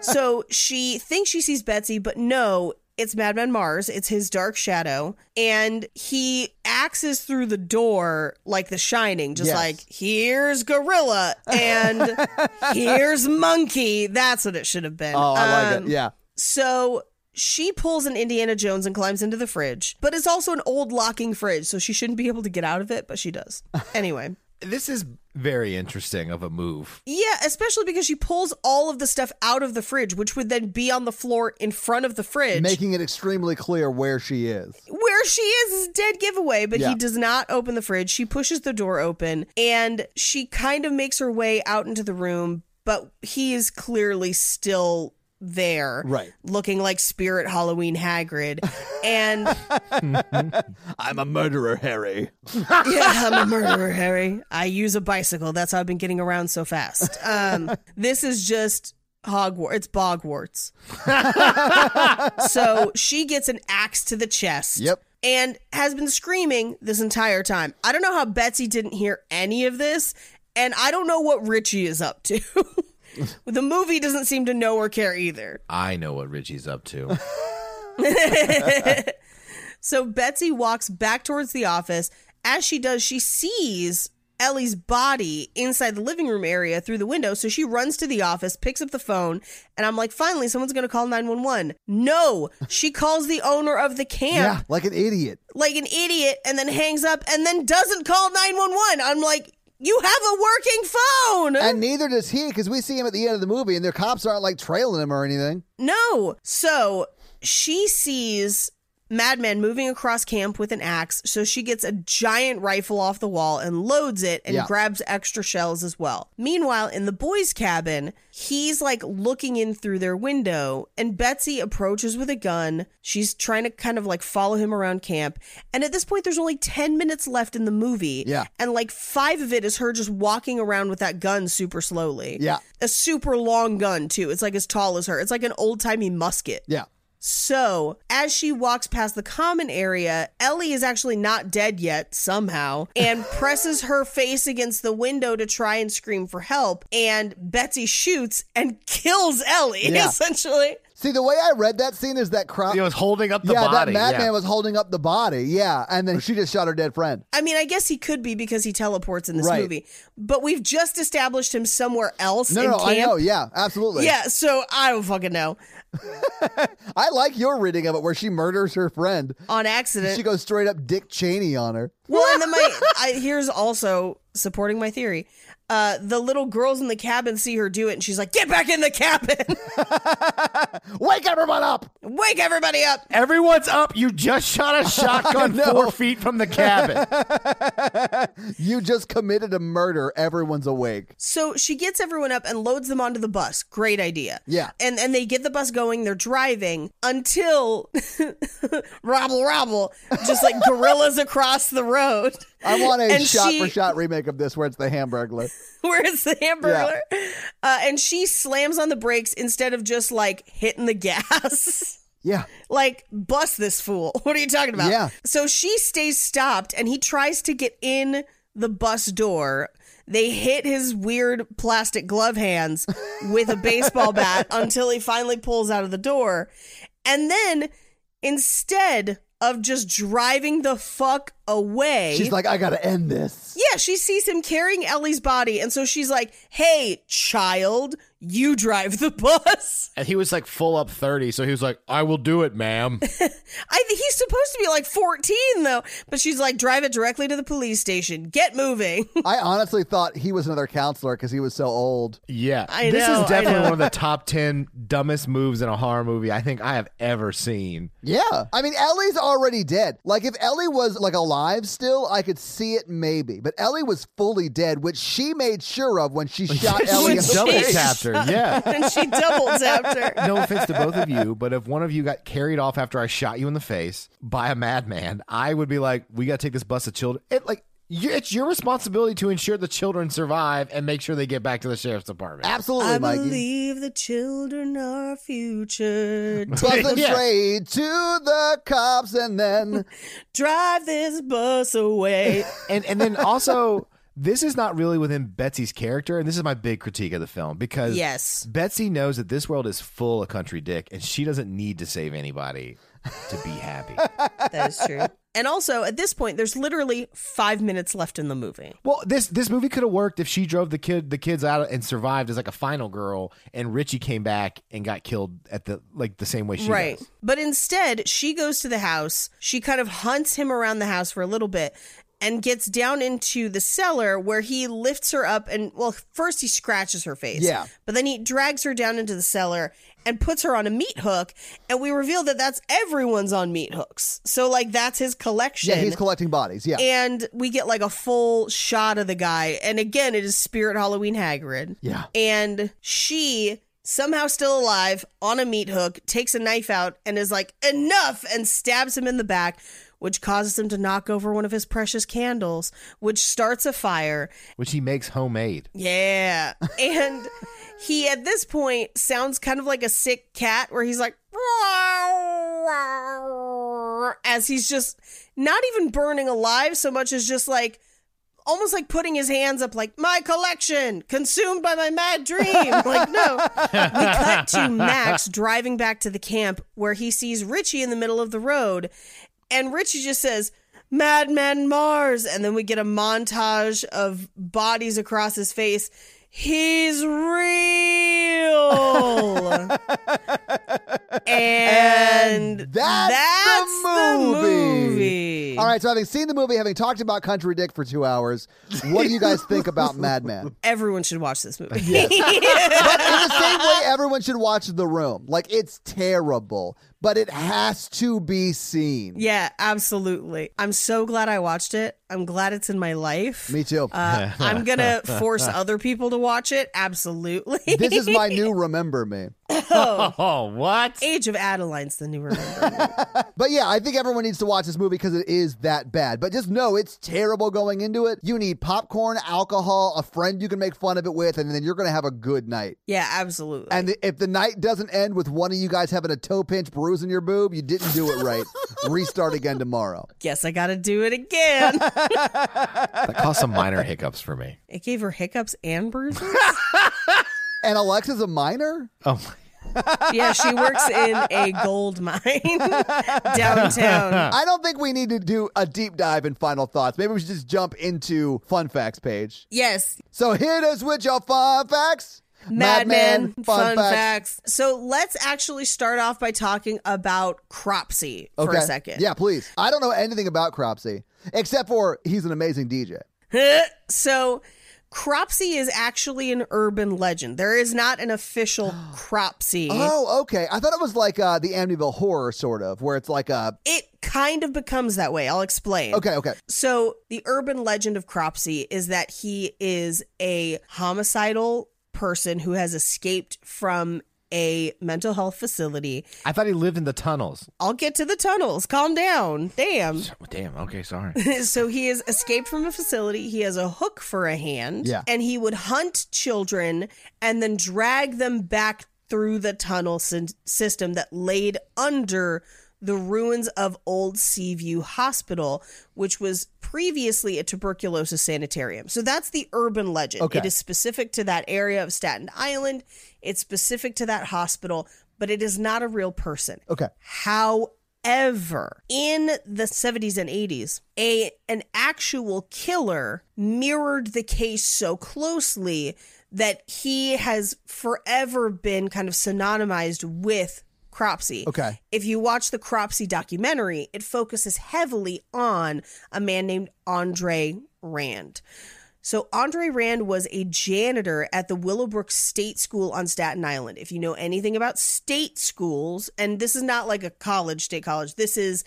[SPEAKER 2] so she thinks she sees Betsy, but no, it's Madman Mars. It's his dark shadow. And he axes through the door like the shining, just
[SPEAKER 1] Yes.
[SPEAKER 2] like, here's Gorilla and here's Monkey. That's what it should have been.
[SPEAKER 1] Oh, I like
[SPEAKER 2] Um,
[SPEAKER 1] it. Yeah.
[SPEAKER 2] so she pulls an Indiana Jones and climbs into the fridge, but it's also an old locking fridge, so she shouldn't be able to get out of it, but she does. Anyway.
[SPEAKER 3] This is very interesting of a move.
[SPEAKER 2] Yeah, especially because she pulls all of the stuff out of the fridge, which would then be on the floor in front of the fridge.
[SPEAKER 1] Making it extremely clear where she is.
[SPEAKER 2] where she is is a dead giveaway, but
[SPEAKER 1] Yeah.
[SPEAKER 2] he does not open the fridge. She pushes the door open and she kind of makes her way out into the room, but he is clearly still there.
[SPEAKER 1] Right.
[SPEAKER 2] Looking like Spirit Halloween Hagrid. And
[SPEAKER 1] I'm a murderer, Harry.
[SPEAKER 2] yeah, I'm a murderer, Harry. I use a bicycle. That's how I've been getting around so fast. Um, this is just Hogwarts. It's Bogwarts. so she gets an axe to the chest.
[SPEAKER 1] Yep.
[SPEAKER 2] And has been screaming this entire time. I don't know how Betsy didn't hear any of this, and I don't know what Richie is up to. the movie doesn't seem to know or care either.
[SPEAKER 3] I know what Richie's up to.
[SPEAKER 2] So Betsy walks back towards the office. As she does, she sees Ellie's body inside the living room area through the window. So she runs to the office, picks up the phone, and I'm like, finally, someone's going to call 911. No, she calls the owner of the camp
[SPEAKER 1] Yeah, like an idiot.
[SPEAKER 2] like an idiot and then hangs up and then doesn't call 911. I'm like, you have a working phone.
[SPEAKER 1] And neither does he, because we see him at the end of the movie, and their cops aren't like trailing him or anything.
[SPEAKER 2] No. So she sees Madman moving across camp with an axe. So she gets a giant rifle off the wall and loads it and
[SPEAKER 1] Yeah.
[SPEAKER 2] grabs extra shells as well. Meanwhile, in the boys' cabin, he's like looking in through their window, and Betsy approaches with a gun. She's trying to kind of like follow him around camp. And at this point, there's only 10 minutes left in the movie.
[SPEAKER 1] Yeah.
[SPEAKER 2] And like five of it is her just walking around with that gun super slowly
[SPEAKER 1] Yeah.
[SPEAKER 2] a super long gun too. It's like as tall as her. It's like an old timey musket.
[SPEAKER 1] Yeah.
[SPEAKER 2] So as she walks past the common area, Ellie is actually not dead yet somehow, and presses her face against the window to try and scream for help. And Betsy shoots and kills Ellie
[SPEAKER 1] Yeah.
[SPEAKER 2] essentially.
[SPEAKER 1] See, the way I read that scene is that crop.
[SPEAKER 3] He was holding up the
[SPEAKER 1] yeah,
[SPEAKER 3] body.
[SPEAKER 1] that madman
[SPEAKER 3] yeah.
[SPEAKER 1] was holding up the body. Yeah, and then she just shot her dead friend.
[SPEAKER 2] I mean, I guess he could be because he teleports in this
[SPEAKER 1] Right.
[SPEAKER 2] movie, but we've just established him somewhere else.
[SPEAKER 1] No,
[SPEAKER 2] in
[SPEAKER 1] no,
[SPEAKER 2] camp.
[SPEAKER 1] I know. Yeah, absolutely.
[SPEAKER 2] Yeah, so I don't fucking know.
[SPEAKER 1] I like your reading of it where she murders her friend.
[SPEAKER 2] On accident.
[SPEAKER 1] She goes straight up Dick Cheney on her.
[SPEAKER 2] Well, and then my I, here's also supporting my theory. Uh, the little girls in the cabin see her do it, and she's like, "Get back in the cabin!"
[SPEAKER 1] Wake everyone up!
[SPEAKER 2] Wake everybody up.
[SPEAKER 3] Everyone's up. You just shot a shotgun four feet from the cabin.
[SPEAKER 1] You just committed a murder. Everyone's awake.
[SPEAKER 2] So she gets everyone up and loads them onto the bus. Great idea.
[SPEAKER 1] Yeah.
[SPEAKER 2] And and they get the bus going, they're driving until Robble Robble just like gorillas across the road.
[SPEAKER 1] I want a
[SPEAKER 2] And
[SPEAKER 1] shot
[SPEAKER 2] she-
[SPEAKER 1] for shot remake of this where it's the Hamburglar.
[SPEAKER 2] Where is the hamburger? Uh, and she slams on the brakes instead of just like hitting the gas.
[SPEAKER 1] Yeah.
[SPEAKER 2] Like, bust this fool. What are you talking about?
[SPEAKER 1] Yeah.
[SPEAKER 2] So she stays stopped and he tries to get in the bus door. They hit his weird plastic glove hands with a baseball bat until he finally pulls out of the door. And then instead of just driving the fuck away,
[SPEAKER 1] She's like, I gotta end this.
[SPEAKER 2] yeah, she sees him carrying Ellie's body. And so she's like, hey, child, you drive the bus.
[SPEAKER 3] And he was like full up 30, so he was like, I will do it, ma'am.
[SPEAKER 2] I think he's supposed to be like 14 though, but she's like drive it directly to the police station. Get moving.
[SPEAKER 1] I honestly thought he was another counselor because he was so old.
[SPEAKER 3] Yeah.
[SPEAKER 2] I
[SPEAKER 3] this
[SPEAKER 2] know, I
[SPEAKER 3] is definitely
[SPEAKER 2] know.
[SPEAKER 3] one of the top 10 dumbest moves in a horror movie I think I have ever seen.
[SPEAKER 1] Yeah. I mean, Ellie's already dead. Like, if Ellie was, like, alive still, I could see it maybe. But Ellie was fully dead, which she made sure of when she shot Ellie. in
[SPEAKER 3] She
[SPEAKER 1] the
[SPEAKER 3] double
[SPEAKER 1] face.
[SPEAKER 3] tapped her. Yeah.
[SPEAKER 2] and she double tapped her.
[SPEAKER 3] No offense to both of you, but if one of you got carried off after I shot you in the face by a madman, I would be like, we got to take this bus of children. It like you, it's your responsibility to ensure the children survive and make sure they get back to the sheriff's department.
[SPEAKER 1] Absolutely,
[SPEAKER 2] I
[SPEAKER 1] Mikey.
[SPEAKER 2] believe the children are future.
[SPEAKER 1] Buzz them
[SPEAKER 3] Yeah.
[SPEAKER 1] straight to the cops, and then
[SPEAKER 2] Drive this bus away.
[SPEAKER 3] and and then also this is not really within Betsy's character, and this is my big critique of the film because
[SPEAKER 2] Yes.
[SPEAKER 3] Betsy knows that this world is full of country dick, and she doesn't need to save anybody to be happy.
[SPEAKER 2] That is true. And also, at this point, there's literally five minutes left in the movie.
[SPEAKER 3] well, this this movie could have worked if she drove the kid the kids out and survived as like a final girl, and Richie came back and got killed at the like the same way she
[SPEAKER 2] right.
[SPEAKER 3] does.
[SPEAKER 2] But instead, she goes to the house. She kind of hunts him around the house for a little bit and gets down into the cellar where he lifts her up and well first he scratches her face
[SPEAKER 1] Yeah.
[SPEAKER 2] but then he drags her down into the cellar and puts her on a meat hook and we reveal that that's everyone's on meat hooks so like that's his collection
[SPEAKER 1] yeah, he's collecting bodies. Yeah,
[SPEAKER 2] and we get like a full shot of the guy and again it is spirit halloween hagrid
[SPEAKER 1] yeah.
[SPEAKER 2] and she somehow still alive on a meat hook takes a knife out and is like enough and stabs him in the back which causes him to knock over one of his precious candles which starts a fire
[SPEAKER 3] Which he makes homemade.
[SPEAKER 2] yeah and he at this point sounds kind of like a sick cat where he's like as he's just not even burning alive so much as just like almost like putting his hands up like my collection consumed by my mad dream like no we cut to max driving back to the camp where he sees richie in the middle of the road and richie just says madman mars and then we get a montage of bodies across his face he's real and,
[SPEAKER 1] that's the
[SPEAKER 2] that's the
[SPEAKER 1] movie.
[SPEAKER 2] movie.
[SPEAKER 1] All right, so having seen the movie, having talked about Country Dick for two hours, what do you guys think about Madman?
[SPEAKER 2] everyone should watch this movie.
[SPEAKER 1] But in the same way, everyone should watch The Room. Like, it's terrible, but it has to be seen.
[SPEAKER 2] yeah, absolutely. I'm so glad I watched it. I'm glad it's in my life.
[SPEAKER 1] Me too.
[SPEAKER 2] Uh, I'm gonna force other people to watch it. Absolutely.
[SPEAKER 1] this is my new remember me.
[SPEAKER 3] Oh, what?
[SPEAKER 2] Age of Adeline's the new remember.
[SPEAKER 1] But yeah, I think everyone needs to watch this movie because it is that bad. But just know it's terrible going into it. You need popcorn, alcohol, a friend you can make fun of it with, and then you're going to have a good night.
[SPEAKER 2] yeah, absolutely.
[SPEAKER 1] And the, if the night doesn't end with one of you guys having a toe pinch, bruising your boob, you didn't do it right. Restart again tomorrow.
[SPEAKER 2] Guess I gotta do it again.
[SPEAKER 3] That caused some minor hiccups for me.
[SPEAKER 2] it gave her hiccups and bruises.
[SPEAKER 1] And Alexa's a minor?
[SPEAKER 3] Oh my
[SPEAKER 2] yeah, she works in a gold mine downtown.
[SPEAKER 1] I don't think we need to do a deep dive in final thoughts. Maybe we should just jump into fun facts page.
[SPEAKER 2] Yes,
[SPEAKER 1] So hit us with your fun facts.
[SPEAKER 2] Madman, fun, facts. So let's actually start off by talking about Cropsy for a second.
[SPEAKER 1] Yeah, please. I
[SPEAKER 2] Mm-hmm.
[SPEAKER 1] don't know anything about Cropsy except for he's an amazing DJ.
[SPEAKER 2] so Cropsy is actually an urban legend. There is not an official Cropsy.
[SPEAKER 1] Oh, okay. I thought it was like uh, the Amityville horror, sort of, where it's like a.
[SPEAKER 2] It kind of becomes that way. I'll explain.
[SPEAKER 1] Okay, okay.
[SPEAKER 2] So, the urban legend of Cropsy is that he is a homicidal person who has escaped from a mental health facility.
[SPEAKER 3] I thought he lived in the tunnels.
[SPEAKER 2] I'll get to the tunnels. Calm down. Damn.
[SPEAKER 3] Oh, Damn. Okay. Sorry.
[SPEAKER 2] so he has escaped from a facility. He has a hook for a hand.
[SPEAKER 1] Yeah.
[SPEAKER 2] And he would hunt children and then drag them back through the tunnel syn- system that laid under the ruins of old Seaview Hospital, which was previously a tuberculosis sanitarium. So that's the urban legend.
[SPEAKER 1] Okay.
[SPEAKER 2] It is specific to that area of Staten Island, it's specific to that hospital, but it is not a real person.
[SPEAKER 1] Okay.
[SPEAKER 2] However, in the 70s and 80s, a an actual killer mirrored the case so closely that he has forever been kind of synonymized with Cropsy.
[SPEAKER 1] Okay.
[SPEAKER 2] If you watch the Cropsy documentary, it focuses heavily on a man named Andre Rand. So Andre Rand was a janitor at the Willowbrook State School on Staten Island. If you know anything about state schools, and this is not like a college, state college, this is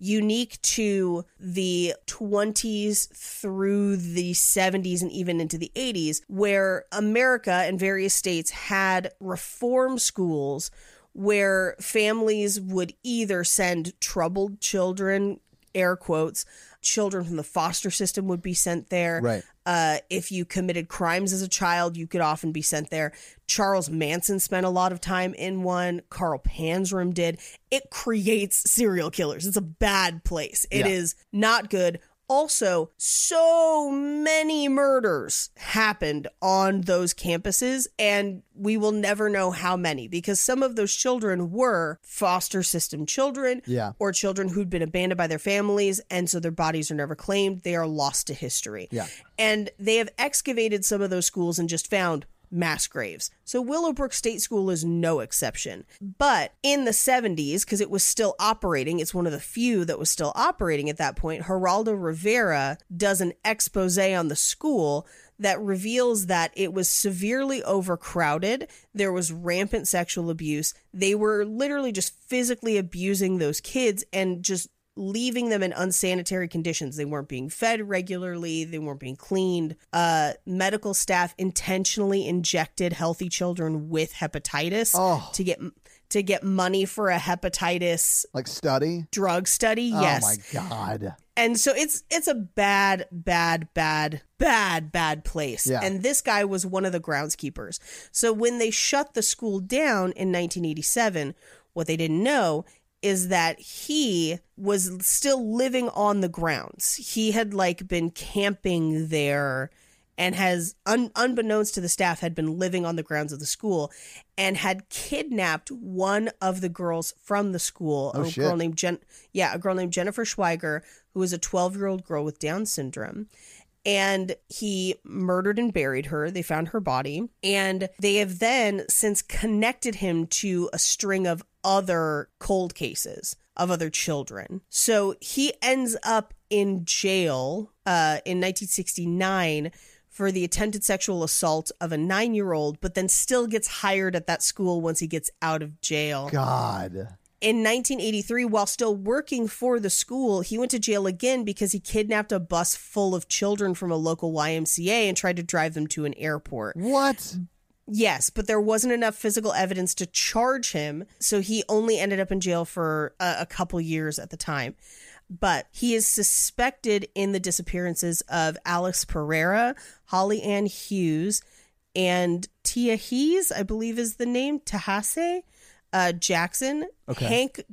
[SPEAKER 2] unique to the 20s through the 70s and even into the 80s, where America and various states had reform schools where families would either send troubled children, air quotes, children from the foster system would be sent there.
[SPEAKER 1] Right.
[SPEAKER 2] Uh, if you committed crimes as a child, you could often be sent there. Charles Manson spent a lot of time in one. Carl Panzrum did. It creates serial killers. It's a bad place. It is
[SPEAKER 1] Yeah.
[SPEAKER 2] not good. Also, so many murders happened on those campuses, and we will never know how many because some of those children were foster system children
[SPEAKER 1] Yeah.
[SPEAKER 2] or children who'd been abandoned by their families and so their bodies are never claimed they are lost to history
[SPEAKER 1] Yeah.
[SPEAKER 2] and they have excavated some of those schools and just found mass graves so willowbrook state school is no exception but in the 70s because it was still operating it's one of the few that was still operating at that point geraldo rivera does an expose on the school that reveals that it was severely overcrowded. There was rampant sexual abuse. They were literally just physically abusing those kids and just leaving them in unsanitary conditions. They weren't being fed regularly, they weren't being cleaned. Uh, medical staff intentionally injected healthy children with hepatitis
[SPEAKER 1] Oh.
[SPEAKER 2] to get to get money for a hepatitis
[SPEAKER 1] Like study.
[SPEAKER 2] drug study. yes
[SPEAKER 1] Oh my god.
[SPEAKER 2] and so it's it's a bad bad bad bad bad place
[SPEAKER 1] Yeah.
[SPEAKER 2] and this guy was one of the groundskeepers so when they shut the school down in 1987 what they didn't know is that he was still living on the grounds he had like been camping there and has un- unbeknownst to the staff had been living on the grounds of the school and had kidnapped one of the girls from the school
[SPEAKER 1] Oh,
[SPEAKER 2] a
[SPEAKER 1] shit.
[SPEAKER 2] girl named Jen yeah a girl named Jennifer Schweiger who was a 12 year old girl with down syndrome and he murdered and buried her they found her body and they have then since connected him to a string of other cold cases of other children so he ends up in jail uh, in 1969 for the attempted sexual assault of a nine year old, but then still gets hired at that school once he gets out of jail.
[SPEAKER 1] God.
[SPEAKER 2] In 1983, while still working for the school, he went to jail again because he kidnapped a bus full of children from a local YMCA and tried to drive them to an airport.
[SPEAKER 1] What?
[SPEAKER 2] Yes, but there wasn't enough physical evidence to charge him, so he only ended up in jail for a, a couple years at the time. But he is suspected in the disappearances of Alex Pereira, Holly Ann Hughes, and Tia Hees, I believe is the name, Tahase uh, Jackson,
[SPEAKER 1] Okay.
[SPEAKER 2] Hank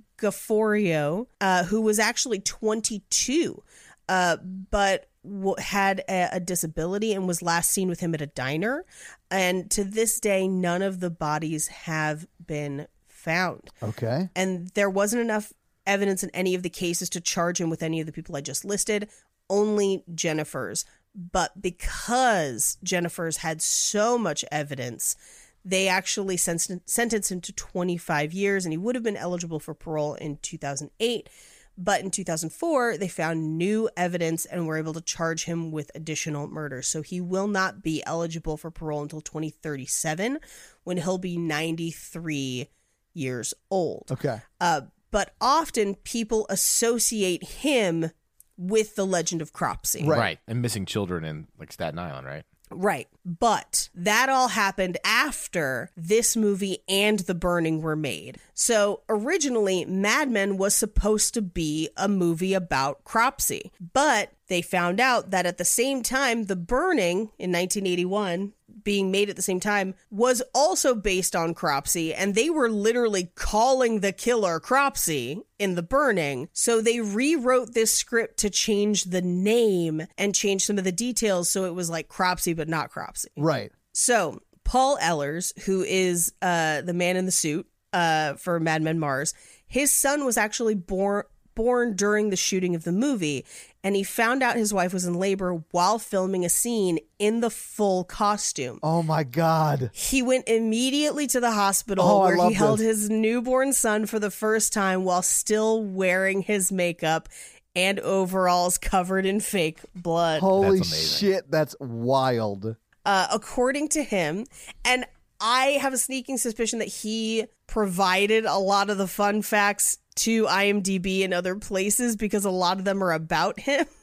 [SPEAKER 2] Gaforio, uh, who was actually 22, uh, but w- had a, a disability and was last seen with him at a diner. And to this day, none of the bodies have been found.
[SPEAKER 1] Okay.
[SPEAKER 2] And there wasn't enough evidence in any of the cases to charge him with any of the people I just listed, only Jennifer's. But because Jennifer's had so much evidence, they actually sen- sentenced him to 25 years and he would have been eligible for parole in 2008. But in 2004, they found new evidence and were able to charge him with additional murder. So he will not be eligible for parole until 2037, when he'll be 93 years old.
[SPEAKER 1] Okay.
[SPEAKER 2] Uh, but often people associate him with the legend of Cropsey.
[SPEAKER 1] Right.
[SPEAKER 3] And missing children in like Staten Island, right?
[SPEAKER 2] Right. But that all happened after this movie and The Burning were made. So originally, Mad Men was supposed to be a movie about Cropsey, but they found out that at the same time, The Burning in 1981, being made at the same time, was also based on Cropsey, and they were literally calling the killer Cropsey in The Burning. So they rewrote this script to change the name and change some of the details so it was like Cropsey, but not Cropsey.
[SPEAKER 1] Right.
[SPEAKER 2] So Paul Ellers, who is uh, the man in the suit uh, for Mad Men Mars, his son was actually born born during the shooting of the movie, and he found out his wife was in labor while filming a scene in the full costume.
[SPEAKER 1] Oh my God.
[SPEAKER 2] He went immediately to the hospital
[SPEAKER 1] Oh, I
[SPEAKER 2] where
[SPEAKER 1] love
[SPEAKER 2] he held
[SPEAKER 1] this.
[SPEAKER 2] his newborn son for the first time while still wearing his makeup and overalls covered in fake blood.
[SPEAKER 1] Holy
[SPEAKER 3] amazing.
[SPEAKER 1] shit. That's wild.
[SPEAKER 2] uh, according to him. And I have a sneaking suspicion that he provided a lot of the fun facts to IMDb and other places because a lot of them are about him.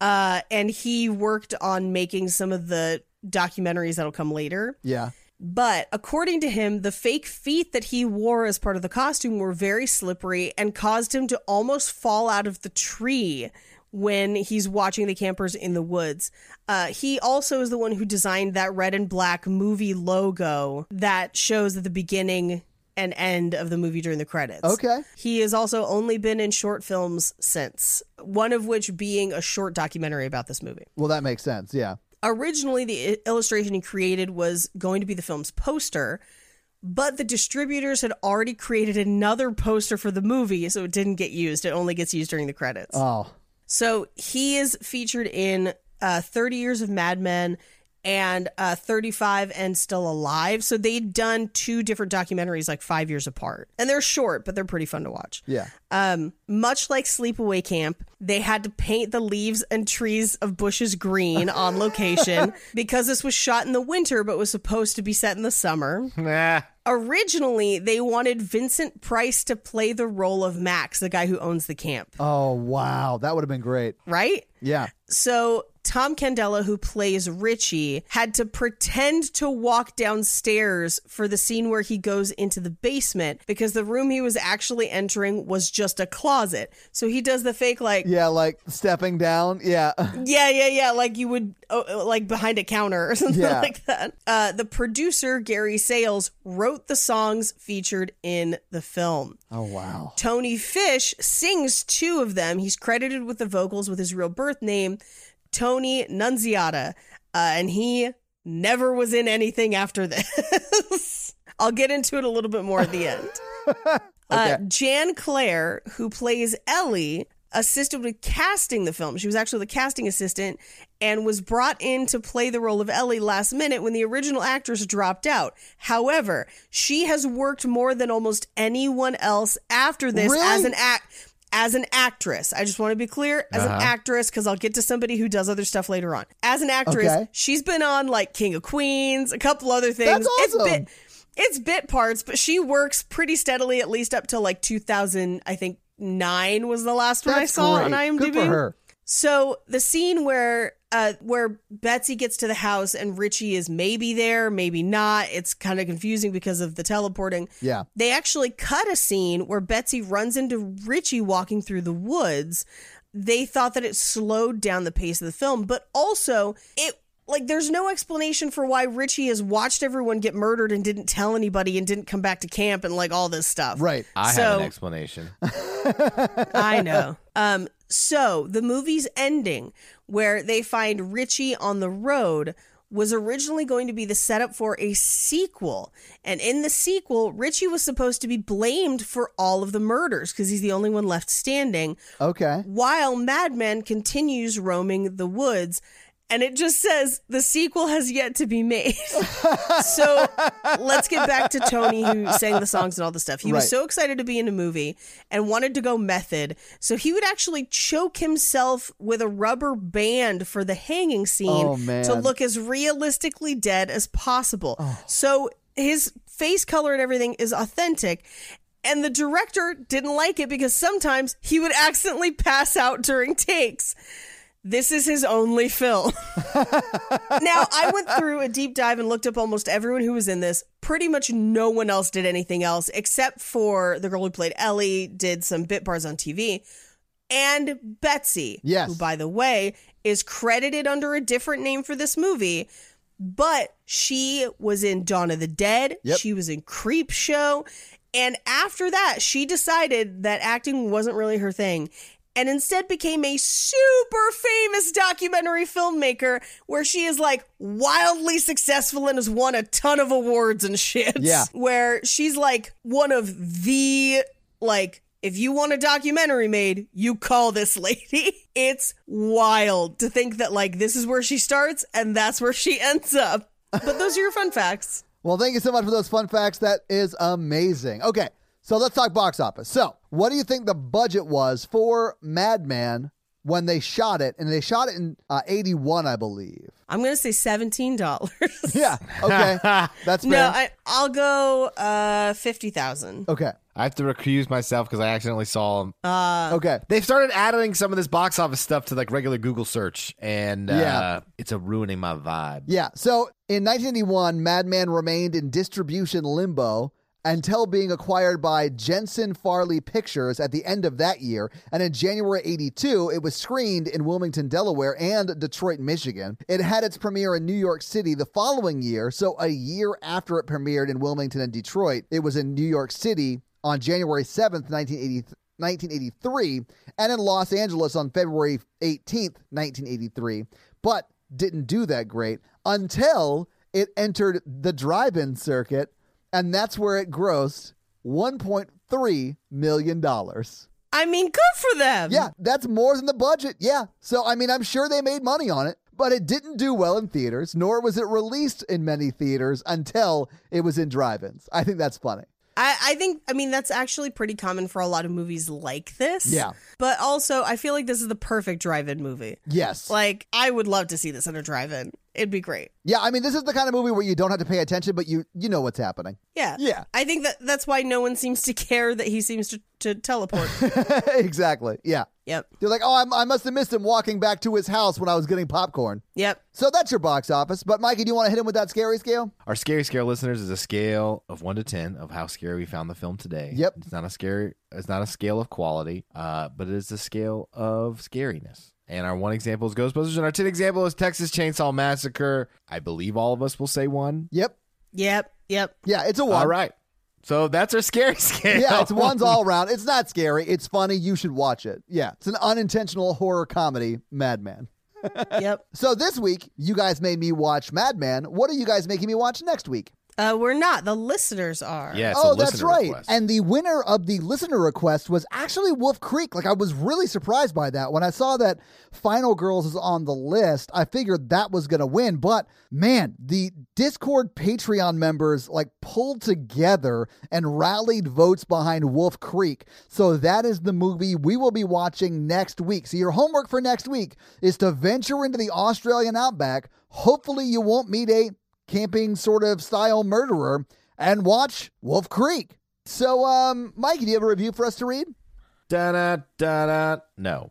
[SPEAKER 2] Uh, and he worked on making some of the documentaries that'll come later.
[SPEAKER 1] Yeah.
[SPEAKER 2] But according to him, the fake feet that he wore as part of the costume were very slippery and caused him to almost fall out of the tree when he's watching the campers in the woods. Uh, he also is the one who designed that red and black movie logo that shows at the beginning and end of the movie during the credits.
[SPEAKER 1] Okay.
[SPEAKER 2] He has also only been in short films since, one of which being a short documentary about this movie
[SPEAKER 1] Well, that makes sense. Yeah.
[SPEAKER 2] originally the i- illustration he created was going to be the film's poster but the distributors had already created another poster for the movie so it didn't get used it only gets used during the credits
[SPEAKER 1] Oh,
[SPEAKER 2] so he is featured in uh, 30 years of mad men and uh, 35 and still alive so they'd done two different documentaries like five years apart and they're short but they're pretty fun to watch
[SPEAKER 1] yeah.
[SPEAKER 2] um, much like Sleepaway Camp, they had to paint the leaves and trees of bushes green on location because this was shot in the winter but was supposed to be set in the summer.
[SPEAKER 3] Nah.
[SPEAKER 2] Originally, they wanted Vincent Price to play the role of Max, the guy who owns the camp,
[SPEAKER 1] Oh, wow. That would have been great.
[SPEAKER 2] right?
[SPEAKER 1] Yeah.
[SPEAKER 2] So Tom Candela, who plays Richie, had to pretend to walk downstairs for the scene where he goes into the basement because the room he was actually entering was just a closet. So he does the fake like yeah
[SPEAKER 1] Yeah. Like stepping down. Yeah.
[SPEAKER 2] yeah yeah, like you would oh, like behind a counter or something
[SPEAKER 1] Yeah.
[SPEAKER 2] like that. Uh, the producer Gary Sales wrote the songs featured in the film.
[SPEAKER 1] Oh, wow.
[SPEAKER 2] Tony Fish sings two of them. He's credited with the vocals with his real birth name, Tony Nunziata, uh, and he never was in anything after this. I'll get into it a little bit more at the end. uh, Jan Clare, who plays Ellie, assisted with casting the film. She was actually the casting assistant and was brought in to play the role of Ellie last minute when the original actress dropped out. However, she has worked more than almost anyone else after this
[SPEAKER 1] Really?
[SPEAKER 2] as an act as an actress. I just want to be clear as
[SPEAKER 1] Uh-huh.
[SPEAKER 2] an actress cuz I'll get to somebody who does other stuff later on. As an actress,
[SPEAKER 1] Okay.
[SPEAKER 2] she's been on like King of Queens, a couple other things.
[SPEAKER 1] That's awesome.
[SPEAKER 2] It's bit, it's bit parts, but she works pretty steadily at least up till like 2000, I think 9 was the last one I
[SPEAKER 1] That's
[SPEAKER 2] saw
[SPEAKER 1] great.
[SPEAKER 2] on IMDb.
[SPEAKER 1] Good for her.
[SPEAKER 2] So the scene where uh where Betsy gets to the house and Richie is maybe there, maybe not. It's kind of confusing because of the teleporting.
[SPEAKER 1] Yeah.
[SPEAKER 2] They actually cut a scene where Betsy runs into Richie walking through the woods. They thought that it slowed down the pace of the film, but also it like there's no explanation for why Richie has watched everyone get murdered and didn't tell anybody and didn't come back to camp and like all this stuff.
[SPEAKER 1] Right.
[SPEAKER 3] I have
[SPEAKER 2] So-
[SPEAKER 3] an explanation.
[SPEAKER 2] I know. Um, so the movie's ending, where they find Richie on the road, was originally going to be the setup for a sequel. And in the sequel, Richie was supposed to be blamed for all of the murders because he's the only one left standing,
[SPEAKER 1] Okay.
[SPEAKER 2] while Madman continues roaming the woods. and it just says the sequel has yet to be made. so let's get back to Tony, who sang the songs and all the stuff. He
[SPEAKER 1] Right.
[SPEAKER 2] was so excited to be in a movie and wanted to go method. So he would actually choke himself with a rubber band for the hanging scene
[SPEAKER 1] Oh, man. Oh.
[SPEAKER 2] to look as realistically dead as possible. So his face color and everything is authentic. And the director didn't like it because sometimes he would accidentally pass out during takes. This is his only film. now, I went through a deep dive and looked up almost everyone who was in this. Pretty much no one else did anything else except for the girl who played Ellie, did some bit bars on TV, and Betsy.
[SPEAKER 1] Yes.
[SPEAKER 2] Who, by the way, is credited under a different name for this movie. But she was in Dawn of the Dead.
[SPEAKER 1] Yep.
[SPEAKER 2] She was in Creep Show. And after that, she decided that acting wasn't really her thing and instead became a super famous documentary filmmaker where she is like wildly successful and has won a ton of awards and shit.
[SPEAKER 1] Yeah.
[SPEAKER 2] Where she's like one of the, like, if you want a documentary made, you call this lady. It's wild to think that, like, this is where she starts and that's where she ends up. But those are your fun facts.
[SPEAKER 1] Well, thank you so much for those fun facts. That is amazing. Okay, so let's talk box office. So, what do you think the budget was for Madman when they shot it? And they shot it in uh, 81, I believe.
[SPEAKER 2] I'm going to say $17.
[SPEAKER 1] Yeah. Okay. That's fair.
[SPEAKER 2] No, I, I'll go uh, 50000
[SPEAKER 1] okay.
[SPEAKER 3] I have to recuse myself because I accidentally saw them.
[SPEAKER 1] Okay.
[SPEAKER 3] They've started adding some of this box office stuff to like regular Google search, and uh,
[SPEAKER 1] Yeah.
[SPEAKER 3] it's a ruining my vibe.
[SPEAKER 1] Yeah. So in 1981, Madman remained in distribution limbo until being acquired by Jensen Farley Pictures at the end of that year. And in January 82, it was screened in Wilmington, Delaware and Detroit, Michigan. It had its premiere in New York City the following year. So a year after it premiered in Wilmington and Detroit, it was in New York City on January 7th, 1983. 1983 and in Los Angeles on February 18th, 1983, but didn't do that great until it entered the drive in circuit, and that's where it grossed $1.3 million.
[SPEAKER 2] I mean, good for them.
[SPEAKER 1] Yeah, that's more than the budget. Yeah. So, I mean, I'm sure they made money on it, but it didn't do well in theaters, nor was it released in many theaters until it was in drive ins. I think that's funny.
[SPEAKER 2] I, I think, I mean, that's actually pretty common for a lot of movies like this.
[SPEAKER 1] Yeah.
[SPEAKER 2] But also, I feel like this is the perfect drive in movie.
[SPEAKER 1] Yes.
[SPEAKER 2] Like, I would love to see this at a drive in. It'd be great.
[SPEAKER 1] Yeah, I mean, this is the kind of movie where you don't have to pay attention, but you you know what's happening.
[SPEAKER 2] Yeah.
[SPEAKER 1] Yeah.
[SPEAKER 2] I think that that's why no one seems to care that he seems to, to teleport.
[SPEAKER 1] exactly. Yeah.
[SPEAKER 2] yep.
[SPEAKER 1] You're like, oh, I'm, I must have missed him walking back to his house when I was getting popcorn.
[SPEAKER 2] Yep.
[SPEAKER 1] So that's your box office. But Mikey, do you want to hit him with that scary scale?
[SPEAKER 3] Our scary scare listeners is a scale of one to ten of how scary we found the film today.
[SPEAKER 1] Yep.
[SPEAKER 3] it's not a scary. It's not a scale of quality, uh, but it is a scale of scariness. And our one example is Ghostbusters, and our ten example is Texas Chainsaw Massacre. I believe all of us will say one.
[SPEAKER 1] Yep.
[SPEAKER 2] Yep. Yep.
[SPEAKER 1] Yeah, it's a one.
[SPEAKER 3] All right, so that's our scary scale.
[SPEAKER 1] Yeah, it's ones all around. It's not scary. It's funny. You should watch it. Yeah, it's an unintentional horror comedy, Madman.
[SPEAKER 2] Yep.
[SPEAKER 1] So this week, you guys made me watch Madman. What are you guys making me watch next week?
[SPEAKER 2] Uh, we're not. The listeners are.
[SPEAKER 3] Yeah, it's a
[SPEAKER 1] oh, that's
[SPEAKER 3] listener
[SPEAKER 1] right.
[SPEAKER 3] request.
[SPEAKER 1] And the winner of the listener request was actually Wolf Creek. Like, I was really surprised by that. When I saw that Final Girls is on the list, I figured that was going to win. But man, the Discord Patreon members like pulled together and rallied votes behind Wolf Creek. So that is the movie we will be watching next week. So, your homework for next week is to venture into the Australian outback. Hopefully, you won't meet a camping sort of style murderer and watch Wolf Creek. So, um, Mikey, do you have a review for us to read?
[SPEAKER 3] da da da. No.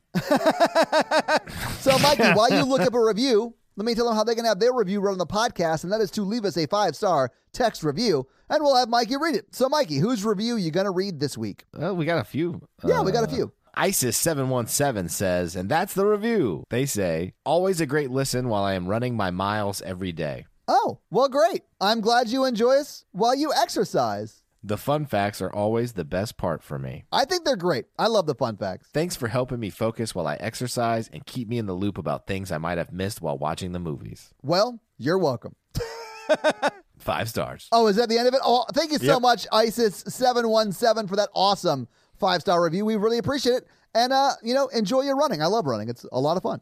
[SPEAKER 1] So, Mikey, while you look up a review, let me tell them how they can have their review read on the podcast, and that is to leave us a five star text review, and we'll have Mikey read it. So, Mikey, whose review you going to read this week?
[SPEAKER 3] Well, Uh, we got a few.
[SPEAKER 1] Yeah, we got a
[SPEAKER 3] Uh,
[SPEAKER 1] few.
[SPEAKER 3] ISIS717 says, and that's the review. They say, always a great listen while I am running my miles every day.
[SPEAKER 1] Oh, well, great. I'm glad you enjoy us while you exercise.
[SPEAKER 3] The fun facts are always the best part for me.
[SPEAKER 1] I think they're great. I love the fun facts.
[SPEAKER 3] Thanks for helping me focus while I exercise and keep me in the loop about things I might have missed while watching the movies.
[SPEAKER 1] Well, you're welcome.
[SPEAKER 3] Five stars.
[SPEAKER 1] Oh, is that the end of it? Oh, thank you so
[SPEAKER 3] Yep.
[SPEAKER 1] much, ISIS717, for that awesome five star review. We really appreciate it. And, uh, you know, enjoy your running. I love running, it's a lot of fun.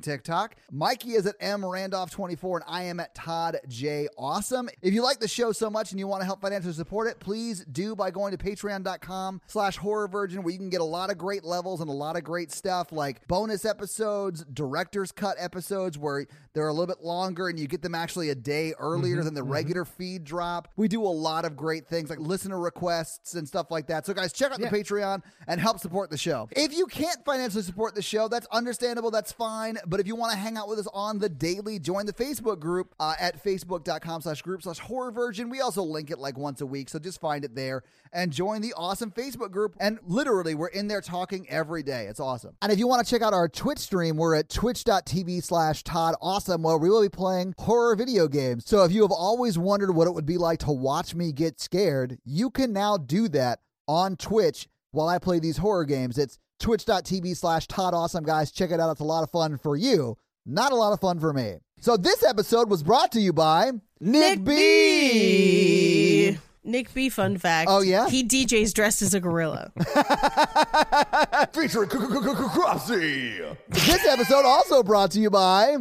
[SPEAKER 1] TikTok. Mikey is at M Randolph24 and I am at Todd J Awesome. If you like the show so much and you want to help financially support it, please do by going to patreon.com slash horror virgin where you can get a lot of great levels and a lot of great stuff like bonus episodes, director's cut episodes where they're a little bit longer and you get them actually a day earlier than the regular feed drop. We do a lot of great things like listener requests and stuff like that. So guys, check out the Patreon and help support the show. If you can't financially support the show, that's understandable. That's fine. But if you want to hang out with us on the daily, join the Facebook group uh, at facebook.com slash group slash horror virgin. We also link it like once a week. So just find it there and join the awesome Facebook group. And literally, we're in there talking every day. It's awesome. And if you want to check out our Twitch stream, we're at twitch.tv slash Todd Awesome, where we will be playing horror video games. So if you have always wondered what it would be like to watch me get scared, you can now do that on Twitch while I play these horror games. It's twitch.tv slash Todd Awesome, guys. Check it out. It's a lot of fun for you, not a lot of fun for me. So this episode was brought to you by Nick, B.
[SPEAKER 2] Nick B. Fun fact.
[SPEAKER 1] Oh, yeah?
[SPEAKER 2] He DJs dressed as a gorilla.
[SPEAKER 4] Featuring
[SPEAKER 3] Oh,
[SPEAKER 4] Cropsy.
[SPEAKER 1] This episode also brought to you by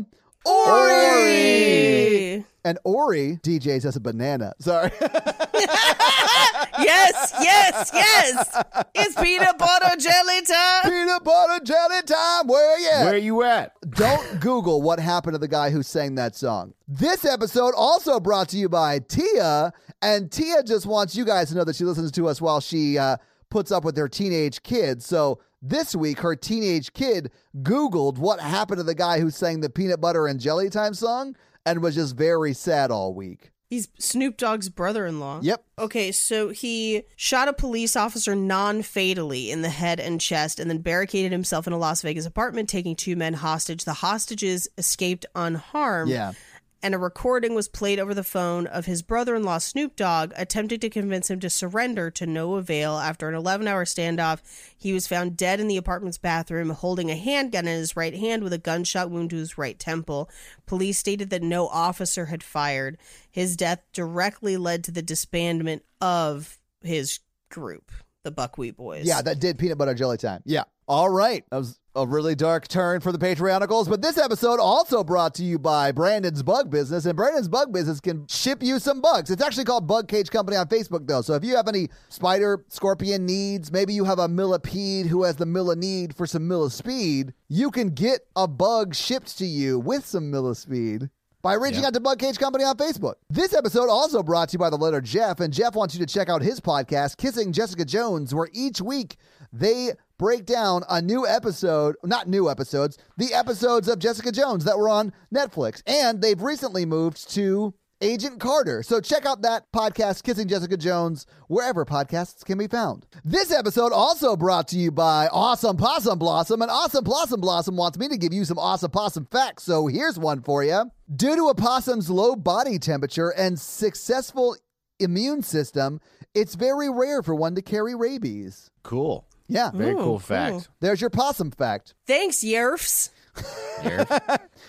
[SPEAKER 2] Hey.
[SPEAKER 1] and Ori DJs as a banana. Sorry.
[SPEAKER 2] yes, yes, yes. It's peanut butter jelly time.
[SPEAKER 1] Peanut butter jelly time. Where you at?
[SPEAKER 3] Where you at?
[SPEAKER 1] Don't Google what happened to the guy who sang that song. This episode also brought to you by Tia, and Tia just wants you guys to know that she listens to us while she uh, puts up with her teenage kid. So this week, her teenage kid Googled what happened to the guy who sang the peanut butter and jelly time song and was just very sad all week.
[SPEAKER 2] He's Snoop Dogg's brother in law.
[SPEAKER 1] Yep.
[SPEAKER 2] Okay, so he shot a police officer non fatally in the head and chest and then barricaded himself in a Las Vegas apartment, taking two men hostage. The hostages escaped unharmed.
[SPEAKER 1] Yeah.
[SPEAKER 2] and a recording was played over the phone of his brother in law, Snoop Dogg, attempting to convince him to surrender to no avail. After an 11 hour standoff, he was found dead in the apartment's bathroom, holding a handgun in his right hand with a gunshot wound to his right temple. Police stated that no officer had fired. His death directly led to the disbandment of his group, the Buckwheat Boys.
[SPEAKER 1] Yeah, that did peanut butter jelly time. Yeah. All right. That was a really dark turn for the Patreonicals, but this episode also brought to you by Brandon's Bug Business, and Brandon's Bug Business can ship you some bugs. It's actually called Bug Cage Company on Facebook, though. So if you have any spider, scorpion needs, maybe you have a millipede who has the milla need for some milla speed, you can get a bug shipped to you with some milla speed by reaching out to Bug Cage Company on Facebook. This episode also brought to you by the letter Jeff, and Jeff wants you to check out his podcast, Kissing Jessica Jones, where each week they break down a new episode, not new episodes, the episodes of Jessica Jones that were on Netflix. And they've recently moved to Agent Carter. So check out that podcast, Kissing Jessica Jones, wherever podcasts can be found. This episode also brought to you by Awesome Possum Blossom, and Awesome Possum Blossom wants me to give you some awesome possum facts. So here's one for you. Due to a possum's low body temperature and successful immune system, it's very rare for one to carry rabies.
[SPEAKER 3] Cool.
[SPEAKER 1] Yeah.
[SPEAKER 3] Very
[SPEAKER 2] Ooh,
[SPEAKER 3] cool
[SPEAKER 2] cool.
[SPEAKER 3] fact.
[SPEAKER 1] There's your possum fact.
[SPEAKER 2] Thanks, Yerfs.
[SPEAKER 3] Eric.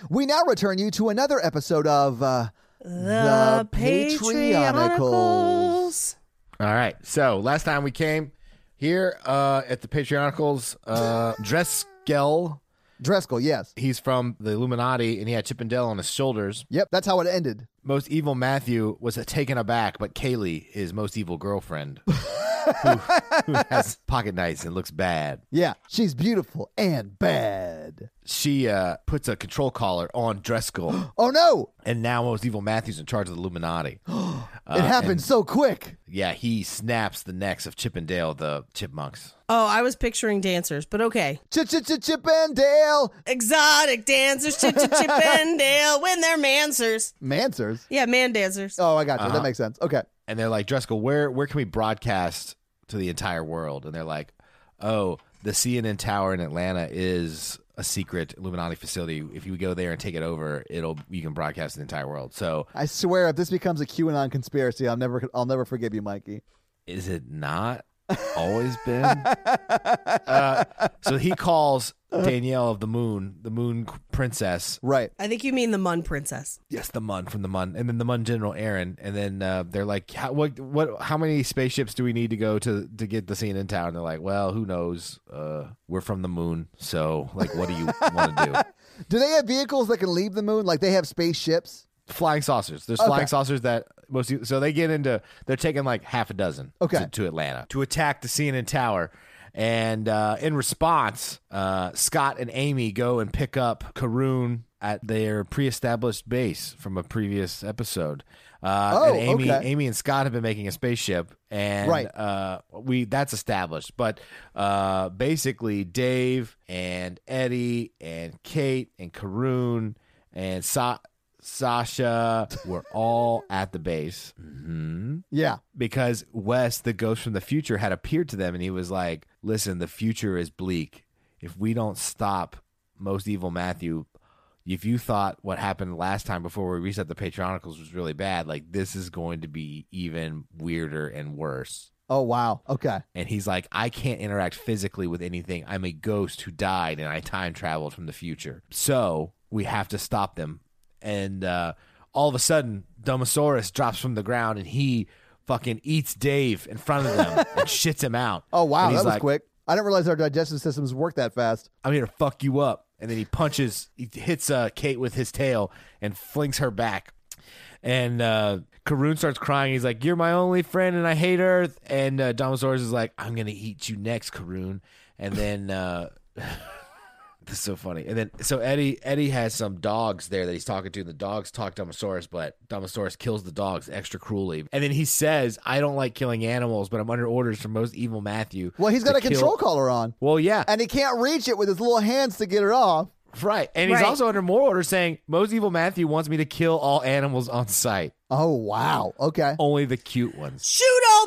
[SPEAKER 1] We now return you to another episode of uh,
[SPEAKER 2] The, Patreonicals.
[SPEAKER 3] All right. So last time we came here uh, at the Patreonicals, uh, Dreskel.
[SPEAKER 1] Dreskel. Yes.
[SPEAKER 3] He's from the Illuminati, and he had Chip and Dale on his shoulders.
[SPEAKER 1] Yep. That's how it ended.
[SPEAKER 3] Most evil Matthew was taken aback, but Kaylee, his most evil girlfriend, who, who has pocket knives and looks bad,
[SPEAKER 1] Yeah. She's beautiful and bad.
[SPEAKER 3] she uh, puts a control collar on Dreskel,
[SPEAKER 1] Oh no!
[SPEAKER 3] and now most evil Matthew's in charge of the Illuminati. Uh,
[SPEAKER 1] it happened so quick.
[SPEAKER 3] Yeah, he snaps the necks of Chip and Dale, the chipmunks.
[SPEAKER 2] Oh, I was picturing dancers, but okay.
[SPEAKER 1] Chip, chip, chip, chip and Dale.
[SPEAKER 2] Exotic dancers, chip chip chip and Dale, when they're mansers.
[SPEAKER 1] Mansers.
[SPEAKER 2] Yeah, man dancers.
[SPEAKER 1] Oh, I got you.
[SPEAKER 3] Uh-huh.
[SPEAKER 1] That makes sense. Okay.
[SPEAKER 3] and they're like, Dreskel, where where can we broadcast to the entire world? And they're like, oh, the CNN tower in Atlanta is a secret Illuminati facility. If you go there and take it over, it'll you can broadcast to the entire world. So
[SPEAKER 1] I swear, if this becomes a QAnon conspiracy, I'll never, I'll never forgive you, Mikey.
[SPEAKER 3] is it not always been? uh, so he calls Danielle of the Moon, the Moon Princess.
[SPEAKER 1] Right.
[SPEAKER 2] I think you mean the Mun Princess.
[SPEAKER 3] Yes, the Mun from the Mun, and then the Mun General Aaron, and then uh, they're like, how, "What? What? How many spaceships do we need to go to to get the scene in town?" And they're like, "Well, who knows? Uh, we're from the Moon, so like, what do you want to do?"
[SPEAKER 1] Do they have vehicles that can leave the moon? Like they have spaceships?
[SPEAKER 3] flying saucers. There's flying saucers that most so they get into they're taking like half a dozen
[SPEAKER 1] Okay.
[SPEAKER 3] to, to Atlanta to attack the CNN tower. And uh, in response, uh, Scott and Amy go and pick up Karoon at their pre-established base from a previous episode. Uh,
[SPEAKER 1] Oh,
[SPEAKER 3] and Amy,
[SPEAKER 1] okay.
[SPEAKER 3] Amy and Scott have been making a spaceship, and
[SPEAKER 1] Right.
[SPEAKER 3] uh, we that's established. But uh, basically, Dave and Eddie and Kate and Karoon and Sa- Sasha were all at the base hmm
[SPEAKER 1] Yeah.
[SPEAKER 3] because Wes, the ghost from the future, had appeared to them, and he was like, "Listen, the future is bleak. If we don't stop most evil Matthew." If you thought what happened last time before we reset the Patronicals was really bad, like this is going to be even weirder and worse.
[SPEAKER 1] Oh wow. Okay.
[SPEAKER 3] And he's like, I can't interact physically with anything. I'm a ghost who died and I time traveled from the future. So we have to stop them. And uh, all of a sudden, Domosaurus drops from the ground and he fucking eats Dave in front of them and shits him out.
[SPEAKER 1] Oh wow.
[SPEAKER 3] And he's
[SPEAKER 1] That was
[SPEAKER 3] like,
[SPEAKER 1] quick. I didn't realize our digestive systems work that fast.
[SPEAKER 3] I'm here to fuck you up. And then he punches, he hits uh, Kate with his tail and flings her back. And uh, Karun starts crying. He's like, You're my only friend and I hate Earth. And uh, Domosaurus is like, I'm going to eat you next, Karun. And then. Uh, This is so funny. And then so Eddie Eddie has some dogs there that he's talking to, and the dogs talk Domosaurus, but Domosaurus kills the dogs extra cruelly. And then he says, I don't like killing animals, but I'm under orders from most evil Matthew.
[SPEAKER 1] Well, he's got
[SPEAKER 3] to
[SPEAKER 1] a control
[SPEAKER 3] kill-"
[SPEAKER 1] collar on,
[SPEAKER 3] Well, yeah.
[SPEAKER 1] and he can't reach it with his little hands to get it off.
[SPEAKER 3] Right. And he's
[SPEAKER 2] Right.
[SPEAKER 3] also under more order saying, Most Evil Matthew wants me to kill all animals on sight,
[SPEAKER 1] Oh wow. Okay.
[SPEAKER 3] only the cute ones.
[SPEAKER 2] Shoot all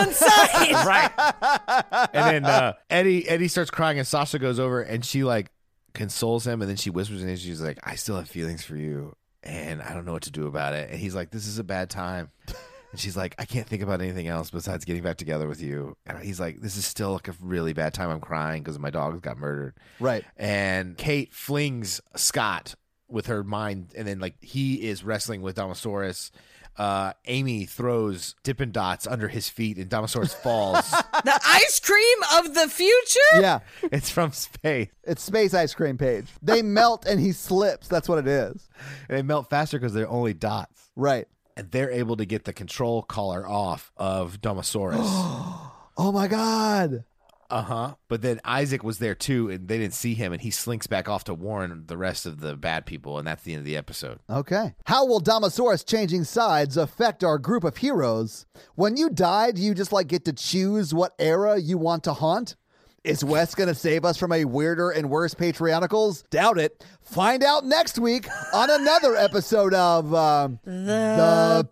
[SPEAKER 2] on sight.
[SPEAKER 3] right. And then uh, Eddie Eddie starts crying and Sasha goes over and she like consoles him and then she whispers in his ear, she's like, I still have feelings for you and I don't know what to do about it. And he's like, This is a bad time. And she's like, I can't think about anything else besides getting back together with you. And he's like, This is still like a really bad time. I'm crying because my dogs got murdered.
[SPEAKER 1] Right.
[SPEAKER 3] and Kate flings Scott with her mind, and then like he is wrestling with Domosaurus. Uh, Amy throws Dippin' Dots under his feet, and Domosaurus falls.
[SPEAKER 2] the ice cream of the future?
[SPEAKER 1] Yeah.
[SPEAKER 3] it's from space.
[SPEAKER 1] It's space ice cream page. They melt and he slips. That's what it is.
[SPEAKER 3] And they melt faster because they're only dots.
[SPEAKER 1] Right.
[SPEAKER 3] And they're able to get the control collar off of Domosaurus.
[SPEAKER 1] Oh my god.
[SPEAKER 3] uh huh. But then Isaac was there too, and they didn't see him, and he slinks back off to warn the rest of the bad people, and that's the end of the episode.
[SPEAKER 1] Okay. How will Domosaurus changing sides affect our group of heroes? When you die, do you just like get to choose what era you want to haunt? Is Wes going to save us from a weirder and worse Patrioticals? Doubt it. Find out next week on another episode of um, The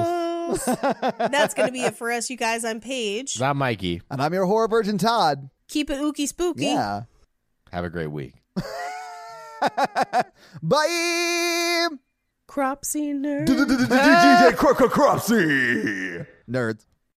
[SPEAKER 2] Patrionicals. That's going to be it for us, you guys. I'm Paige.
[SPEAKER 3] I'm Mikey.
[SPEAKER 1] And I'm your horror virgin, Todd.
[SPEAKER 2] Keep it ooky spooky.
[SPEAKER 1] Yeah.
[SPEAKER 3] Have a great week.
[SPEAKER 1] Bye.
[SPEAKER 2] Crop scene nerd.
[SPEAKER 4] DJ Cropsy.
[SPEAKER 1] Nerds.